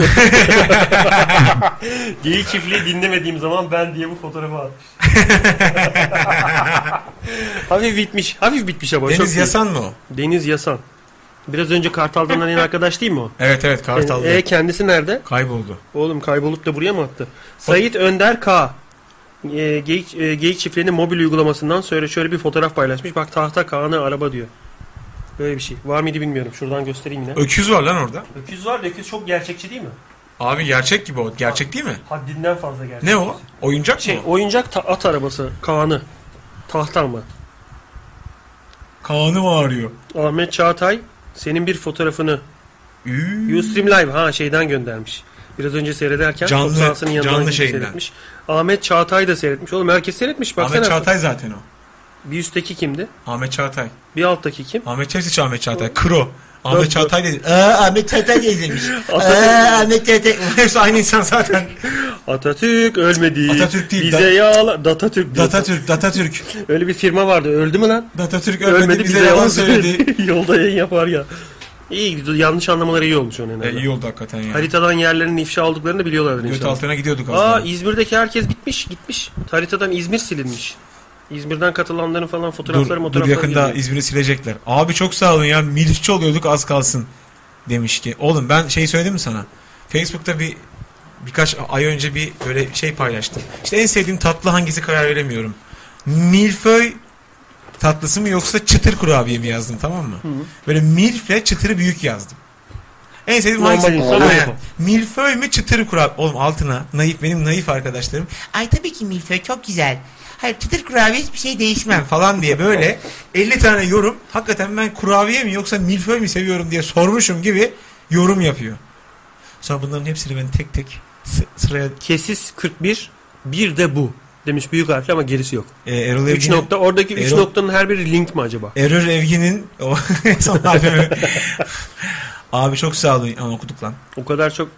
Speaker 2: Geyik çiftliği dinlemediğim zaman ben diye bu fotoğrafı atmış. hafif bitmiş. Hafif bitmiş ama.
Speaker 3: Deniz
Speaker 2: çok iyi.
Speaker 3: Yasan mı o?
Speaker 2: Deniz Yasan. Biraz önce Kartal'dan en arkadaş değil mi o?
Speaker 3: Evet evet Kartal'da.
Speaker 2: E, kendisi nerede?
Speaker 3: Kayboldu.
Speaker 2: Oğlum kaybolup da buraya mı attı? Sayit Önder K. E, geyik, e, geyik çiftliğinin mobil uygulamasından sonra şöyle bir fotoğraf paylaşmış. Bak tahta Kaan'ı araba diyor. Böyle bir şey. Var mıydı bilmiyorum. Şuradan göstereyim yine.
Speaker 3: Öküz var lan orada.
Speaker 2: Öküz var da öküz çok gerçekçi değil mi?
Speaker 3: Abi gerçek gibi o. Gerçek değil mi?
Speaker 2: Haddinden fazla gerçekçi.
Speaker 3: Ne o? Oyuncak
Speaker 2: Şey,
Speaker 3: mı? o?
Speaker 2: oyuncak ta- at arabası Kaan'ı. Tahta mı?
Speaker 3: Kaan'ı mı arıyor?
Speaker 2: Ahmet Çağatay senin bir fotoğrafını
Speaker 3: Hmm.
Speaker 2: Ustream Live ha şeyden göndermiş. Biraz önce seyrederken
Speaker 3: Canlı-
Speaker 2: top sahasının yanından
Speaker 3: canlı
Speaker 2: gidip
Speaker 3: şeyinden.
Speaker 2: seyretmiş. Ahmet Çağatay da seyretmiş. Oğlum herkes seyretmiş. Baksana
Speaker 3: Ahmet Çağatay zaten o.
Speaker 2: Bir üstteki kimdi?
Speaker 3: Ahmet Çağatay.
Speaker 2: Bir alttaki kim?
Speaker 3: Ahmet Çeviç Ahmet Çağatay. Kro.
Speaker 2: Dört-
Speaker 3: Ahmet Çağatay dedi. Aa Ee, Ahmet Çağatay gezilmiş. Aa Ahmet Çağatay. Hepsi aynı insan zaten.
Speaker 2: Atatürk ölmedi.
Speaker 3: Atatürk değil.
Speaker 2: Bize yağla... Datatürk diyor.
Speaker 3: Datatürk, Datatürk.
Speaker 2: Öyle bir firma vardı. Öldü mü lan?
Speaker 3: Datatürk ölmedi, bize yalan söyledi.
Speaker 2: Yolda yayın yapar ya. İyi, yanlış anlamaları iyi olmuş onun en
Speaker 3: E,
Speaker 2: azından.
Speaker 3: iyi oldu hakikaten ya.
Speaker 2: Haritadan yerlerin ifşa olduklarını biliyorlardı
Speaker 3: Göt
Speaker 2: inşallah.
Speaker 3: altına gidiyorduk az
Speaker 2: Aa
Speaker 3: daha.
Speaker 2: İzmir'deki herkes bitmiş gitmiş. Haritadan İzmir silinmiş. İzmir'den katılanların falan fotoğrafları
Speaker 3: Dur, dur
Speaker 2: motorafları
Speaker 3: yakında İzmir'i silecekler. Abi çok sağ olun ya. Milfçi oluyorduk az kalsın. Demiş ki. Oğlum ben şey söyledim mi sana? Facebook'ta bir birkaç ay önce bir böyle şey paylaştım. İşte en sevdiğim tatlı hangisi karar veremiyorum. Milföy tatlısı mı yoksa çıtır kurabiye mi yazdım tamam mı? Böyle milfle çıtırı büyük yazdım. En sevdiğim
Speaker 2: Normal
Speaker 3: hangisi?
Speaker 2: insan
Speaker 3: Aynen.
Speaker 2: öyle yapar.
Speaker 3: Milföy mü çıtır kurabiye? Oğlum altına naif benim naif arkadaşlarım. Ay tabii ki milföy çok güzel. Hayır çıtır kurabiye hiçbir şey değişmem falan diye böyle 50 tane yorum. Hakikaten ben kurabiye mi yoksa milföy mi seviyorum diye sormuşum gibi yorum yapıyor. Sonra bunların hepsini ben tek tek s- sıraya...
Speaker 2: Kesis 41 bir de bu demiş büyük harfle ama gerisi yok.
Speaker 3: E, Erol
Speaker 2: Üç
Speaker 3: Evgin'in-
Speaker 2: nokta oradaki 3
Speaker 3: Erol-
Speaker 2: noktanın her biri link mi acaba?
Speaker 3: Erol Evgin'in o son albümü. Abi çok sağ olun Ama okuduk lan.
Speaker 2: O kadar çok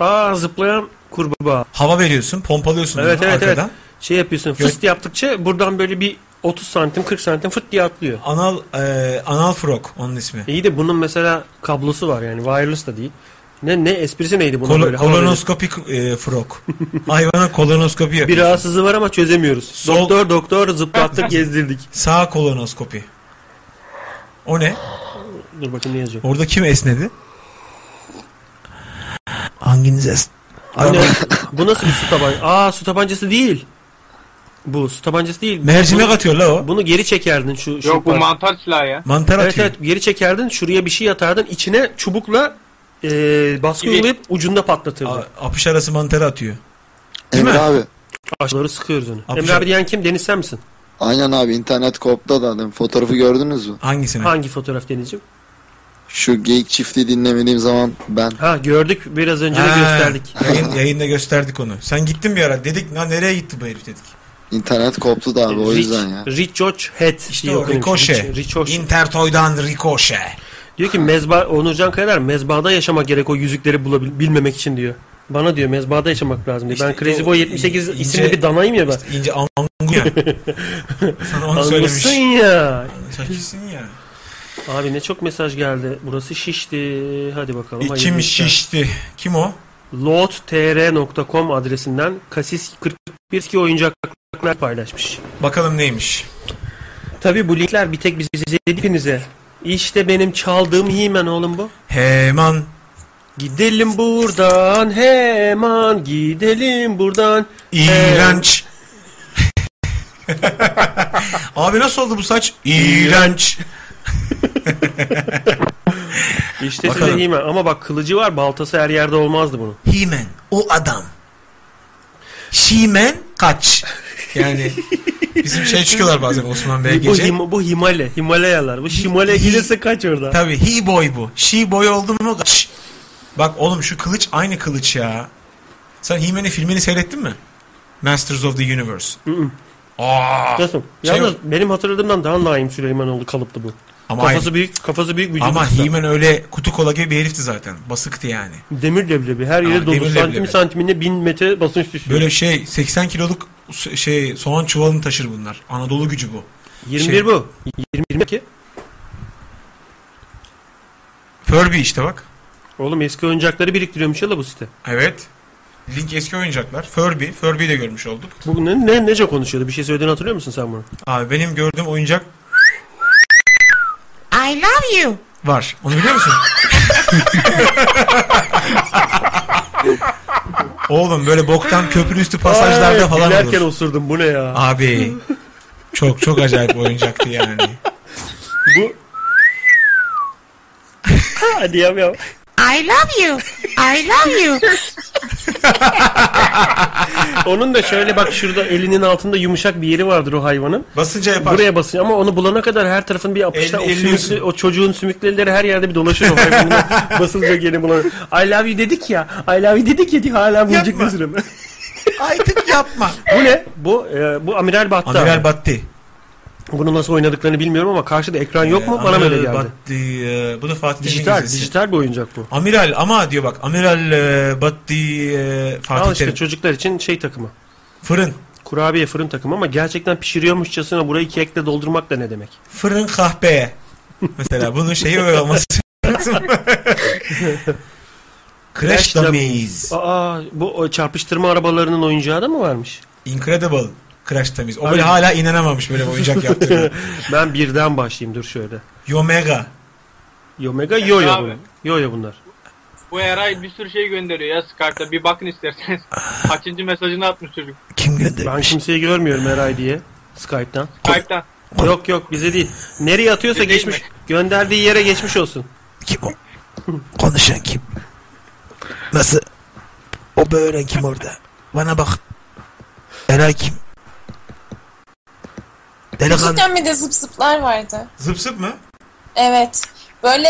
Speaker 2: Aa zıplayan kurbağa.
Speaker 3: Hava veriyorsun, pompalıyorsun
Speaker 2: Evet
Speaker 3: bunu
Speaker 2: evet
Speaker 3: arkadan.
Speaker 2: evet. Şey yapıyorsun.
Speaker 3: Gö-
Speaker 2: Fıst yaptıkça buradan böyle bir 30 santim 40 santim fıt diye atlıyor.
Speaker 3: Anal e, anal frog onun ismi.
Speaker 2: İyi de bunun mesela kablosu var yani wireless da değil. Ne ne esprisi neydi bunun
Speaker 3: Kol-
Speaker 2: böyle?
Speaker 3: kolonoskopik e, frog. Hayvana kolonoskopi
Speaker 2: Bir
Speaker 3: yapıyorsun.
Speaker 2: rahatsızlığı var ama çözemiyoruz. Doktor doktor zıplattık gezdirdik.
Speaker 3: Sağ kolonoskopi. O ne?
Speaker 2: Dur bakayım ne yazıyor.
Speaker 3: Orada kim esnedi? Hanginiz es...
Speaker 2: Anne, bu nasıl bir su tabancası? Aa su tabancası değil. Bu su tabancası değil.
Speaker 3: Mercimek atıyor la o.
Speaker 2: Bunu geri çekerdin şu. şu
Speaker 5: Yok bu
Speaker 2: par-
Speaker 5: mantar silahı ya.
Speaker 2: evet, Evet geri çekerdin şuraya bir şey atardın içine çubukla e, baskı
Speaker 3: Evet.
Speaker 2: uygulayıp ucunda patlatırdın.
Speaker 3: Apış arası mantarı atıyor.
Speaker 2: Değil mi?
Speaker 17: Abi.
Speaker 2: Aşıları sıkıyoruz onu.
Speaker 17: Apış-
Speaker 2: Emre abi diyen kim? Deniz sen misin?
Speaker 17: Aynen abi internet kopta da adam. Fotoğrafı gördünüz mü?
Speaker 3: Hangisini?
Speaker 2: Hangi fotoğraf Deniz'ciğim?
Speaker 17: Şu geyik çiftliği dinlemediğim zaman ben.
Speaker 2: Ha gördük biraz önce de
Speaker 3: Ha,
Speaker 2: gösterdik.
Speaker 3: Yayın, yayında gösterdik onu. Sen gittin bir ara dedik lan nereye gitti bu herif dedik.
Speaker 17: internet koptu da abi o yüzden ya.
Speaker 2: Rich Head
Speaker 3: İşte o Ricochet.
Speaker 2: Intertoy'dan Ricochet. Diyor ki mezba Onurcan Kayalar mezbahada yaşamak gerek o yüzükleri bulabilmek için diyor. Bana diyor mezbahada yaşamak lazım diyor. ben Crazy
Speaker 3: o
Speaker 2: Boy 78
Speaker 3: ince-
Speaker 2: isimli bir danayım ya ben.
Speaker 3: İnce angu ya. Sana onu söylemiş.
Speaker 2: Anlıyorsun ya.
Speaker 3: Çekilsin ya.
Speaker 2: Abi ne çok mesaj geldi. Burası şişti. Hadi bakalım.
Speaker 3: İçim
Speaker 2: hayırlı işler.
Speaker 3: şişti. Kim o?
Speaker 2: lottr.com adresinden Kasis 41 oyuncaklar paylaşmış.
Speaker 3: Bakalım neymiş.
Speaker 2: Tabi bu linkler bir tek biz- bize değil, hepinize. İşte benim çaldığım Himen oğlum bu.
Speaker 3: Heman.
Speaker 2: Gidelim buradan hemen gidelim buradan.
Speaker 3: İğrenç. Abi nasıl oldu bu saç? İğrenç.
Speaker 2: işte
Speaker 3: Bakalım.
Speaker 2: size Himen ama bak kılıcı var baltası her yerde olmazdı bunun.
Speaker 3: Himen. O adam. Şimen kaç. Yani bizim şey çıkıyorlar bazen Osman Bey
Speaker 2: bu,
Speaker 3: gece.
Speaker 2: him, bu Himale, Himalayalar. Bu Himale gelirse kaç orada.
Speaker 3: Tabii he boy bu. She boy oldu mu kaç. Bak oğlum şu kılıç aynı kılıç ya. Sen He-Man'in filmini seyrettin mi? Masters of the Universe. Aa.
Speaker 2: Dostum,
Speaker 3: Şey
Speaker 2: yalnız benim hatırladığımdan daha naim Süleymanoğlu kalıptı bu.
Speaker 3: Ama
Speaker 2: kafası
Speaker 3: aynı.
Speaker 2: büyük, kafası büyük vücudu
Speaker 3: Ama
Speaker 2: kısa.
Speaker 3: He-Man öyle kutu kola gibi bir herifti zaten. Basıktı yani.
Speaker 2: Demir leblebi her
Speaker 3: Aa,
Speaker 2: yere dolu.
Speaker 3: demir
Speaker 2: Santim
Speaker 3: leblebi.
Speaker 2: santimine 1000 metre basınç düşüyor.
Speaker 3: Böyle şey 80 kiloluk s- şey soğan çuvalını taşır bunlar. Anadolu gücü bu.
Speaker 2: 21
Speaker 3: Şey,
Speaker 2: bu. 20 22.
Speaker 3: Furby işte bak.
Speaker 2: Oğlum eski oyuncakları biriktiriyormuş ya la bu site.
Speaker 3: Evet. Link eski oyuncaklar. Furby. Furby'yi de görmüş olduk.
Speaker 2: Bu ne, ne nece konuşuyordu? Bir şey söylediğini hatırlıyor musun sen bunu?
Speaker 3: Abi benim gördüğüm oyuncak
Speaker 14: I love you.
Speaker 3: var. Onu biliyor musun? Oğlum böyle boktan köprü üstü pasajlarda
Speaker 2: Ay,
Speaker 3: falan
Speaker 2: Gülerken
Speaker 3: olur.
Speaker 2: osurdum bu ne ya?
Speaker 3: Abi çok çok acayip oyuncaktı yani.
Speaker 2: bu Hadi yap yap.
Speaker 14: I love you. I love you.
Speaker 2: Onun da şöyle bak şurada elinin altında yumuşak bir yeri vardır o hayvanın.
Speaker 3: Basınca yapar.
Speaker 2: Buraya basın ama onu bulana kadar her tarafın bir apışta
Speaker 3: El-
Speaker 2: o,
Speaker 3: elliyorsun.
Speaker 2: sümüklü- o çocuğun sümükleri her yerde bir dolaşır o hayvanın basılacak yeri bulan. I love you dedik ya. I love you dedik ya diye hala bulacak üzülüm.
Speaker 3: Artık yapma.
Speaker 2: bu ne? Bu e, bu Amiral Battı.
Speaker 3: Amiral
Speaker 2: abi.
Speaker 3: Batti.
Speaker 2: Bunu nasıl oynadıklarını bilmiyorum ama karşıda ekran yok mu? Bana böyle geldi.
Speaker 3: Ee, Batti, e, bu da Fatih Terim'in
Speaker 2: Dijital,
Speaker 3: E, dizisi.
Speaker 2: dijital bir oyuncak bu.
Speaker 3: Amiral ama diyor bak Amiral e, Batti e, Fatih
Speaker 2: Al işte
Speaker 3: Terim.
Speaker 2: çocuklar için şey takımı.
Speaker 3: Fırın.
Speaker 2: Kurabiye fırın takımı ama gerçekten pişiriyormuşçasına burayı kekle doldurmak da ne demek?
Speaker 3: Fırın kahpe. Mesela bunun şeyi öyle olması lazım. Crash Dummies.
Speaker 2: Aa bu o çarpıştırma arabalarının oyuncağı da mı varmış?
Speaker 3: Incredible. Crash Dummies. O
Speaker 2: Abi-
Speaker 3: böyle hala inanamamış böyle bir oyuncak yaptığına.
Speaker 2: ben birden başlayayım dur şöyle.
Speaker 3: Yomega.
Speaker 2: Yomega yoyo
Speaker 5: Abi.
Speaker 2: bunlar. Yoyo bunlar.
Speaker 5: Bu Eray bir sürü şey gönderiyor ya Skype'da. Bir bakın isterseniz. Kaçıncı mesajını atmış çocuk.
Speaker 3: Kim gönderdi?
Speaker 2: Ben kimseyi görmüyorum Eray diye. Skype'tan.
Speaker 5: Skype'dan.
Speaker 2: Yok yok bize değil. Nereye atıyorsa geçmiş. Gönderdiği yere geçmiş olsun.
Speaker 4: Kim o? Konuşan kim? Nasıl? O böyle kim orada? Bana bak. Eray kim? Delikanlı.
Speaker 8: Küçükken bir de zıp zıplar vardı.
Speaker 3: Zıp zıp mı?
Speaker 8: Evet. Böyle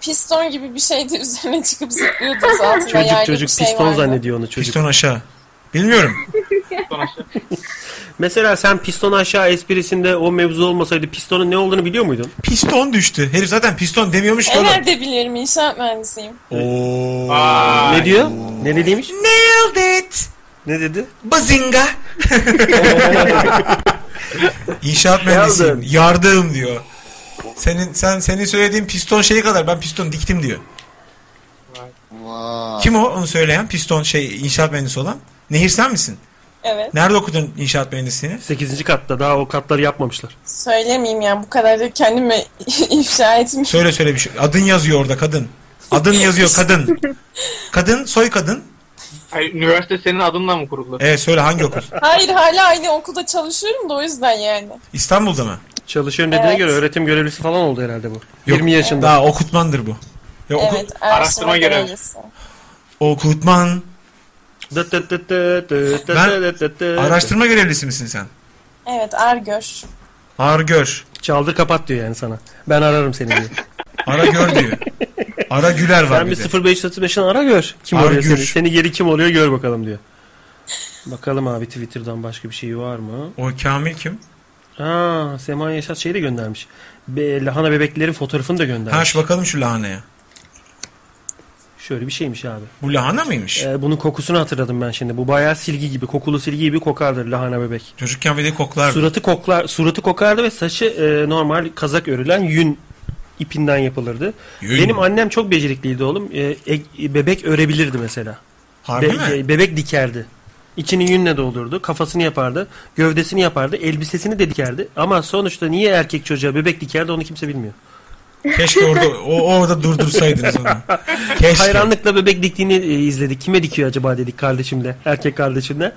Speaker 8: piston gibi bir şeydi üzerine çıkıp zıplıyordunuz altında
Speaker 2: Çocuk
Speaker 8: yaylı
Speaker 2: çocuk
Speaker 8: bir şey
Speaker 2: piston
Speaker 8: vardı.
Speaker 2: zannediyor onu çocuk. Piston
Speaker 3: aşağı. Bilmiyorum.
Speaker 2: Mesela sen piston aşağı esprisinde o mevzu olmasaydı pistonun ne olduğunu biliyor muydun?
Speaker 3: Piston düştü. Herif zaten piston demiyormuş ki
Speaker 8: E
Speaker 3: oğlum.
Speaker 8: nerede bilirim inşaat mühendisiyim.
Speaker 3: Oo.
Speaker 2: Ne diyor? Ne dediymiş?
Speaker 14: Nailed it.
Speaker 2: Ne dedi?
Speaker 14: Bazinga.
Speaker 3: İnşaat mühendisiyim. Yardım diyor. Senin sen senin söylediğin piston şeyi kadar ben piston diktim diyor. Kim o onu söyleyen piston şey inşaat mühendisi olan? Nehir sen misin?
Speaker 8: Evet.
Speaker 3: Nerede okudun inşaat mühendisliğini?
Speaker 2: 8. katta daha o katları yapmamışlar.
Speaker 8: Söylemeyeyim yani bu kadar da kendimi ifşa etmeyeyim.
Speaker 3: Söyle söyle bir şey. Adın yazıyor orada kadın. Adın yazıyor kadın. Kadın soy kadın.
Speaker 5: Ay, üniversite senin adınla mı kuruldu?
Speaker 3: Evet E, söyle hangi okul?
Speaker 8: Hayır hala aynı okulda çalışıyorum da o yüzden yani.
Speaker 3: İstanbul'da mı?
Speaker 2: Çalışıyorum dediğine
Speaker 8: Evet.
Speaker 2: göre öğretim görevlisi falan oldu herhalde bu. 20 yaşında.
Speaker 3: Daha okutmandır bu. Ya oku-
Speaker 8: Evet. Araştırma görevlisi.
Speaker 3: Okutman. Ben araştırma görevlisi misin sen?
Speaker 8: Evet Argör.
Speaker 3: Argör.
Speaker 2: Çaldır kapat diyor yani sana. Ben ararım seni diyor.
Speaker 3: Ara gör diyor. Ara güler var
Speaker 2: Sen bir
Speaker 3: bir de.
Speaker 2: 0535'ten ara gör. Kim
Speaker 3: Ara
Speaker 2: oluyor
Speaker 3: gör.
Speaker 2: seni? Seni geri kim oluyor gör bakalım diyor. Bakalım abi Twitter'dan başka bir şey var mı?
Speaker 3: O Kamil kim?
Speaker 2: Aa, Sema Yaşat şeyi de göndermiş. Be, lahana bebeklerin fotoğrafını da göndermiş.
Speaker 3: Ha şu bakalım şu lahanaya.
Speaker 2: Şöyle bir şeymiş abi.
Speaker 3: Bu lahana mıymış?
Speaker 2: Ee, bunun kokusunu hatırladım ben şimdi. Bu bayağı silgi gibi, kokulu silgi gibi kokardır lahana bebek.
Speaker 3: Çocukken bir de koklardı.
Speaker 2: Suratı koklar, suratı kokardı ve saçı e, normal kazak örülen yün ipinden yapılırdı.
Speaker 3: Yün.
Speaker 2: Benim annem çok becerikliydi oğlum. E, e, bebek örebilirdi mesela.
Speaker 3: Harbi mi?
Speaker 2: e, bebek dikerdi. İçini yünle doldurdu, kafasını yapardı, gövdesini yapardı, elbisesini de dikerdi. Ama sonuçta niye erkek çocuğa bebek dikerdi onu kimse bilmiyor.
Speaker 3: Keşke orada o orada durdursaydınız onu. Keşke.
Speaker 2: Hayranlıkla bebek diktiğini e, izledik. Kime dikiyor acaba dedik kardeşimle, erkek kardeşimle.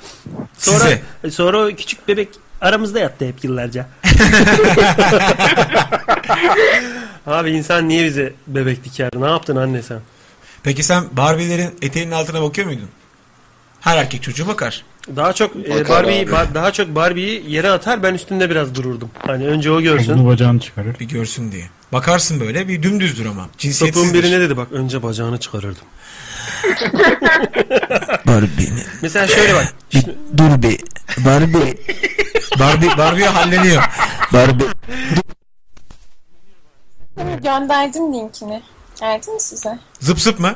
Speaker 2: Sonra
Speaker 3: Size.
Speaker 2: e, sonra o küçük bebek aramızda yattı hep yıllarca. Abi insan niye bize bebek diker? Ne yaptın anne sen?
Speaker 3: Peki sen Barbie'lerin eteğinin altına bakıyor muydun? Her erkek çocuğu bakar.
Speaker 2: Daha çok e,
Speaker 3: Bakar
Speaker 2: Barbie'yi
Speaker 3: abi.
Speaker 2: ba- daha çok Barbie'yi yere atar ben üstünde biraz dururdum. Hani önce o
Speaker 10: Bunu
Speaker 2: görsün.
Speaker 10: bacağını çıkarır.
Speaker 3: Bir görsün diye. Bakarsın böyle bir dümdüzdür ama.
Speaker 2: Sapığın
Speaker 3: Cinsiyetsizdir.
Speaker 2: birine dedi bak önce bacağını çıkarırdım.
Speaker 4: Barbie.
Speaker 2: Mesela şöyle bak.
Speaker 4: Dur bir. Barbie.
Speaker 3: Barbie, Barbie halleniyor.
Speaker 4: Barbie.
Speaker 8: Gönderdim linkini. Geldi mi size?
Speaker 3: Zıp zıp mı?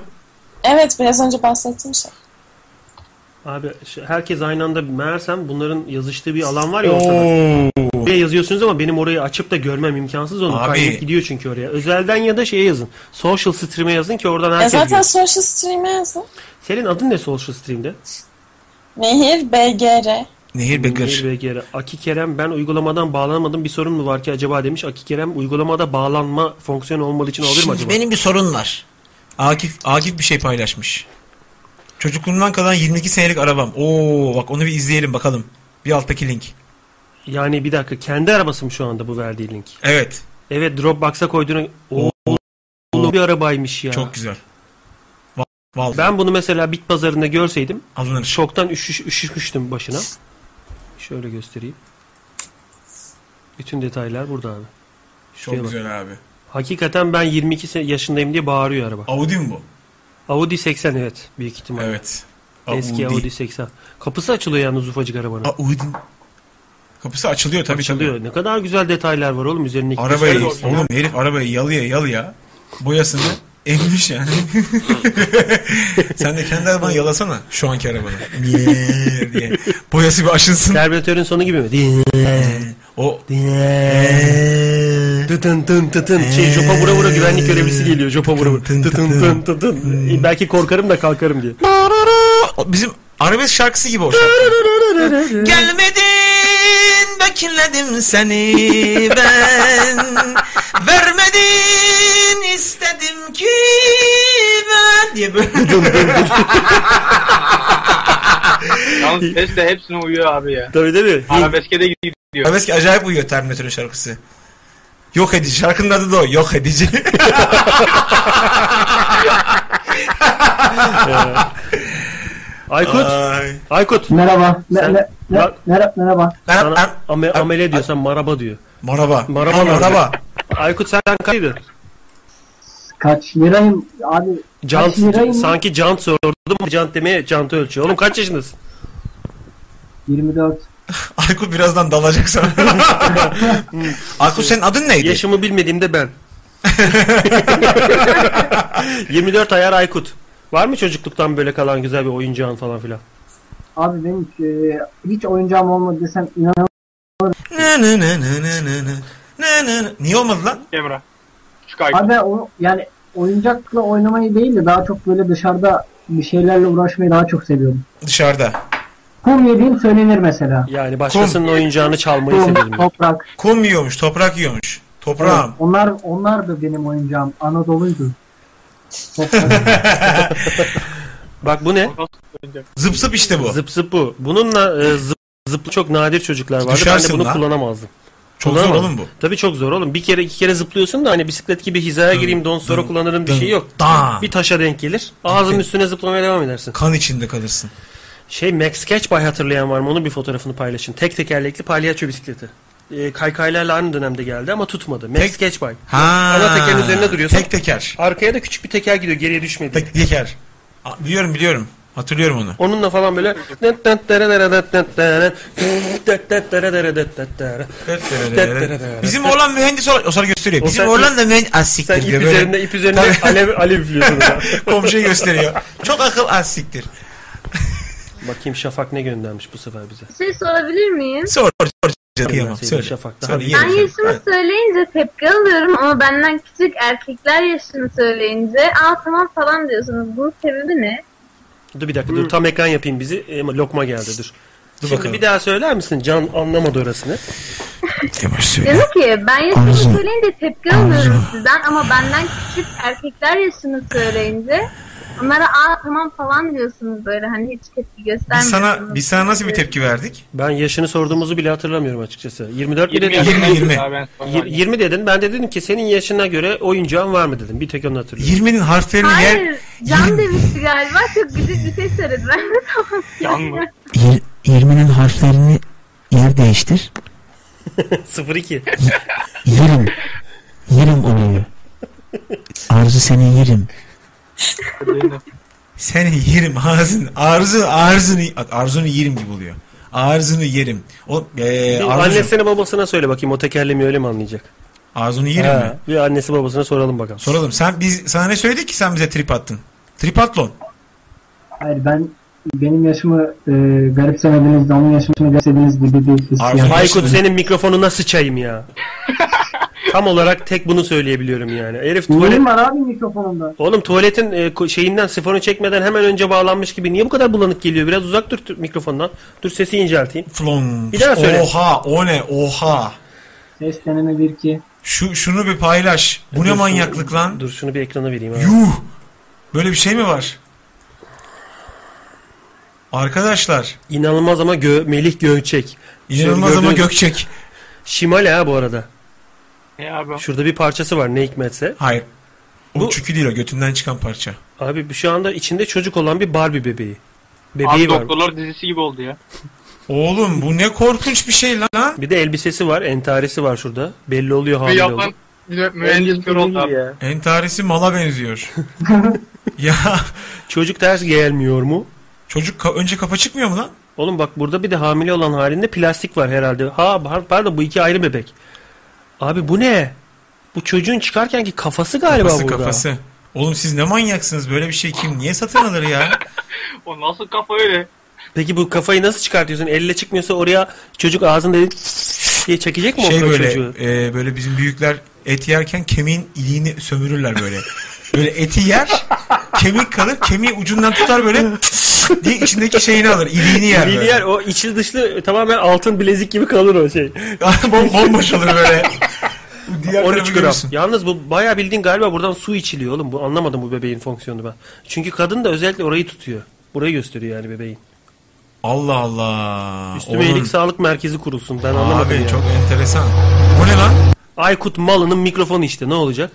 Speaker 8: Evet biraz önce bahsettiğim şey.
Speaker 2: Abi şu- herkes aynı anda meğersem bunların yazıştığı bir alan var ya
Speaker 3: Oo.
Speaker 2: ortada. Oraya yazıyorsunuz ama benim orayı açıp da görmem imkansız onu.
Speaker 3: Abi.
Speaker 2: Kaybolup gidiyor çünkü oraya. Özelden ya da şeye yazın. Social stream'e yazın ki oradan
Speaker 8: Ya
Speaker 2: herkes
Speaker 8: zaten
Speaker 2: görsün.
Speaker 8: social stream'e yazın.
Speaker 2: Senin adın ne social stream'de?
Speaker 8: Nehir BGR.
Speaker 3: Nehir Bekir.
Speaker 2: Nehir Bekir. Aki Kerem ben uygulamadan bağlanamadım bir sorun mu var ki acaba demiş. Aki Kerem uygulamada bağlanma fonksiyonu olmadığı için olur mu
Speaker 3: Şimdi
Speaker 2: acaba?
Speaker 3: benim bir sorun var. Akif, Akif bir şey paylaşmış. Çocukluğumdan kalan 22 senelik arabam. Oo bak onu bir izleyelim bakalım. Bir alttaki link.
Speaker 2: Yani bir dakika kendi arabası mı şu anda bu verdiği link?
Speaker 3: Evet.
Speaker 2: Evet Dropbox'a koyduğun o oğlum bir arabaymış ya.
Speaker 3: Çok güzel.
Speaker 2: Ben bunu mesela bit pazarında görseydim
Speaker 3: Alınır.
Speaker 2: şoktan üşüş, üşüşmüştüm başına. Şöyle göstereyim. Bütün detaylar burada abi. Şuraya
Speaker 3: Çok
Speaker 2: şey bak.
Speaker 3: güzel abi.
Speaker 2: Hakikaten ben 22 se- yaşındayım diye bağırıyor araba.
Speaker 3: Audi mi bu?
Speaker 2: Audi 80 evet büyük ihtimalle.
Speaker 3: Evet.
Speaker 2: Eski
Speaker 3: Audi.
Speaker 2: Audi 80. Kapısı açılıyor yalnız ufacık arabanın.
Speaker 3: Audi. Kapısı açılıyor tabii
Speaker 2: Açılıyor. Ne kadar güzel detaylar var oğlum üzerindeki.
Speaker 3: tabii. Arabayı, oğlum herif arabayı yalıya yalıya boyasını emmiş yani. Sen de kendi arabanı yalasana şu anki arabanı. Mier diye. Boyası bir aşınsın.
Speaker 2: Terminatörün sonu gibi mi? Diye.
Speaker 3: O
Speaker 4: Ee,
Speaker 2: Tıtın tın tıtın. Şey jopa vura vura güvenlik görevlisi geliyor. Jopa vura vura. Tıtın Ee, tın tıtın. E, Belki korkarım da kalkarım diye.
Speaker 3: Bizim arabesk şarkısı gibi o Gelmedin bekledim seni ben Vermedin istedim ki ben diye böyle
Speaker 5: Yalnız ses de hepsine uyuyor abi ya.
Speaker 2: Tabii tabii.
Speaker 5: Arabeske de gidiyor.
Speaker 3: Arabesk acayip uyuyor Terminator'ın şarkısı Yok edici şarkının adı da o yok edici
Speaker 2: Aykut.
Speaker 3: Ay.
Speaker 2: Aykut.
Speaker 12: Merhaba. Me-
Speaker 2: Sen-
Speaker 12: me- me-
Speaker 2: Bak-
Speaker 12: mera- merhaba.
Speaker 2: Sana ame- amele diyor. Sen maraba diyor.
Speaker 3: Maraba.
Speaker 2: Maraba.
Speaker 3: Ha, maraba.
Speaker 2: Aykut sen kaydın.
Speaker 12: Kaç lirayım abi?
Speaker 2: Can,
Speaker 12: kaç lirayım?
Speaker 2: sanki can sordum. Can demeye cantı ölçüyor. Oğlum kaç yaşındasın?
Speaker 12: 24.
Speaker 3: Aykut birazdan dalacak sana Aykut senin adın neydi?
Speaker 2: Yaşımı bilmediğimde ben. 24 ayar Aykut. Var mı çocukluktan böyle kalan güzel bir oyuncağın falan filan?
Speaker 12: Abi benim e, hiç oyuncağım olmadı desem inanamam.
Speaker 3: Ne ne ne ne ne ne ne ne ne ne Niye olmadı lan?
Speaker 5: Emrah.
Speaker 12: Abi o yani oyuncakla oynamayı değil de daha çok böyle dışarıda bir şeylerle uğraşmayı daha çok seviyorum.
Speaker 3: Dışarıda.
Speaker 12: Kum yediğim söylenir mesela.
Speaker 2: Yani başkasının oyuncağını çalmayı seviyorum.
Speaker 12: Kum, toprak.
Speaker 3: Kum yiyormuş, toprak yiyormuş.
Speaker 12: Evet,
Speaker 3: Toprağım.
Speaker 12: onlar onlar da benim oyuncağım. Anadolu'ydu. Toprak.
Speaker 2: Bak bu ne?
Speaker 3: Zıp zıp işte bu.
Speaker 2: Zıp zıp bu. Bununla e, zıp zıplı çok nadir çocuklar vardı.
Speaker 3: Düşersin
Speaker 2: ben de bunu
Speaker 3: lan.
Speaker 2: kullanamazdım.
Speaker 3: Çok zor
Speaker 2: Kullanamazdım.
Speaker 3: oğlum bu.
Speaker 2: Tabii çok zor oğlum. Bir kere iki kere zıplıyorsun da hani bisiklet gibi hizaya gireyim don sonra kullanırım bir şey yok. Bir taşa denk gelir. Ağzının üstüne zıplamaya devam edersin.
Speaker 3: Kan içinde kalırsın.
Speaker 2: Şey Max Catchby hatırlayan var mı? Onun bir fotoğrafını paylaşın. Tek tekerlekli palyaço bisikleti. E, kaykaylarla aynı dönemde geldi ama tutmadı. Max Catchby.
Speaker 3: Ha.
Speaker 2: Ana tekerin üzerine duruyorsun.
Speaker 3: Tek teker.
Speaker 2: Arkaya da küçük bir teker gidiyor geriye düşmedi.
Speaker 3: Tek teker. A- Biliyorum biliyorum. Hatırlıyorum onu.
Speaker 2: Onunla falan böyle
Speaker 3: Bizim Orlan mühendis olarak o sana gösteriyor.
Speaker 2: O
Speaker 3: Bizim
Speaker 2: sen-
Speaker 3: Orlan da mühendis az siktir
Speaker 2: Sen ip
Speaker 3: diyor. böyle.
Speaker 2: üzerinde ip üzerinde
Speaker 3: Tabii.
Speaker 2: alev alev üflüyorsun.
Speaker 3: Komşuya gösteriyor. Çok akıl az siktir.
Speaker 2: Bakayım Şafak ne göndermiş bu sefer bize.
Speaker 13: Bir şey sorabilir miyim?
Speaker 3: Sor sor.
Speaker 2: Kıyamam,
Speaker 3: Kıyamam
Speaker 2: sevgili
Speaker 3: söyle.
Speaker 2: Şafak, daha
Speaker 3: söyle
Speaker 2: bir- şey.
Speaker 13: Ben
Speaker 3: yerim.
Speaker 13: yaşımı söyleyince tepki alıyorum ama benden küçük erkekler yaşını söyleyince aa tamam falan diyorsunuz. Bunun sebebi ne?
Speaker 2: Dur bir dakika dur tam ekran yapayım bizi. E, lokma geldi dur. Şimdi
Speaker 13: bakalım.
Speaker 2: bir daha söyler misin? Can anlamadı orasını.
Speaker 13: Diyor ki ben yaşımı
Speaker 2: Arzu.
Speaker 13: söyleyince tepki alıyorum sizden ama benden küçük erkekler yaşını söyleyince onlara aa tamam falan diyorsunuz böyle hani hiç tepki
Speaker 3: Biz
Speaker 13: göstermiyorsunuz.
Speaker 3: sana, biz sana nasıl bir tepki verdik?
Speaker 2: Ben yaşını sorduğumuzu bile hatırlamıyorum açıkçası. 24 mi
Speaker 3: 20,
Speaker 2: dedin?
Speaker 3: 20, 20.
Speaker 2: Yir- 20 dedin. Ben de dedim ki senin yaşına göre oyuncağın var mı dedim. Bir tek onu hatırlıyorum.
Speaker 3: 20'nin harflerini
Speaker 13: Hayır, Can demişti galiba. Çok güzel bir şey söyledi. Ben de tamam.
Speaker 2: Can mı?
Speaker 4: 20'nin harflerini yer değiştir.
Speaker 2: 02.
Speaker 4: Yerim. Yerim oluyor. Arzu seni yerim.
Speaker 3: Seni yerim ağzını. Arzu, arzunu, arzunu yerim gibi oluyor. Arzunu yerim. O, ee,
Speaker 2: Bir
Speaker 3: Arzucuğum,
Speaker 2: annesine babasına söyle bakayım o tekerlemi öyle mi anlayacak?
Speaker 3: Arzunu yerim
Speaker 2: Ha,
Speaker 3: mi?
Speaker 2: Bir annesi babasına soralım bakalım.
Speaker 3: Soralım. Sen biz sana ne söyledik ki sen bize trip attın? Trip atlon.
Speaker 12: Hayır ben benim yaşımı e, garipsemediniz de onun yaşını garipsemediğiniz gibi bir hissiyat.
Speaker 2: Aykut senin mikrofonuna sıçayım ya. Tam olarak tek bunu söyleyebiliyorum yani. Herif tuvalet...
Speaker 12: Neyim var abi mikrofonunda?
Speaker 2: Oğlum tuvaletin e, ko- şeyinden sifonu çekmeden hemen önce bağlanmış gibi niye bu kadar bulanık geliyor? Biraz uzak dur t- mikrofondan. Dur sesi incelteyim.
Speaker 3: Flon.
Speaker 2: Bir daha söyle.
Speaker 3: Oha o ne oha.
Speaker 12: Ses deneme bir ki.
Speaker 3: Şu, şunu bir paylaş. Bu ne
Speaker 2: Dur,
Speaker 3: manyaklık
Speaker 2: şunu-
Speaker 3: lan?
Speaker 2: Dur şunu bir ekrana vereyim. Abi.
Speaker 3: Yuh. Böyle bir şey mi var? Arkadaşlar.
Speaker 2: İnanılmaz ama gö Melih Gökçek.
Speaker 3: İnanılmaz ama Gökçek.
Speaker 2: Şimal ha bu arada.
Speaker 5: Ne abi? o?
Speaker 2: Şurada bir parçası var ne hikmetse.
Speaker 3: Hayır. O çünkü değil o götünden çıkan parça.
Speaker 2: Abi şu anda içinde çocuk olan bir Barbie bebeği.
Speaker 5: Abi
Speaker 2: Bebeği var.
Speaker 5: doktorlar dizisi gibi oldu ya.
Speaker 3: Oğlum bu ne korkunç bir şey lan.
Speaker 2: Bir de elbisesi var, entaresi var şurada. Belli oluyor
Speaker 5: Bir
Speaker 2: hamile
Speaker 5: yapan
Speaker 2: oldu.
Speaker 5: mühendis bir oldu abi.
Speaker 3: Entaresi mala benziyor. ya.
Speaker 2: Çocuk ters gelmiyor mu?
Speaker 3: Çocuk ka- önce kafa çıkmıyor mu lan?
Speaker 2: Oğlum bak burada bir de hamile olan halinde plastik var herhalde. Ha par- pardon bu iki ayrı bebek. Abi bu ne? Bu çocuğun çıkarken ki kafası galiba
Speaker 3: kafası
Speaker 2: burada.
Speaker 3: kafası. Oğlum siz ne manyaksınız böyle bir şey kim niye satın alır ya?
Speaker 5: O nasıl kafa öyle?
Speaker 2: Peki bu kafayı nasıl çıkartıyorsun? Elle çıkmıyorsa oraya çocuk ağzında diye çekecek mi o
Speaker 3: şey
Speaker 2: kadar
Speaker 3: böyle
Speaker 2: çocuğu?
Speaker 3: e, böyle bizim büyükler et yerken kemiğin iliğini sömürürler böyle. Böyle eti yer, kemik kalır, kemiği ucundan tutar böyle diye içindeki şeyini alır, iliğini yer.
Speaker 2: Lili
Speaker 3: böyle.
Speaker 2: yer o içli dışlı tamamen altın bilezik gibi kalır o şey.
Speaker 3: Bomboş olur böyle. Diğer
Speaker 2: 13
Speaker 3: tarafı
Speaker 2: gram.
Speaker 3: görürsün.
Speaker 2: Yalnız bu bayağı bildiğin galiba buradan su içiliyor oğlum. Bu anlamadım bu bebeğin fonksiyonu ben. Çünkü kadın da özellikle orayı tutuyor. Burayı gösteriyor yani bebeğin.
Speaker 3: Allah Allah.
Speaker 2: Üstüme iyilik sağlık merkezi kurulsun. Ben anlamadım
Speaker 3: Abi
Speaker 2: yani.
Speaker 3: çok enteresan. Bu ne lan?
Speaker 2: Aykut Malı'nın mikrofonu işte ne olacak?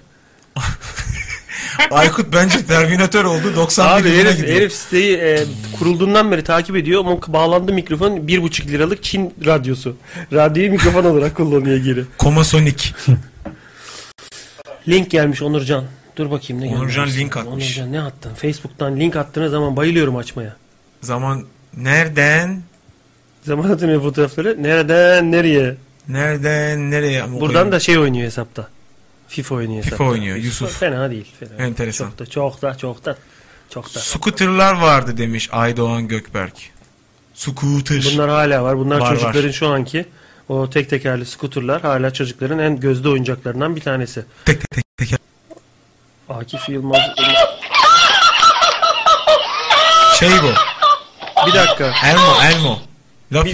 Speaker 3: Aykut bence Terminator oldu 90
Speaker 2: Abi
Speaker 3: milyona
Speaker 2: herif,
Speaker 3: gidiyor.
Speaker 2: herif siteyi e, kurulduğundan beri takip ediyor ama bağlandı mikrofon 1,5 liralık Çin radyosu. Radyoyu mikrofon olarak kullanıyor geri.
Speaker 3: Komasonik.
Speaker 2: Link gelmiş Onurcan. Dur bakayım ne gelmiş.
Speaker 3: Onurcan link atmış.
Speaker 2: Onurcan ne attın? Facebook'tan link attığınız zaman bayılıyorum açmaya.
Speaker 3: Zaman nereden?
Speaker 2: Zaman atın fotoğrafları. Nereden nereye?
Speaker 3: Nereden nereye? Ama
Speaker 2: Buradan
Speaker 3: koyayım.
Speaker 2: da şey oynuyor hesapta. FIFA oynuyor
Speaker 3: FIFA
Speaker 2: hesapta.
Speaker 3: oynuyor, Yusuf.
Speaker 2: Fena değil. Fena.
Speaker 3: Enteresan.
Speaker 2: Çok da çok da çok da. Çok da.
Speaker 3: Scooter'lar vardı demiş Aydoğan Gökberk. Scooter.
Speaker 2: Bunlar hala var. Bunlar
Speaker 3: Var,
Speaker 2: çocukların
Speaker 3: var.
Speaker 2: şu anki o tek tekerli skuterlar hala çocukların en gözde oyuncaklarından bir tanesi.
Speaker 3: Tek tek teker.
Speaker 2: Akif Yılmaz.
Speaker 3: Şey bu.
Speaker 2: Bir dakika.
Speaker 3: Elmo, Elmo.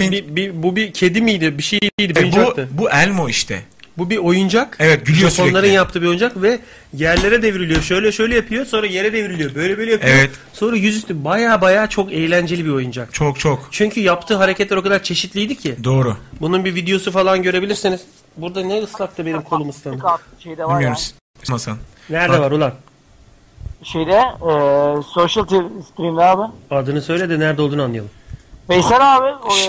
Speaker 2: Bir- bir- bir- bu bir kedi miydi? Bir şeydi.
Speaker 3: E, bu,
Speaker 2: oyuncaktı.
Speaker 3: bu Elmo işte.
Speaker 2: Bu bir oyuncak.
Speaker 3: Evet gülüyor
Speaker 2: Japonların
Speaker 3: sürekli.
Speaker 2: yaptığı bir oyuncak ve yerlere devriliyor. Şöyle şöyle yapıyor sonra yere devriliyor. Böyle böyle yapıyor.
Speaker 3: Evet.
Speaker 2: Sonra yüzüstü baya baya çok eğlenceli bir oyuncak.
Speaker 3: Çok çok.
Speaker 2: Çünkü yaptığı hareketler o kadar çeşitliydi ki.
Speaker 3: Doğru.
Speaker 2: Bunun bir videosu falan görebilirseniz. Burada ne ıslaktı benim kolum ıslandı.
Speaker 18: Şeyde var ya.
Speaker 3: Bilmiyorum. Hasan.
Speaker 2: Nerede
Speaker 3: Bak.
Speaker 2: var ulan?
Speaker 18: Şeyde e, social t- stream'de abi.
Speaker 2: Adını söyle de nerede olduğunu anlayalım.
Speaker 18: Veysel abi. O, e,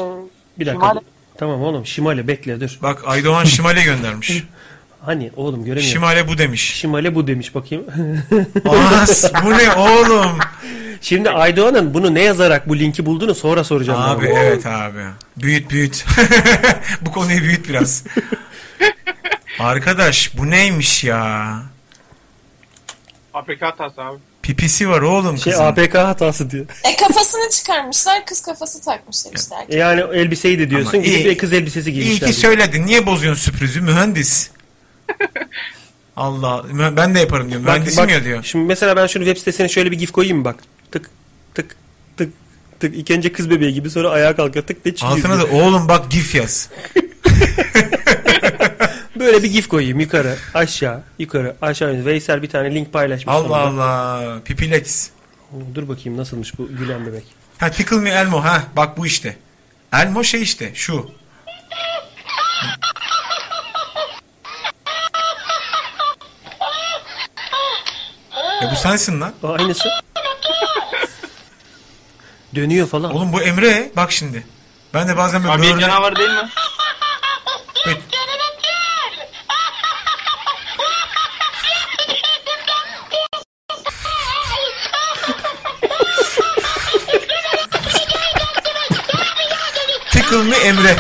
Speaker 2: Bir dakika.
Speaker 18: Şimale-
Speaker 2: Tamam oğlum Şimale bekle dur.
Speaker 3: Bak Aydoğan Şimale göndermiş.
Speaker 2: Hani oğlum göremiyorum.
Speaker 3: Şimale bu demiş.
Speaker 2: Şimale bu demiş bakayım.
Speaker 3: As, bu ne oğlum?
Speaker 2: Şimdi Aydoğan'ın bunu ne yazarak bu linki bulduğunu sonra soracağım. ben
Speaker 3: Abi
Speaker 2: ona.
Speaker 3: evet abi. Büyüt büyüt. bu konuyu büyüt biraz. Arkadaş bu neymiş ya?
Speaker 5: APK hatası abi.
Speaker 3: Pipisi var oğlum
Speaker 2: Şey
Speaker 3: kızın.
Speaker 2: APK hatası diyor.
Speaker 8: E kafasını çıkarmışlar, kız kafası takmışlar işte erkek.
Speaker 2: E Yani elbiseyi de diyorsun.
Speaker 3: Ama
Speaker 2: Gidip
Speaker 3: iyi-
Speaker 2: bir kız elbisesi
Speaker 3: İyi
Speaker 2: giymişler.
Speaker 3: ki söyledin. Niye bozuyorsun sürprizi mühendis? Allah mü- ben de yaparım diyor.
Speaker 2: Bak,
Speaker 3: Mühendisim
Speaker 2: bak,
Speaker 3: ya diyor.
Speaker 2: Şimdi mesela ben şunu web sitesine şöyle bir gif koyayım mı bak. Tık tık tık tık. İlk önce kız bebeği gibi sonra ayağa kalkıyor tık diye çıkıyor.
Speaker 3: Altına da oğlum bak gif yaz.
Speaker 2: Böyle bir gif koyayım yukarı aşağı yukarı aşağı. Veysel bir tane link paylaşmış.
Speaker 3: Allah
Speaker 2: sonunda.
Speaker 3: Allah. Pipilex.
Speaker 2: Dur bakayım nasılmış bu gülen bebek.
Speaker 3: Ha pickle mi elmo ha bak bu işte. Elmo şey işte şu. Ya E, bu sensin lan.
Speaker 2: aynısı. Dönüyor falan.
Speaker 3: Oğlum bu Emre bak şimdi. Ben de bazen böyle
Speaker 5: Abi
Speaker 3: böğrüne-
Speaker 5: canavar değil mi?
Speaker 3: Tickle mi Emre?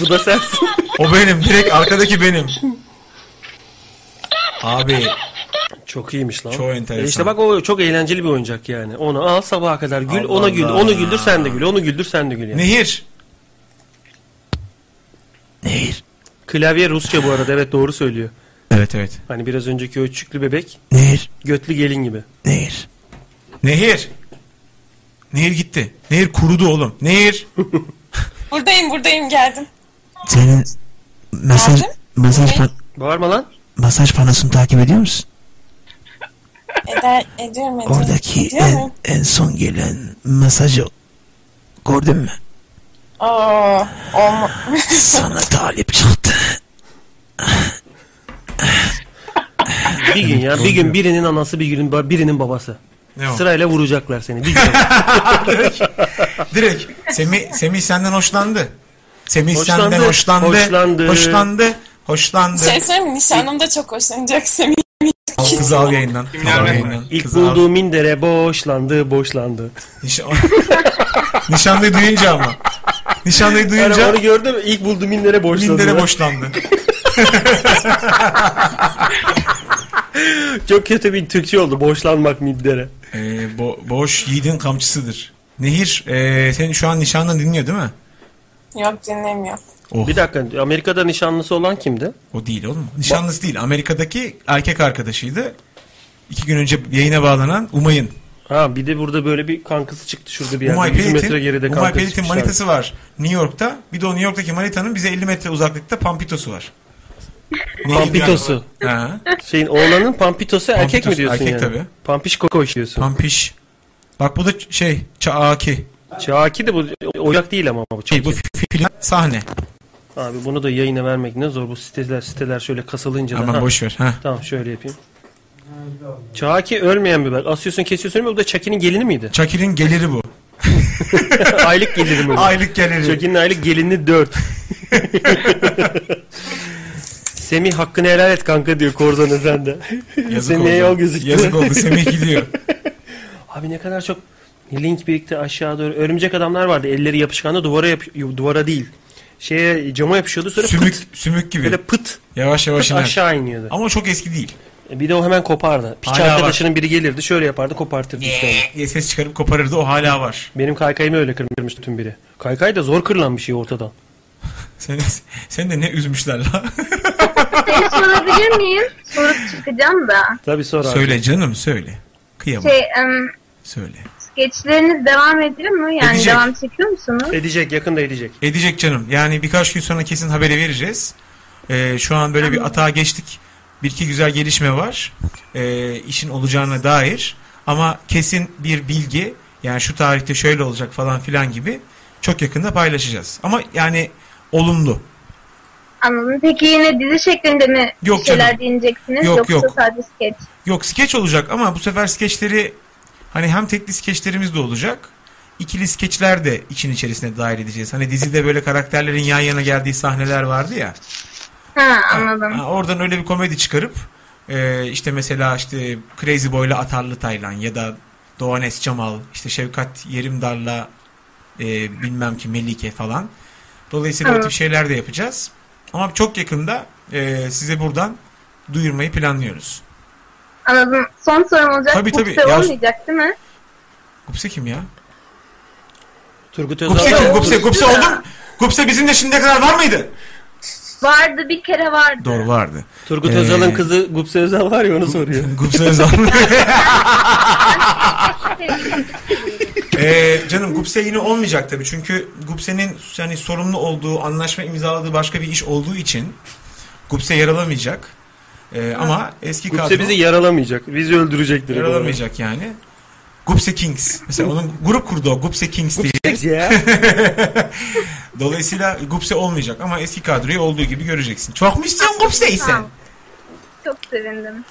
Speaker 2: Bu da sensin.
Speaker 3: O benim. Direkt arkadaki benim. Abi.
Speaker 2: Çok iyiymiş lan.
Speaker 3: Çok enteresan.
Speaker 2: E İşte bak o çok eğlenceli bir oyuncak yani. Onu al sabaha kadar gül,
Speaker 3: Allah
Speaker 2: ona gül,
Speaker 3: Allah.
Speaker 2: onu güldür sen de gül, onu güldür sen de gül yani.
Speaker 3: Nehir.
Speaker 2: Klavye Rusça bu arada evet doğru söylüyor.
Speaker 3: Evet evet.
Speaker 2: Hani biraz önceki o çüklü bebek.
Speaker 4: Nehir.
Speaker 2: Götlü gelin gibi.
Speaker 4: Nehir.
Speaker 3: Nehir. Nehir gitti. Nehir kurudu oğlum. Nehir.
Speaker 8: Buradayım buradayım geldim.
Speaker 4: Senin mesaj mesaj pa-
Speaker 2: Bağırma lan.
Speaker 4: mesaj panosunu takip ediyor musun?
Speaker 8: E, Eder, ediyorum ediyorum.
Speaker 4: Oradaki
Speaker 8: Ediyor
Speaker 4: en,
Speaker 8: muyum?
Speaker 4: en son gelen mesajı gördün mü?
Speaker 8: Oo, olma.
Speaker 4: Sana talip çıktı.
Speaker 2: Bir gün ya bir gün birinin anası bir gün ba- birinin babası.
Speaker 3: Ne o?
Speaker 2: Sırayla vuracaklar seni. Bir gün.
Speaker 3: Direkt. Semih, Semih senden hoşlandı. Semih
Speaker 2: Hoşlandı,
Speaker 3: senden hoşlandı.
Speaker 2: hoşlandı.
Speaker 3: Hoşlandı. Hoşlandı.
Speaker 8: şey söyleyeyim mi? Nişanlım da çok hoşlanacak Semih.
Speaker 3: Al kızı al yayından. Al yayından.
Speaker 2: İlk
Speaker 3: Kızı al.
Speaker 2: bulduğu mindere boşlandı, boşlandı.
Speaker 3: Nişanlıyı duyunca ama. Nişanlıyı duyunca.
Speaker 2: Yani onu gördüm ilk bulduğu mindere boşlandı.
Speaker 3: Mindere boşlandı.
Speaker 2: Çok kötü bir Türkçe oldu. Boşlanmak mindere.
Speaker 3: Ee, bo- boş yiğidin kamçısıdır. Nehir, ee, seni şu an nişandan dinliyor değil mi?
Speaker 8: Yok dinlemiyor.
Speaker 2: Bir dakika Amerika'da nişanlısı olan kimdi?
Speaker 3: O değil oğlum. Nişanlısı değil. Amerika'daki erkek arkadaşıydı. İki gün önce yayına bağlanan Umay'ın.
Speaker 2: Ha bir de burada böyle bir kankası çıktı şurada bir yerde.
Speaker 3: Umay
Speaker 2: 100
Speaker 3: Pelit'in,
Speaker 2: metre geride
Speaker 3: Umay
Speaker 2: kankası
Speaker 3: Pelit'in
Speaker 2: çıkmış
Speaker 3: manitası var New York'ta. Bir de o New York'taki manitanın bize 50 metre uzaklıkta pampitosu var.
Speaker 2: abi. Pampitosu.
Speaker 3: Ha.
Speaker 2: Şeyin oğlanın pampitosu erkek
Speaker 3: Pampitosu,
Speaker 2: mi diyorsun
Speaker 3: erkek
Speaker 2: yani?
Speaker 3: tabii.
Speaker 2: Pampiş kokoş diyorsun.
Speaker 3: Pampiş. Bak bu da ç- şey Çaaki.
Speaker 2: Çaki de bu ocak değil ama bu
Speaker 3: Şey, bu fi- fi- filan sahne.
Speaker 2: Abi bunu da yayına vermek ne zor bu siteler siteler şöyle kasılınca da.
Speaker 3: Aman
Speaker 2: Ha.
Speaker 3: boş ver, ha.
Speaker 2: Tamam şöyle yapayım. Çaki ölmeyen biber. Asıyorsun kesiyorsun ölmüyor. Bu da Çaki'nin gelini miydi?
Speaker 3: Çaki'nin geliri bu.
Speaker 2: aylık geliri mi? bu?
Speaker 3: Aylık geliri.
Speaker 2: Çaki'nin aylık gelini 4. Semih hakkını helal et kanka diyor Korzan Özen de. Semih'e
Speaker 3: oldu.
Speaker 2: yol gözüktü.
Speaker 3: Yazık oldu, Semih gidiyor.
Speaker 2: Abi ne kadar çok link birikti aşağı doğru. Örümcek adamlar vardı. Elleri yapışkandı duvara yap duvara değil. Şeye cama yapışıyordu sonra
Speaker 3: Sümük,
Speaker 2: pıt.
Speaker 3: sümük gibi.
Speaker 2: Böyle pıt.
Speaker 3: Yavaş yavaş
Speaker 2: Pıt
Speaker 3: iner.
Speaker 2: aşağı iniyordu. E,
Speaker 3: Ama çok eski değil.
Speaker 2: Bir de o hemen kopardı. Piç
Speaker 3: Hala var.
Speaker 2: arkadaşının biri gelirdi şöyle yapardı kopartırdı. işte.
Speaker 3: diye ses çıkarıp koparırdı o hala var.
Speaker 2: Benim kaykayımı öyle kırmıştı tüm biri. Kaykay da zor kırılan bir şey ortadan.
Speaker 3: Sen, sen de ne üzmüşler la.
Speaker 13: Şey sorabilir miyim? Soru çıkacağım da.
Speaker 2: Tabii sonra.
Speaker 3: Söyle canım söyle. Kıyamam.
Speaker 13: Şey, em,
Speaker 3: Söyle.
Speaker 13: Skeçleriniz devam ediyor mu? Yani
Speaker 3: Edecek.
Speaker 13: devam çekiyor musunuz?
Speaker 3: Edecek yakında edecek. Edecek canım. Yani birkaç gün sonra kesin haberi vereceğiz. Ee, şu an böyle bir atağa geçtik. Bir iki güzel gelişme var. Ee, işin olacağına dair. Ama kesin bir bilgi yani şu tarihte şöyle olacak falan filan gibi çok yakında paylaşacağız. Ama yani olumlu.
Speaker 13: Anladım. Peki yine dizi şeklinde mi
Speaker 3: Yok
Speaker 13: bir şeyler
Speaker 3: canım.
Speaker 13: dinleyeceksiniz?
Speaker 3: Yok,
Speaker 13: Yoksa
Speaker 3: yok.
Speaker 13: sadece skeç.
Speaker 3: Yok skeç olacak ama bu sefer skeçleri hani hem tekli skeçlerimiz de olacak. ikili skeçler de için içerisine dahil edeceğiz. Hani dizide böyle karakterlerin yan yana geldiği sahneler vardı ya.
Speaker 13: Ha anladım.
Speaker 3: Ha, oradan öyle bir komedi çıkarıp e, işte mesela işte Crazy Boy'la Atarlı Taylan ya da Doğan Esçamal, işte Şevkat Yerimdar'la e, bilmem ki Melike falan. Dolayısıyla o
Speaker 13: Evet.
Speaker 3: tip şeyler de yapacağız. Ama çok yakında e, size buradan duyurmayı planlıyoruz.
Speaker 13: Anladım. Son sorum olacak.
Speaker 3: Tabii,
Speaker 13: Bu
Speaker 3: tabii.
Speaker 13: şey
Speaker 3: Ya-
Speaker 13: olmayacak değil mi?
Speaker 3: Gupse kim ya?
Speaker 19: Turgut
Speaker 3: Gupse kim? Gupse, Gupse oldum. Gupse bizim de şimdiye kadar var mıydı?
Speaker 13: Vardı bir kere vardı.
Speaker 3: Doğru vardı.
Speaker 2: Turgut
Speaker 3: Ee,
Speaker 2: Özal'ın kızı Gupse Özal var ya onu soruyor.
Speaker 3: Gupse Özal. Ee, canım Gupse yine olmayacak tabii. Çünkü Gupse'nin yani sorumlu olduğu, anlaşma imzaladığı başka bir iş olduğu için Gupse yaralamayacak. Ee, ama eski
Speaker 2: Gupse
Speaker 3: kadro
Speaker 2: bizi yaralamayacak. Bizi öldürecek direkt.
Speaker 3: yaralamayacak yani. Gupse Kings. Mesela onun grup kurdu o Gupse Kings diye. Dolayısıyla Gupse olmayacak ama eski kadroyu olduğu gibi göreceksin. Çok mu istiyorsun Gupse'yi sen?
Speaker 13: Çok sevindim.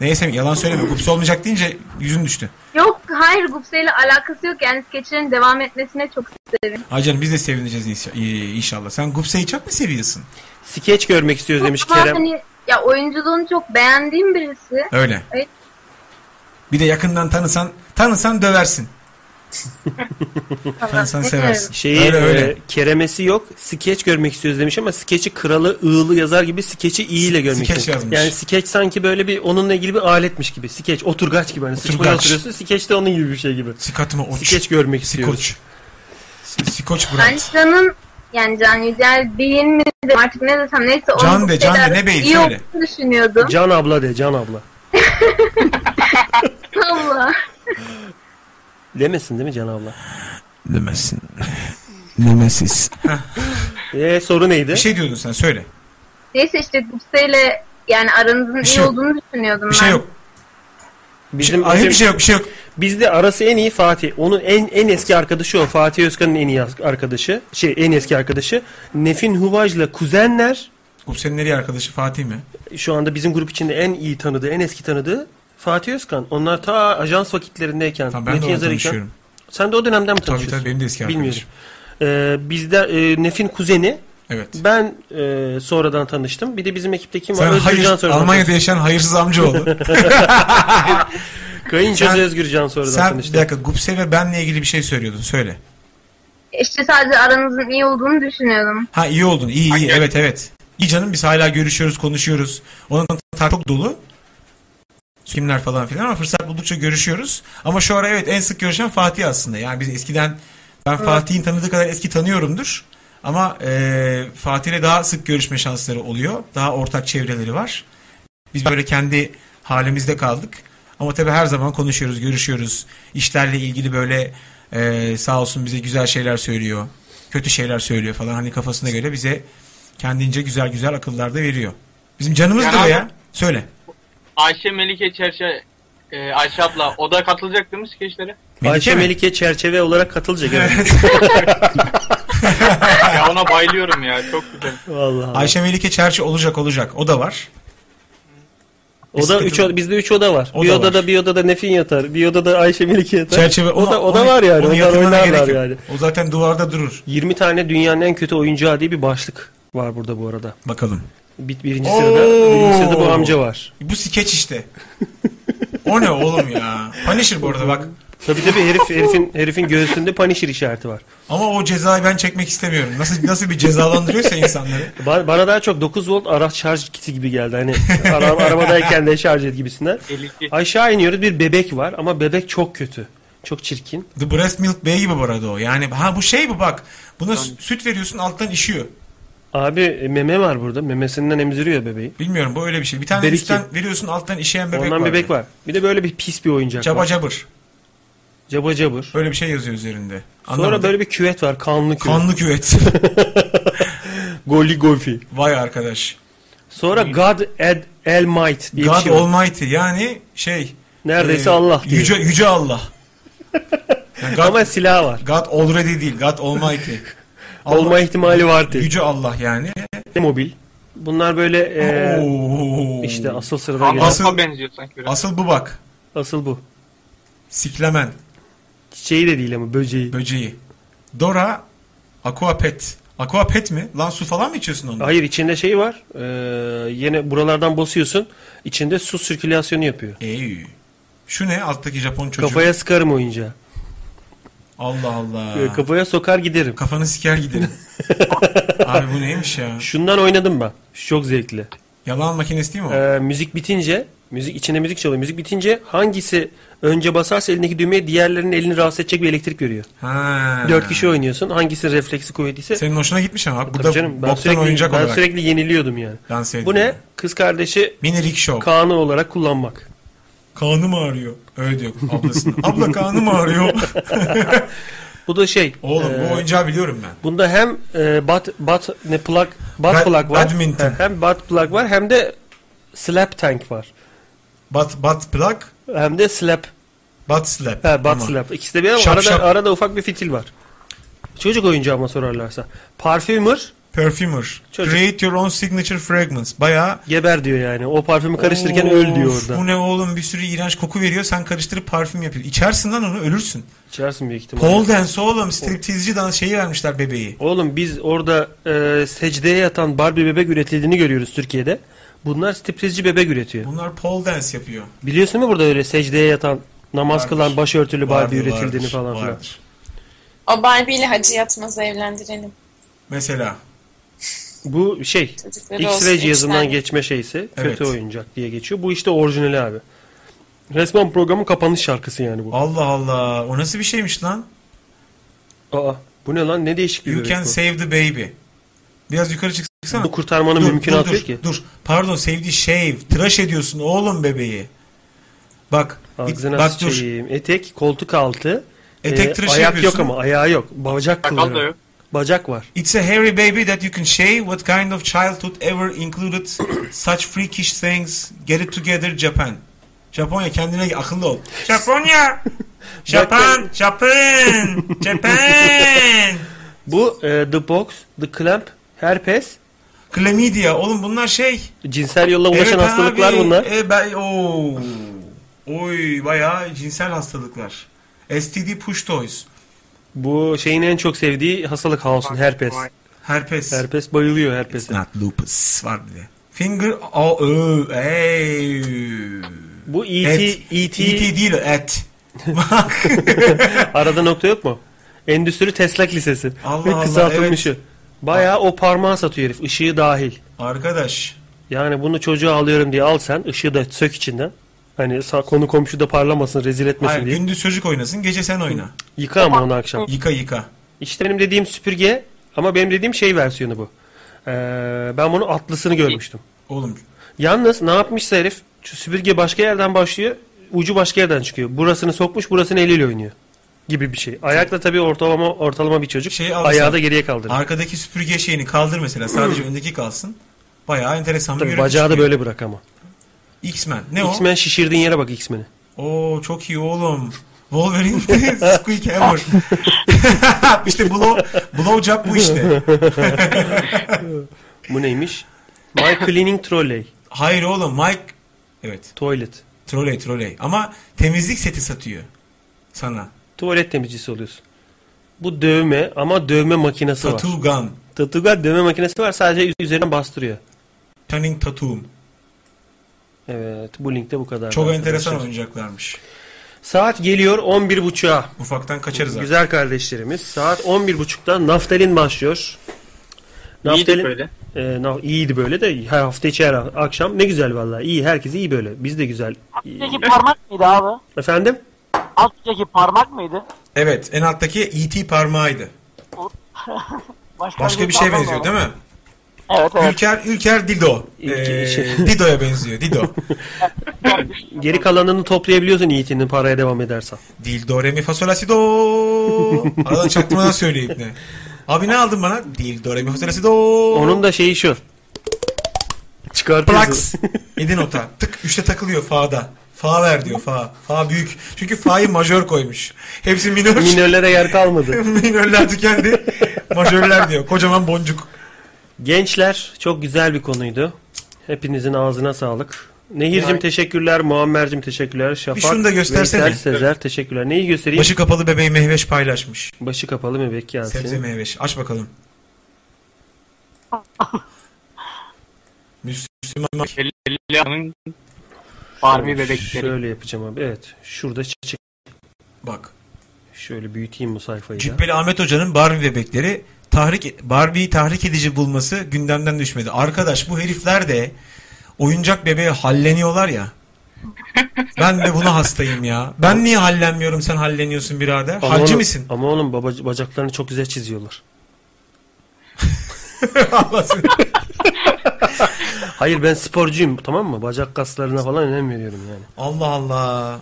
Speaker 3: Neyse yalan söyleme. Gupse olmayacak deyince yüzün düştü.
Speaker 13: Yok hayır Gupse ile alakası yok. Yani skeçlerin devam etmesine çok sevindim.
Speaker 3: Ay canım biz de sevineceğiz inşa- i- inşallah. Sen Gupse'yi çok mu seviyorsun?
Speaker 2: Skeç görmek istiyoruz demiş
Speaker 13: Ama hani ya oyunculuğunu çok beğendiğim birisi.
Speaker 3: Öyle.
Speaker 13: Evet.
Speaker 3: Bir de yakından tanısan tanısan döversin. tanısan seversin.
Speaker 2: Şeyi,
Speaker 3: öyle öyle.
Speaker 2: e, keremesi yok. Skeç görmek istiyoruz demiş ama skeçi kralı ığılı yazar gibi skeçi iyi ile görmek
Speaker 3: Skeç
Speaker 2: istiyoruz.
Speaker 3: yazmış.
Speaker 2: Yani skeç sanki böyle bir onunla ilgili bir aletmiş gibi. Skeç oturgaç gibi hani sıçmaya
Speaker 3: Oturgaç.
Speaker 2: oturuyorsun. Skeç de onun gibi bir şey gibi.
Speaker 3: Sikatma oç.
Speaker 2: Skeç görmek istiyoruz.
Speaker 3: Sikoç. Sikoç
Speaker 13: Ben Can'ın yani Can Yücel Bey'in mi de artık ne desem neyse. onun
Speaker 2: Can de,
Speaker 13: Gupse
Speaker 2: Can de,
Speaker 13: ile
Speaker 2: ne Bey'i
Speaker 13: iyi
Speaker 2: söyle.
Speaker 13: olduğunu düşünüyordum.
Speaker 2: Can abla de Can abla.
Speaker 13: Allah.
Speaker 2: Demesin değil mi Can abla?
Speaker 3: Demesin. Nemesis.
Speaker 2: Eee Ee, soru neydi? Bir
Speaker 3: şey diyordun sen söyle.
Speaker 13: Neyse işte Gupse ile yani aranızın iyi
Speaker 2: şey yok.
Speaker 13: olduğunu düşünüyordum
Speaker 2: Bir
Speaker 13: ben.
Speaker 2: şey yok. Bizim,
Speaker 3: Ay, bir şey yok, bir şey yok.
Speaker 2: Bizde arası en iyi Fatih. Onun en en eski arkadaşı o. Fatih Özkan'ın en iyi arkadaşı. Şey en eski arkadaşı. Nefin Huvaj'la kuzenler.
Speaker 3: Gupse'nin nereye arkadaşı Fatih mi?
Speaker 2: Şu anda bizim grup içinde en iyi tanıdığı, en eski tanıdığı Fatih Özkan. Onlar ta ajans vakitlerindeyken.
Speaker 3: Tamam, ben de
Speaker 2: Metin
Speaker 3: onunla
Speaker 2: yazarıyken-
Speaker 3: tanışıyorum.
Speaker 2: Sen de o dönemden mi
Speaker 3: Tabii,
Speaker 2: tanışıyorsun?
Speaker 3: tabii, benim de eski arkadaşım.
Speaker 2: Bilmiyorum. Ee, bizde e, Nefin kuzeni.
Speaker 3: Evet.
Speaker 2: Ben e, sonradan tanıştım. Bir de bizim ekipte kim var?
Speaker 3: Sen
Speaker 2: Özgür
Speaker 3: hayır-
Speaker 2: Can sonradan
Speaker 3: Almanya'da
Speaker 2: tanıştı.
Speaker 3: yaşayan hayırsız amcaoğlu.
Speaker 2: Kayınçosu
Speaker 3: Sen-
Speaker 2: Özgür Can sonradan
Speaker 3: Sen
Speaker 2: tanıştı.
Speaker 3: bir dakika Gupse ve benle ilgili bir şey söylüyordun söyle.
Speaker 13: İşte sadece aranızın iyi olduğunu düşünüyordum.
Speaker 3: Ha iyi oldun iyi iyi evet evet. İyi canım biz hala görüşüyoruz konuşuyoruz. Onun tar- çok dolu. Kimler falan filan ama fırsat buldukça görüşüyoruz. Ama şu ara evet en sık görüşen Fatih aslında. Yani biz eskiden ben
Speaker 2: Evet.
Speaker 3: Fatih'in tanıdığı kadar eski tanıyorumdur. Ama e, Fatih'le daha sık görüşme şansları oluyor. Daha ortak çevreleri var. Biz böyle kendi halimizde kaldık. Ama tabii her zaman konuşuyoruz, görüşüyoruz. İşlerle ilgili böyle e, sağ olsun bize güzel şeyler söylüyor. Kötü şeyler söylüyor falan. Hani kafasına göre bize kendince güzel güzel akıllar da veriyor. Bizim canımızdır
Speaker 5: Yani
Speaker 3: o
Speaker 5: abi-
Speaker 3: ya. Söyle.
Speaker 5: Ayşe Melike Çerçe e, Ayşe abla o da katılacak değil mi skeçlere?
Speaker 2: Ayşe Melike çerçeve olarak katılacak. Evet.
Speaker 5: ya ona bayılıyorum ya çok güzel.
Speaker 2: Vallahi.
Speaker 3: Ayşe Melike Çerçi olacak olacak. O da var.
Speaker 2: Oda üç oda, bizde 3 oda var.
Speaker 3: O
Speaker 2: bir
Speaker 3: da
Speaker 2: odada bir odada Nefin yatar. Bir odada Ayşe Melike yatar.
Speaker 3: Çerçeve
Speaker 2: o
Speaker 3: ona-
Speaker 2: da o da
Speaker 3: ona-
Speaker 2: var yani.
Speaker 3: onu
Speaker 2: Onlar
Speaker 3: yatırmana
Speaker 2: oynarlar
Speaker 3: gerek yok.
Speaker 2: yani.
Speaker 3: O zaten duvarda durur.
Speaker 2: 20 tane dünyanın en kötü oyuncağı diye bir başlık var burada bu arada.
Speaker 3: Bakalım.
Speaker 2: Bir, birinci sırada, birinci sırada bu amca var.
Speaker 3: Bu skeç işte. o ne oğlum ya? Punisher bu arada bak.
Speaker 2: Tabii tabii herif herifin herifin göğsünde panişir işareti var.
Speaker 3: Ama o cezayı ben çekmek istemiyorum. Nasıl nasıl bir cezalandırıyorsa insanları.
Speaker 2: Ba- Bana daha çok 9 volt araç şarj kiti gibi geldi. Hani ara- arabadayken de şarj et gibisinden. Aşağı iniyoruz bir bebek var ama bebek çok kötü. Çok çirkin.
Speaker 3: The breast milk bey gibi bu arada o. Yani ha bu şey bu bak. Buna sü- süt veriyorsun alttan işiyor.
Speaker 2: Abi e, meme var burada. Memesinden emziriyor bebeği.
Speaker 3: Bilmiyorum bu öyle bir şey. Bir tane
Speaker 2: Beriki.
Speaker 3: üstten veriyorsun alttan işeyen bebek
Speaker 2: Ondan
Speaker 3: var.
Speaker 2: bebek var. Bir de böyle bir pis bir oyuncak
Speaker 3: Caba
Speaker 2: var.
Speaker 3: cabır.
Speaker 2: Caba cabır.
Speaker 3: Böyle bir şey yazıyor üzerinde.
Speaker 2: Sonra
Speaker 3: Anlamadım.
Speaker 2: böyle bir küvet var. Kanlı küvet.
Speaker 3: Kanlı küvet.
Speaker 2: Golli golfi.
Speaker 3: Vay arkadaş.
Speaker 2: Sonra God Ed El Might diye bir
Speaker 3: God
Speaker 2: şey var.
Speaker 3: Almighty yani şey.
Speaker 2: Neredeyse
Speaker 3: e,
Speaker 2: Allah diyor.
Speaker 3: Yüce, yüce Allah.
Speaker 2: Ama silah var.
Speaker 3: God already değil. God Almighty.
Speaker 2: Olma ihtimali vardı.
Speaker 3: Yüce Allah yani.
Speaker 2: Mobil. Bunlar böyle e,
Speaker 3: Oo.
Speaker 2: işte asıl sırada gelen.
Speaker 3: Asıl,
Speaker 5: benziyor sanki biraz.
Speaker 3: asıl bu bak.
Speaker 2: Asıl bu.
Speaker 3: Siklemen.
Speaker 2: Çiçeği de değil ama böceği.
Speaker 3: Böceği. Dora Aquapet. Aquapet mi? Lan su falan mı içiyorsun onu?
Speaker 2: Hayır içinde şey var. E, yine buralardan basıyorsun. İçinde su sirkülasyonu yapıyor.
Speaker 3: Ey. Şu ne alttaki Japon çocuğu?
Speaker 2: Kafaya sıkarım oyuncağı.
Speaker 3: Allah Allah.
Speaker 2: E, Kafaya sokar giderim.
Speaker 3: Kafanı siker giderim. Abi bu neymiş ya?
Speaker 2: Şundan oynadım ben. Şu Çok zevkli.
Speaker 3: Yalan makinesi değil mi o?
Speaker 2: Ee, müzik bitince, müzik içine müzik çalıyor. Müzik bitince hangisi önce basarsa elindeki düğmeye diğerlerinin elini rahatsız edecek bir elektrik veriyor.
Speaker 3: Ha.
Speaker 2: Dört kişi oynuyorsun. Hangisinin refleksi kuvvetliyse.
Speaker 3: Senin hoşuna gitmiş ama bak
Speaker 2: Tabii
Speaker 3: burada
Speaker 2: canım, ben
Speaker 3: boktan
Speaker 2: sürekli,
Speaker 3: oyuncak
Speaker 2: ben
Speaker 3: olarak.
Speaker 2: sürekli yeniliyordum yani.
Speaker 3: Dans ediyor.
Speaker 2: Bu ne? Kız kardeşi
Speaker 3: Mini rickshaw.
Speaker 2: Kaan'ı olarak kullanmak.
Speaker 3: Kanım ağrıyor. Öyle diyor ablasına. Abla kanım ağrıyor.
Speaker 2: bu da şey.
Speaker 3: Oğlum bu oyuncağı biliyorum ben.
Speaker 2: Bunda hem e, bat bat ne plak bat
Speaker 3: Ba-
Speaker 2: plak var.
Speaker 3: badminton.
Speaker 2: He, Hem bat plak var hem de slap tank var.
Speaker 3: Bat bat plak
Speaker 2: hem de slap.
Speaker 3: Bat slap.
Speaker 2: He, bat
Speaker 3: Tamam.
Speaker 2: slap. İkisi de bir ama
Speaker 3: Şap
Speaker 2: arada
Speaker 3: şap.
Speaker 2: arada ufak bir fitil var. Çocuk oyuncağı ama sorarlarsa. Parfümer
Speaker 3: Perfumer. Create your own signature fragments. Bayağı
Speaker 2: geber diyor yani. O parfümü karıştırırken
Speaker 3: Of,
Speaker 2: öl diyor orada.
Speaker 3: Bu ne oğlum bir sürü iğrenç koku veriyor. Sen karıştırıp parfüm yapıyorsun. İçersin lan onu ölürsün.
Speaker 2: İçersin büyük ihtimalle.
Speaker 3: Pole dance oğlum. Striptizci dans şeyi vermişler bebeği.
Speaker 2: Oğlum biz orada e, secdeye yatan Barbie bebek üretildiğini görüyoruz Türkiye'de. Bunlar striptizci bebek üretiyor.
Speaker 3: Bunlar pole dance yapıyor.
Speaker 2: Biliyorsun mu burada öyle secdeye yatan namaz
Speaker 3: Vardır.
Speaker 2: kılan başörtülü Barbie
Speaker 3: Vardır,
Speaker 2: üretildiğini
Speaker 3: vardır,
Speaker 2: falan filan.
Speaker 3: vardır.
Speaker 8: O Barbie ile Hacı Yatmaz'ı evlendirelim.
Speaker 3: Mesela.
Speaker 2: Bu şey
Speaker 8: Çocukları olsun,
Speaker 2: X-ray
Speaker 8: üç tane.
Speaker 2: cihazından geçme şeysi kötü
Speaker 3: Evet.
Speaker 2: oyuncak diye geçiyor. Bu işte orijinali abi. Resmen programın kapanış şarkısı yani bu.
Speaker 3: Allah Allah. O nasıl bir şeymiş lan?
Speaker 2: Aa bu ne lan ne değişik bir
Speaker 3: You
Speaker 2: bebek
Speaker 3: can
Speaker 2: bu.
Speaker 3: save the baby. Biraz yukarı çıksana.
Speaker 2: Bu kurtarmanın mümkünatı
Speaker 3: dur,
Speaker 2: yok ki.
Speaker 3: Dur. Pardon sevdiği shave. Tıraş ediyorsun oğlum bebeği. Bak.
Speaker 2: Ağzına
Speaker 3: bak
Speaker 2: sıçayım. Etek, koltuk altı. Ee,
Speaker 3: Etek tıraşı
Speaker 2: ayak
Speaker 3: yapıyorsun.
Speaker 2: yok ama ayağı yok. Bacak
Speaker 3: Sakal da
Speaker 2: kılları.
Speaker 3: yok.
Speaker 2: Bacak var.
Speaker 3: It's a hairy baby that you can shave. What kind of childhood ever included such freakish things? Get it together Japan. Japonya kendine gel, akıllı ol. Japonya! Japan! Japan! Japan!
Speaker 2: Bu e, The Box, The Clamp, Herpes.
Speaker 3: Chlamydia. Oğlum bunlar şey.
Speaker 2: Cinsel yolla ulaşan
Speaker 3: Evet
Speaker 2: hastalıklar
Speaker 3: abi.
Speaker 2: bunlar.
Speaker 3: E, ben, oo. Oy bayağı cinsel hastalıklar. STD push toys.
Speaker 2: Bu şeyin en çok sevdiği hastalık House'un herpes.
Speaker 3: Herpes.
Speaker 2: Herpes bayılıyor herpese.
Speaker 3: Not lupus var bir de. Finger o ö ey.
Speaker 2: Bu E E.T.
Speaker 3: Et. E.T. değil et.
Speaker 2: Arada nokta yok mu? Endüstri Teslak Lisesi.
Speaker 3: Allah Allah,
Speaker 2: Kısaltılmışı. Bayağı o parmağı satıyor herif. ışığı dahil.
Speaker 3: Arkadaş.
Speaker 2: Yani bunu çocuğa alıyorum diye al sen. ışığı da sök içinden. Hani sa- konu komşu da parlamasın, rezil etmesin
Speaker 3: Hayır
Speaker 2: diye.
Speaker 3: gündüz çocuk oynasın gece sen oyna.
Speaker 2: Yıka ama onu akşam.
Speaker 3: Yıka yıka.
Speaker 2: İşte benim dediğim süpürge ama benim dediğim şey versiyonu bu. Ee, ben bunu atlısını görmüştüm.
Speaker 3: Oğlum.
Speaker 2: Yalnız ne yapmışsa herif şu süpürge başka yerden başlıyor ucu başka yerden çıkıyor. Burasını sokmuş burasını eliyle oynuyor gibi bir şey. Ayakla tabii ortalama ortalama bir çocuk.
Speaker 3: alsın.
Speaker 2: ayağı da geriye kaldırıyor.
Speaker 3: Arkadaki süpürge şeyini kaldır mesela sadece öndeki kalsın. Bayağı enteresan bir
Speaker 2: Tabii
Speaker 3: görüntü
Speaker 2: bacağı da
Speaker 3: çıkıyor.
Speaker 2: böyle bırak ama.
Speaker 3: X-Men. Ne o?
Speaker 2: X-Men şişirdiğin yere bak X-Men'i.
Speaker 3: Oo çok iyi oğlum. Wolverine de Squeak Hammer. işte blow, blowjob bu işte.
Speaker 2: bu neymiş? My Cleaning Trolley.
Speaker 3: Hayır oğlum Mike evet.
Speaker 2: Toilet.
Speaker 3: Trolley trolley. Ama temizlik seti satıyor sana.
Speaker 2: Tuvalet temizcisi oluyorsun. Bu dövme ama dövme makinesi var.
Speaker 3: Tattoo gun.
Speaker 2: Tattoo gun dövme makinesi var sadece üzerine bastırıyor.
Speaker 3: Turning tattoo.
Speaker 2: Evet bu linkte bu kadar.
Speaker 3: Çok
Speaker 2: arkadaşlar.
Speaker 3: enteresan oyuncaklarmış.
Speaker 2: Saat geliyor 11.30'a.
Speaker 3: Ufaktan kaçarız artık.
Speaker 2: Güzel kardeşlerimiz. Saat 11.30'da Naftalin başlıyor.
Speaker 5: İyiydi böyle.
Speaker 2: E, na- iyiydi böyle de her hafta içi her akşam. Ne güzel vallahi. İyi herkes iyi böyle. Biz de güzel.
Speaker 6: Alttaki parmak mıydı abi?
Speaker 2: Efendim?
Speaker 6: Alttaki parmak mıydı?
Speaker 3: Evet en alttaki E.T. parmağıydı. Başka bir şeye
Speaker 6: parmak
Speaker 3: benziyor
Speaker 6: var.
Speaker 3: değil mi?
Speaker 18: Evet evet.
Speaker 3: Ülker, Ülker Dido. Ee,
Speaker 2: şey.
Speaker 3: Dido'ya benziyor. Dido.
Speaker 2: Geri kalanını toplayabiliyorsun Yiğit'inin paraya devam edersen.
Speaker 3: Dil do re mi fa sol la si do. Arada çaktırmadan söyleyeyim ne. Abi ne aldın bana? Dil do re mi fa sol la si do.
Speaker 2: Onun da şeyi şu.
Speaker 3: Plax. 7 nota. Tık 3'te takılıyor fa'da. Fa ver diyor fa. Fa büyük. Çünkü fa'yı majör koymuş. Hepsi minör.
Speaker 2: Minörlere yer kalmadı.
Speaker 3: Minörler tükendi. Majörler diyor. Kocaman boncuk.
Speaker 2: Gençler çok güzel bir konuydu. Hepinizin ağzına sağlık. Nehir'cim
Speaker 3: Yani-
Speaker 2: teşekkürler, Muammer'cim teşekkürler, Şafak,
Speaker 3: Bir şunu da göstersene.
Speaker 2: Veysel, Sezer teşekkürler. Neyi göstereyim?
Speaker 3: Başı kapalı bebeği Mehveş paylaşmış.
Speaker 2: Başı kapalı bebek gelsin.
Speaker 3: Sebze Mehveş. Aç bakalım. Müslüman.
Speaker 5: Leyla'nın Barbie bebekleri.
Speaker 2: Şöyle yapacağım abi. Evet. Şurada çiçek.
Speaker 3: Bak.
Speaker 2: Şöyle büyüteyim bu sayfayı da.
Speaker 3: Cübbeli Ahmet Hoca'nın Barbie bebekleri tahrik Barbie'yi tahrik edici bulması gündemden düşmedi. Arkadaş bu herifler de oyuncak bebeğe halleniyorlar ya. Ben de buna hastayım ya. Ben niye hallenmiyorum sen halleniyorsun birader?
Speaker 2: Ama
Speaker 3: Halcı
Speaker 2: oğlum-
Speaker 3: mısın?
Speaker 2: Ama oğlum baba, bacaklarını çok güzel çiziyorlar. Hayır ben sporcuyum tamam mı? Bacak kaslarına falan önem veriyorum yani.
Speaker 3: Allah Allah.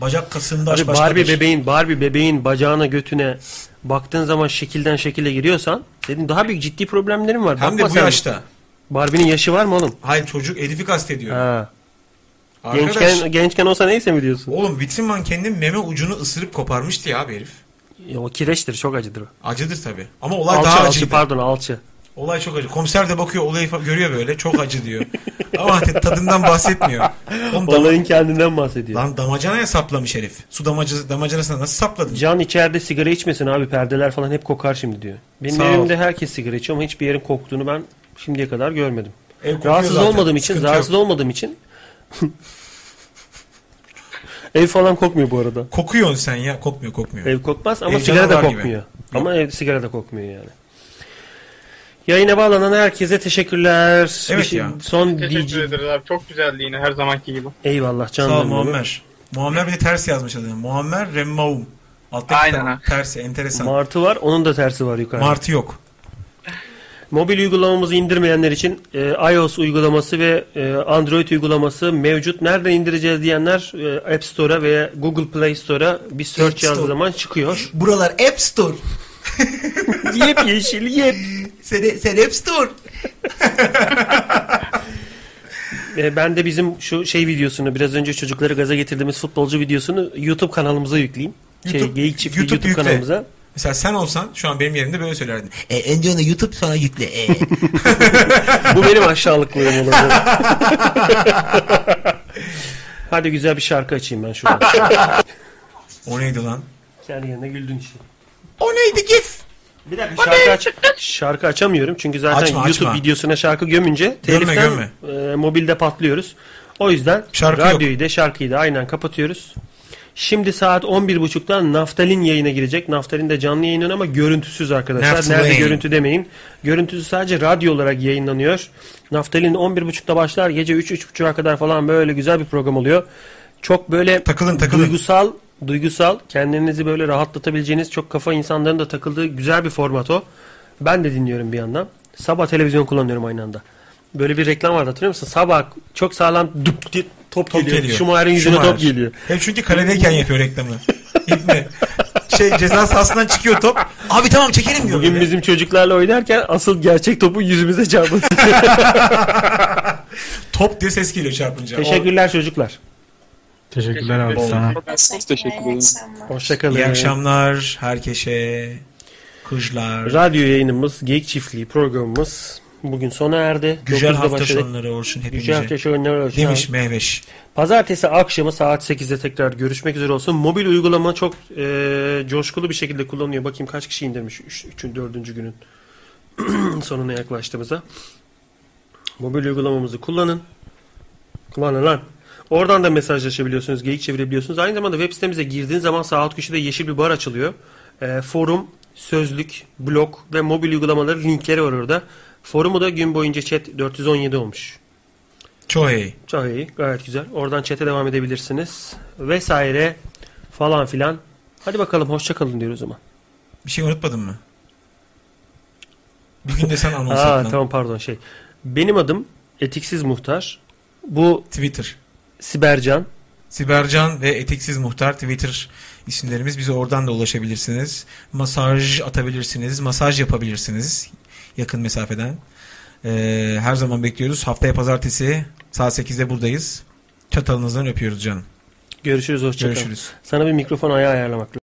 Speaker 3: Bacak kasında
Speaker 2: Abi Barbie
Speaker 3: şey.
Speaker 2: bebeğin Barbie bebeğin bacağına götüne baktığın zaman şekilden şekile giriyorsan senin daha büyük ciddi problemlerin var.
Speaker 3: Hem de
Speaker 2: Bakma
Speaker 3: bu
Speaker 2: sen.
Speaker 3: yaşta.
Speaker 2: Barbie'nin yaşı var mı oğlum?
Speaker 3: Hayır çocuk Elif'i kastediyor.
Speaker 2: Ha.
Speaker 3: Arkadaş-
Speaker 2: Gençken, gençken olsa neyse mi diyorsun?
Speaker 3: Oğlum Witzelman kendi meme ucunu ısırıp koparmıştı ya abi herif.
Speaker 2: Ya, o kireçtir çok acıdır. o.
Speaker 3: Acıdır tabi. Ama olay
Speaker 2: alçı,
Speaker 3: daha
Speaker 2: alçı,
Speaker 3: acıydı.
Speaker 2: pardon alçı.
Speaker 3: Olay çok acı. Komiser de bakıyor olayı fa- görüyor böyle. Çok acı diyor. Ama t- tadından bahsetmiyor. Oğlum dam-
Speaker 2: Olayın kendinden bahsediyor.
Speaker 3: Lan damacanaya saplamış herif. Su damacı, damacanasına nasıl sapladın?
Speaker 2: Can içeride sigara içmesin abi perdeler falan hep kokar şimdi diyor. Benim
Speaker 3: Sağ ol.
Speaker 2: evimde herkes sigara içiyor ama hiçbir yerin koktuğunu ben şimdiye kadar görmedim.
Speaker 3: Ev kokuyor
Speaker 2: rahatsız
Speaker 3: zaten,
Speaker 2: olmadığım için,
Speaker 3: sıkıntı
Speaker 2: rahatsız olmadığım için Ev falan kokmuyor bu arada.
Speaker 3: Kokuyorsun sen ya. Kokmuyor kokmuyor.
Speaker 2: ev kokmaz ama
Speaker 3: Ev
Speaker 2: sigara da
Speaker 3: canavar gibi.
Speaker 2: kokmuyor. Ama ev sigara da kokmuyor yani. Yayına bağlanan herkese teşekkürler.
Speaker 5: Evet
Speaker 2: Bir şey-
Speaker 5: ya.
Speaker 2: Son
Speaker 5: Teşekkür
Speaker 2: diyeceğim.
Speaker 5: ederiz abi. Çok güzeldi yine her zamanki gibi.
Speaker 2: Eyvallah canım.
Speaker 3: Sağ ol
Speaker 2: benim.
Speaker 3: Muammer. Muammer bir de ters yazmış adını. Muammer Remmaum. Alttaki
Speaker 2: Aynen
Speaker 3: Aynen. tersi enteresan.
Speaker 2: Martı var, onun da tersi var yukarıda.
Speaker 3: Martı yok.
Speaker 2: Mobil uygulamamızı indirmeyenler için e, iOS uygulaması ve e, Android uygulaması mevcut. Nereden indireceğiz diyenler e, App Store'a veya Google Play Store'a bir search yazdığı zaman çıkıyor.
Speaker 3: Buralar App Store.
Speaker 2: yep yeşil yep.
Speaker 3: Sen, sen App Store.
Speaker 2: E, ben de bizim şu şey videosunu biraz önce çocukları gaza getirdiğimiz futbolcu videosunu YouTube kanalımıza yükleyeyim. Şey,
Speaker 3: YouTube-
Speaker 2: Geyik Çiftliği YouTube,
Speaker 3: yükle.
Speaker 2: kanalımıza.
Speaker 3: Mesela sen olsan şu an benim yerimde böyle söylerdin. E, önce onu YouTube sonra yükle. E.
Speaker 2: Bu benim aşağılıklığım olur. Hadi güzel bir şarkı açayım ben şuradan.
Speaker 3: o neydi lan?
Speaker 2: Kendi yerine güldün işte.
Speaker 3: O neydi gif?
Speaker 2: Bir dakika şarkı, aç, şarkı açamıyorum çünkü zaten
Speaker 3: Açma, açma.
Speaker 2: YouTube videosuna şarkı gömünce
Speaker 3: Gömme,
Speaker 2: teliften e, mobilde patlıyoruz. O yüzden radyoyu da şarkıyı da aynen kapatıyoruz. Şimdi saat 11.30'da Naftalin yayına girecek. Naftalin de canlı yayınlanıyor ama görüntüsüz arkadaşlar.
Speaker 3: Naftalin.
Speaker 2: Nerede görüntü demeyin. Görüntüsü sadece radyo olarak yayınlanıyor. Naftalin 11.30'da başlar. Gece 3-3.30'a kadar falan böyle güzel bir program oluyor. Çok böyle duygusal duygusal kendinizi böyle rahatlatabileceğiniz çok kafa insanların da takıldığı güzel bir format o. Ben de dinliyorum bir yandan. Sabah televizyon kullanıyorum aynı anda. Böyle bir reklam vardı hatırlıyor musun? Sabah çok sağlam dup diye top,
Speaker 3: Top
Speaker 2: geliyor.
Speaker 3: geliyor.
Speaker 2: Schumacher'in yüzüne
Speaker 3: Schumacher.
Speaker 2: top geliyor.
Speaker 3: Hep çünkü kaledeyken yapıyor reklamı. İbni. Şey ceza sahasından çıkıyor top. Abi tamam çekelim diyor.
Speaker 2: Bugün bizim çocuklarla oynarken asıl gerçek topu yüzümüze çarptı.
Speaker 3: Top diye ses geliyor çarpınca.
Speaker 2: Teşekkürler çocuklar.
Speaker 10: Teşekkürler abi sana.
Speaker 11: Teşekkür ederim.
Speaker 2: Hoşçakalın.
Speaker 3: İyi akşamlar herkese. Kızlar.
Speaker 2: Radyo yayınımız, Geyik Çiftliği programımız bugün sona erdi.
Speaker 3: Güzel
Speaker 2: 9'da
Speaker 3: hafta
Speaker 2: başladık.
Speaker 3: sonları olsun hepinize.
Speaker 2: Güzel hafta sonları olsun.
Speaker 3: Demiş
Speaker 2: abi.
Speaker 3: Mehveş.
Speaker 2: Pazartesi akşamı saat 8'de tekrar görüşmek üzere olsun. Mobil uygulama çok e, coşkulu bir şekilde kullanıyor. Bakayım kaç kişi indirmiş 3. 4. günün sonuna yaklaştığımıza. Mobil uygulamamızı kullanın. Kullanın lan. Oradan da mesajlaşabiliyorsunuz, geyik çevirebiliyorsunuz. Aynı zamanda web sitemize girdiğiniz zaman sağ alt köşede yeşil bir bar açılıyor. E, forum, sözlük, blog ve mobil uygulamaları linkleri var orada. Forumu da gün boyunca chat 417 olmuş.
Speaker 3: Çok iyi.
Speaker 2: Çok iyi. Gayet güzel. Oradan çete devam edebilirsiniz. Vesaire falan filan. Hadi bakalım hoşça kalın diyoruz o zaman.
Speaker 3: Bir şey unutmadın mı? Bir gün de sen anons et
Speaker 2: Aa,
Speaker 3: lan.
Speaker 2: tamam pardon şey. Benim adım Etiksiz Muhtar. Bu
Speaker 3: Twitter.
Speaker 2: Sibercan.
Speaker 3: Sibercan ve Eteksiz Muhtar Twitter isimlerimiz. Bize oradan da ulaşabilirsiniz. Masaj atabilirsiniz. Masaj yapabilirsiniz. Yakın mesafeden. Ee, her zaman bekliyoruz. Haftaya pazartesi saat 8'de buradayız. Çatalınızdan öpüyoruz canım.
Speaker 2: Görüşürüz hoşçakalın.
Speaker 3: Görüşürüz.
Speaker 2: Sana bir mikrofon ayağı ayarlamak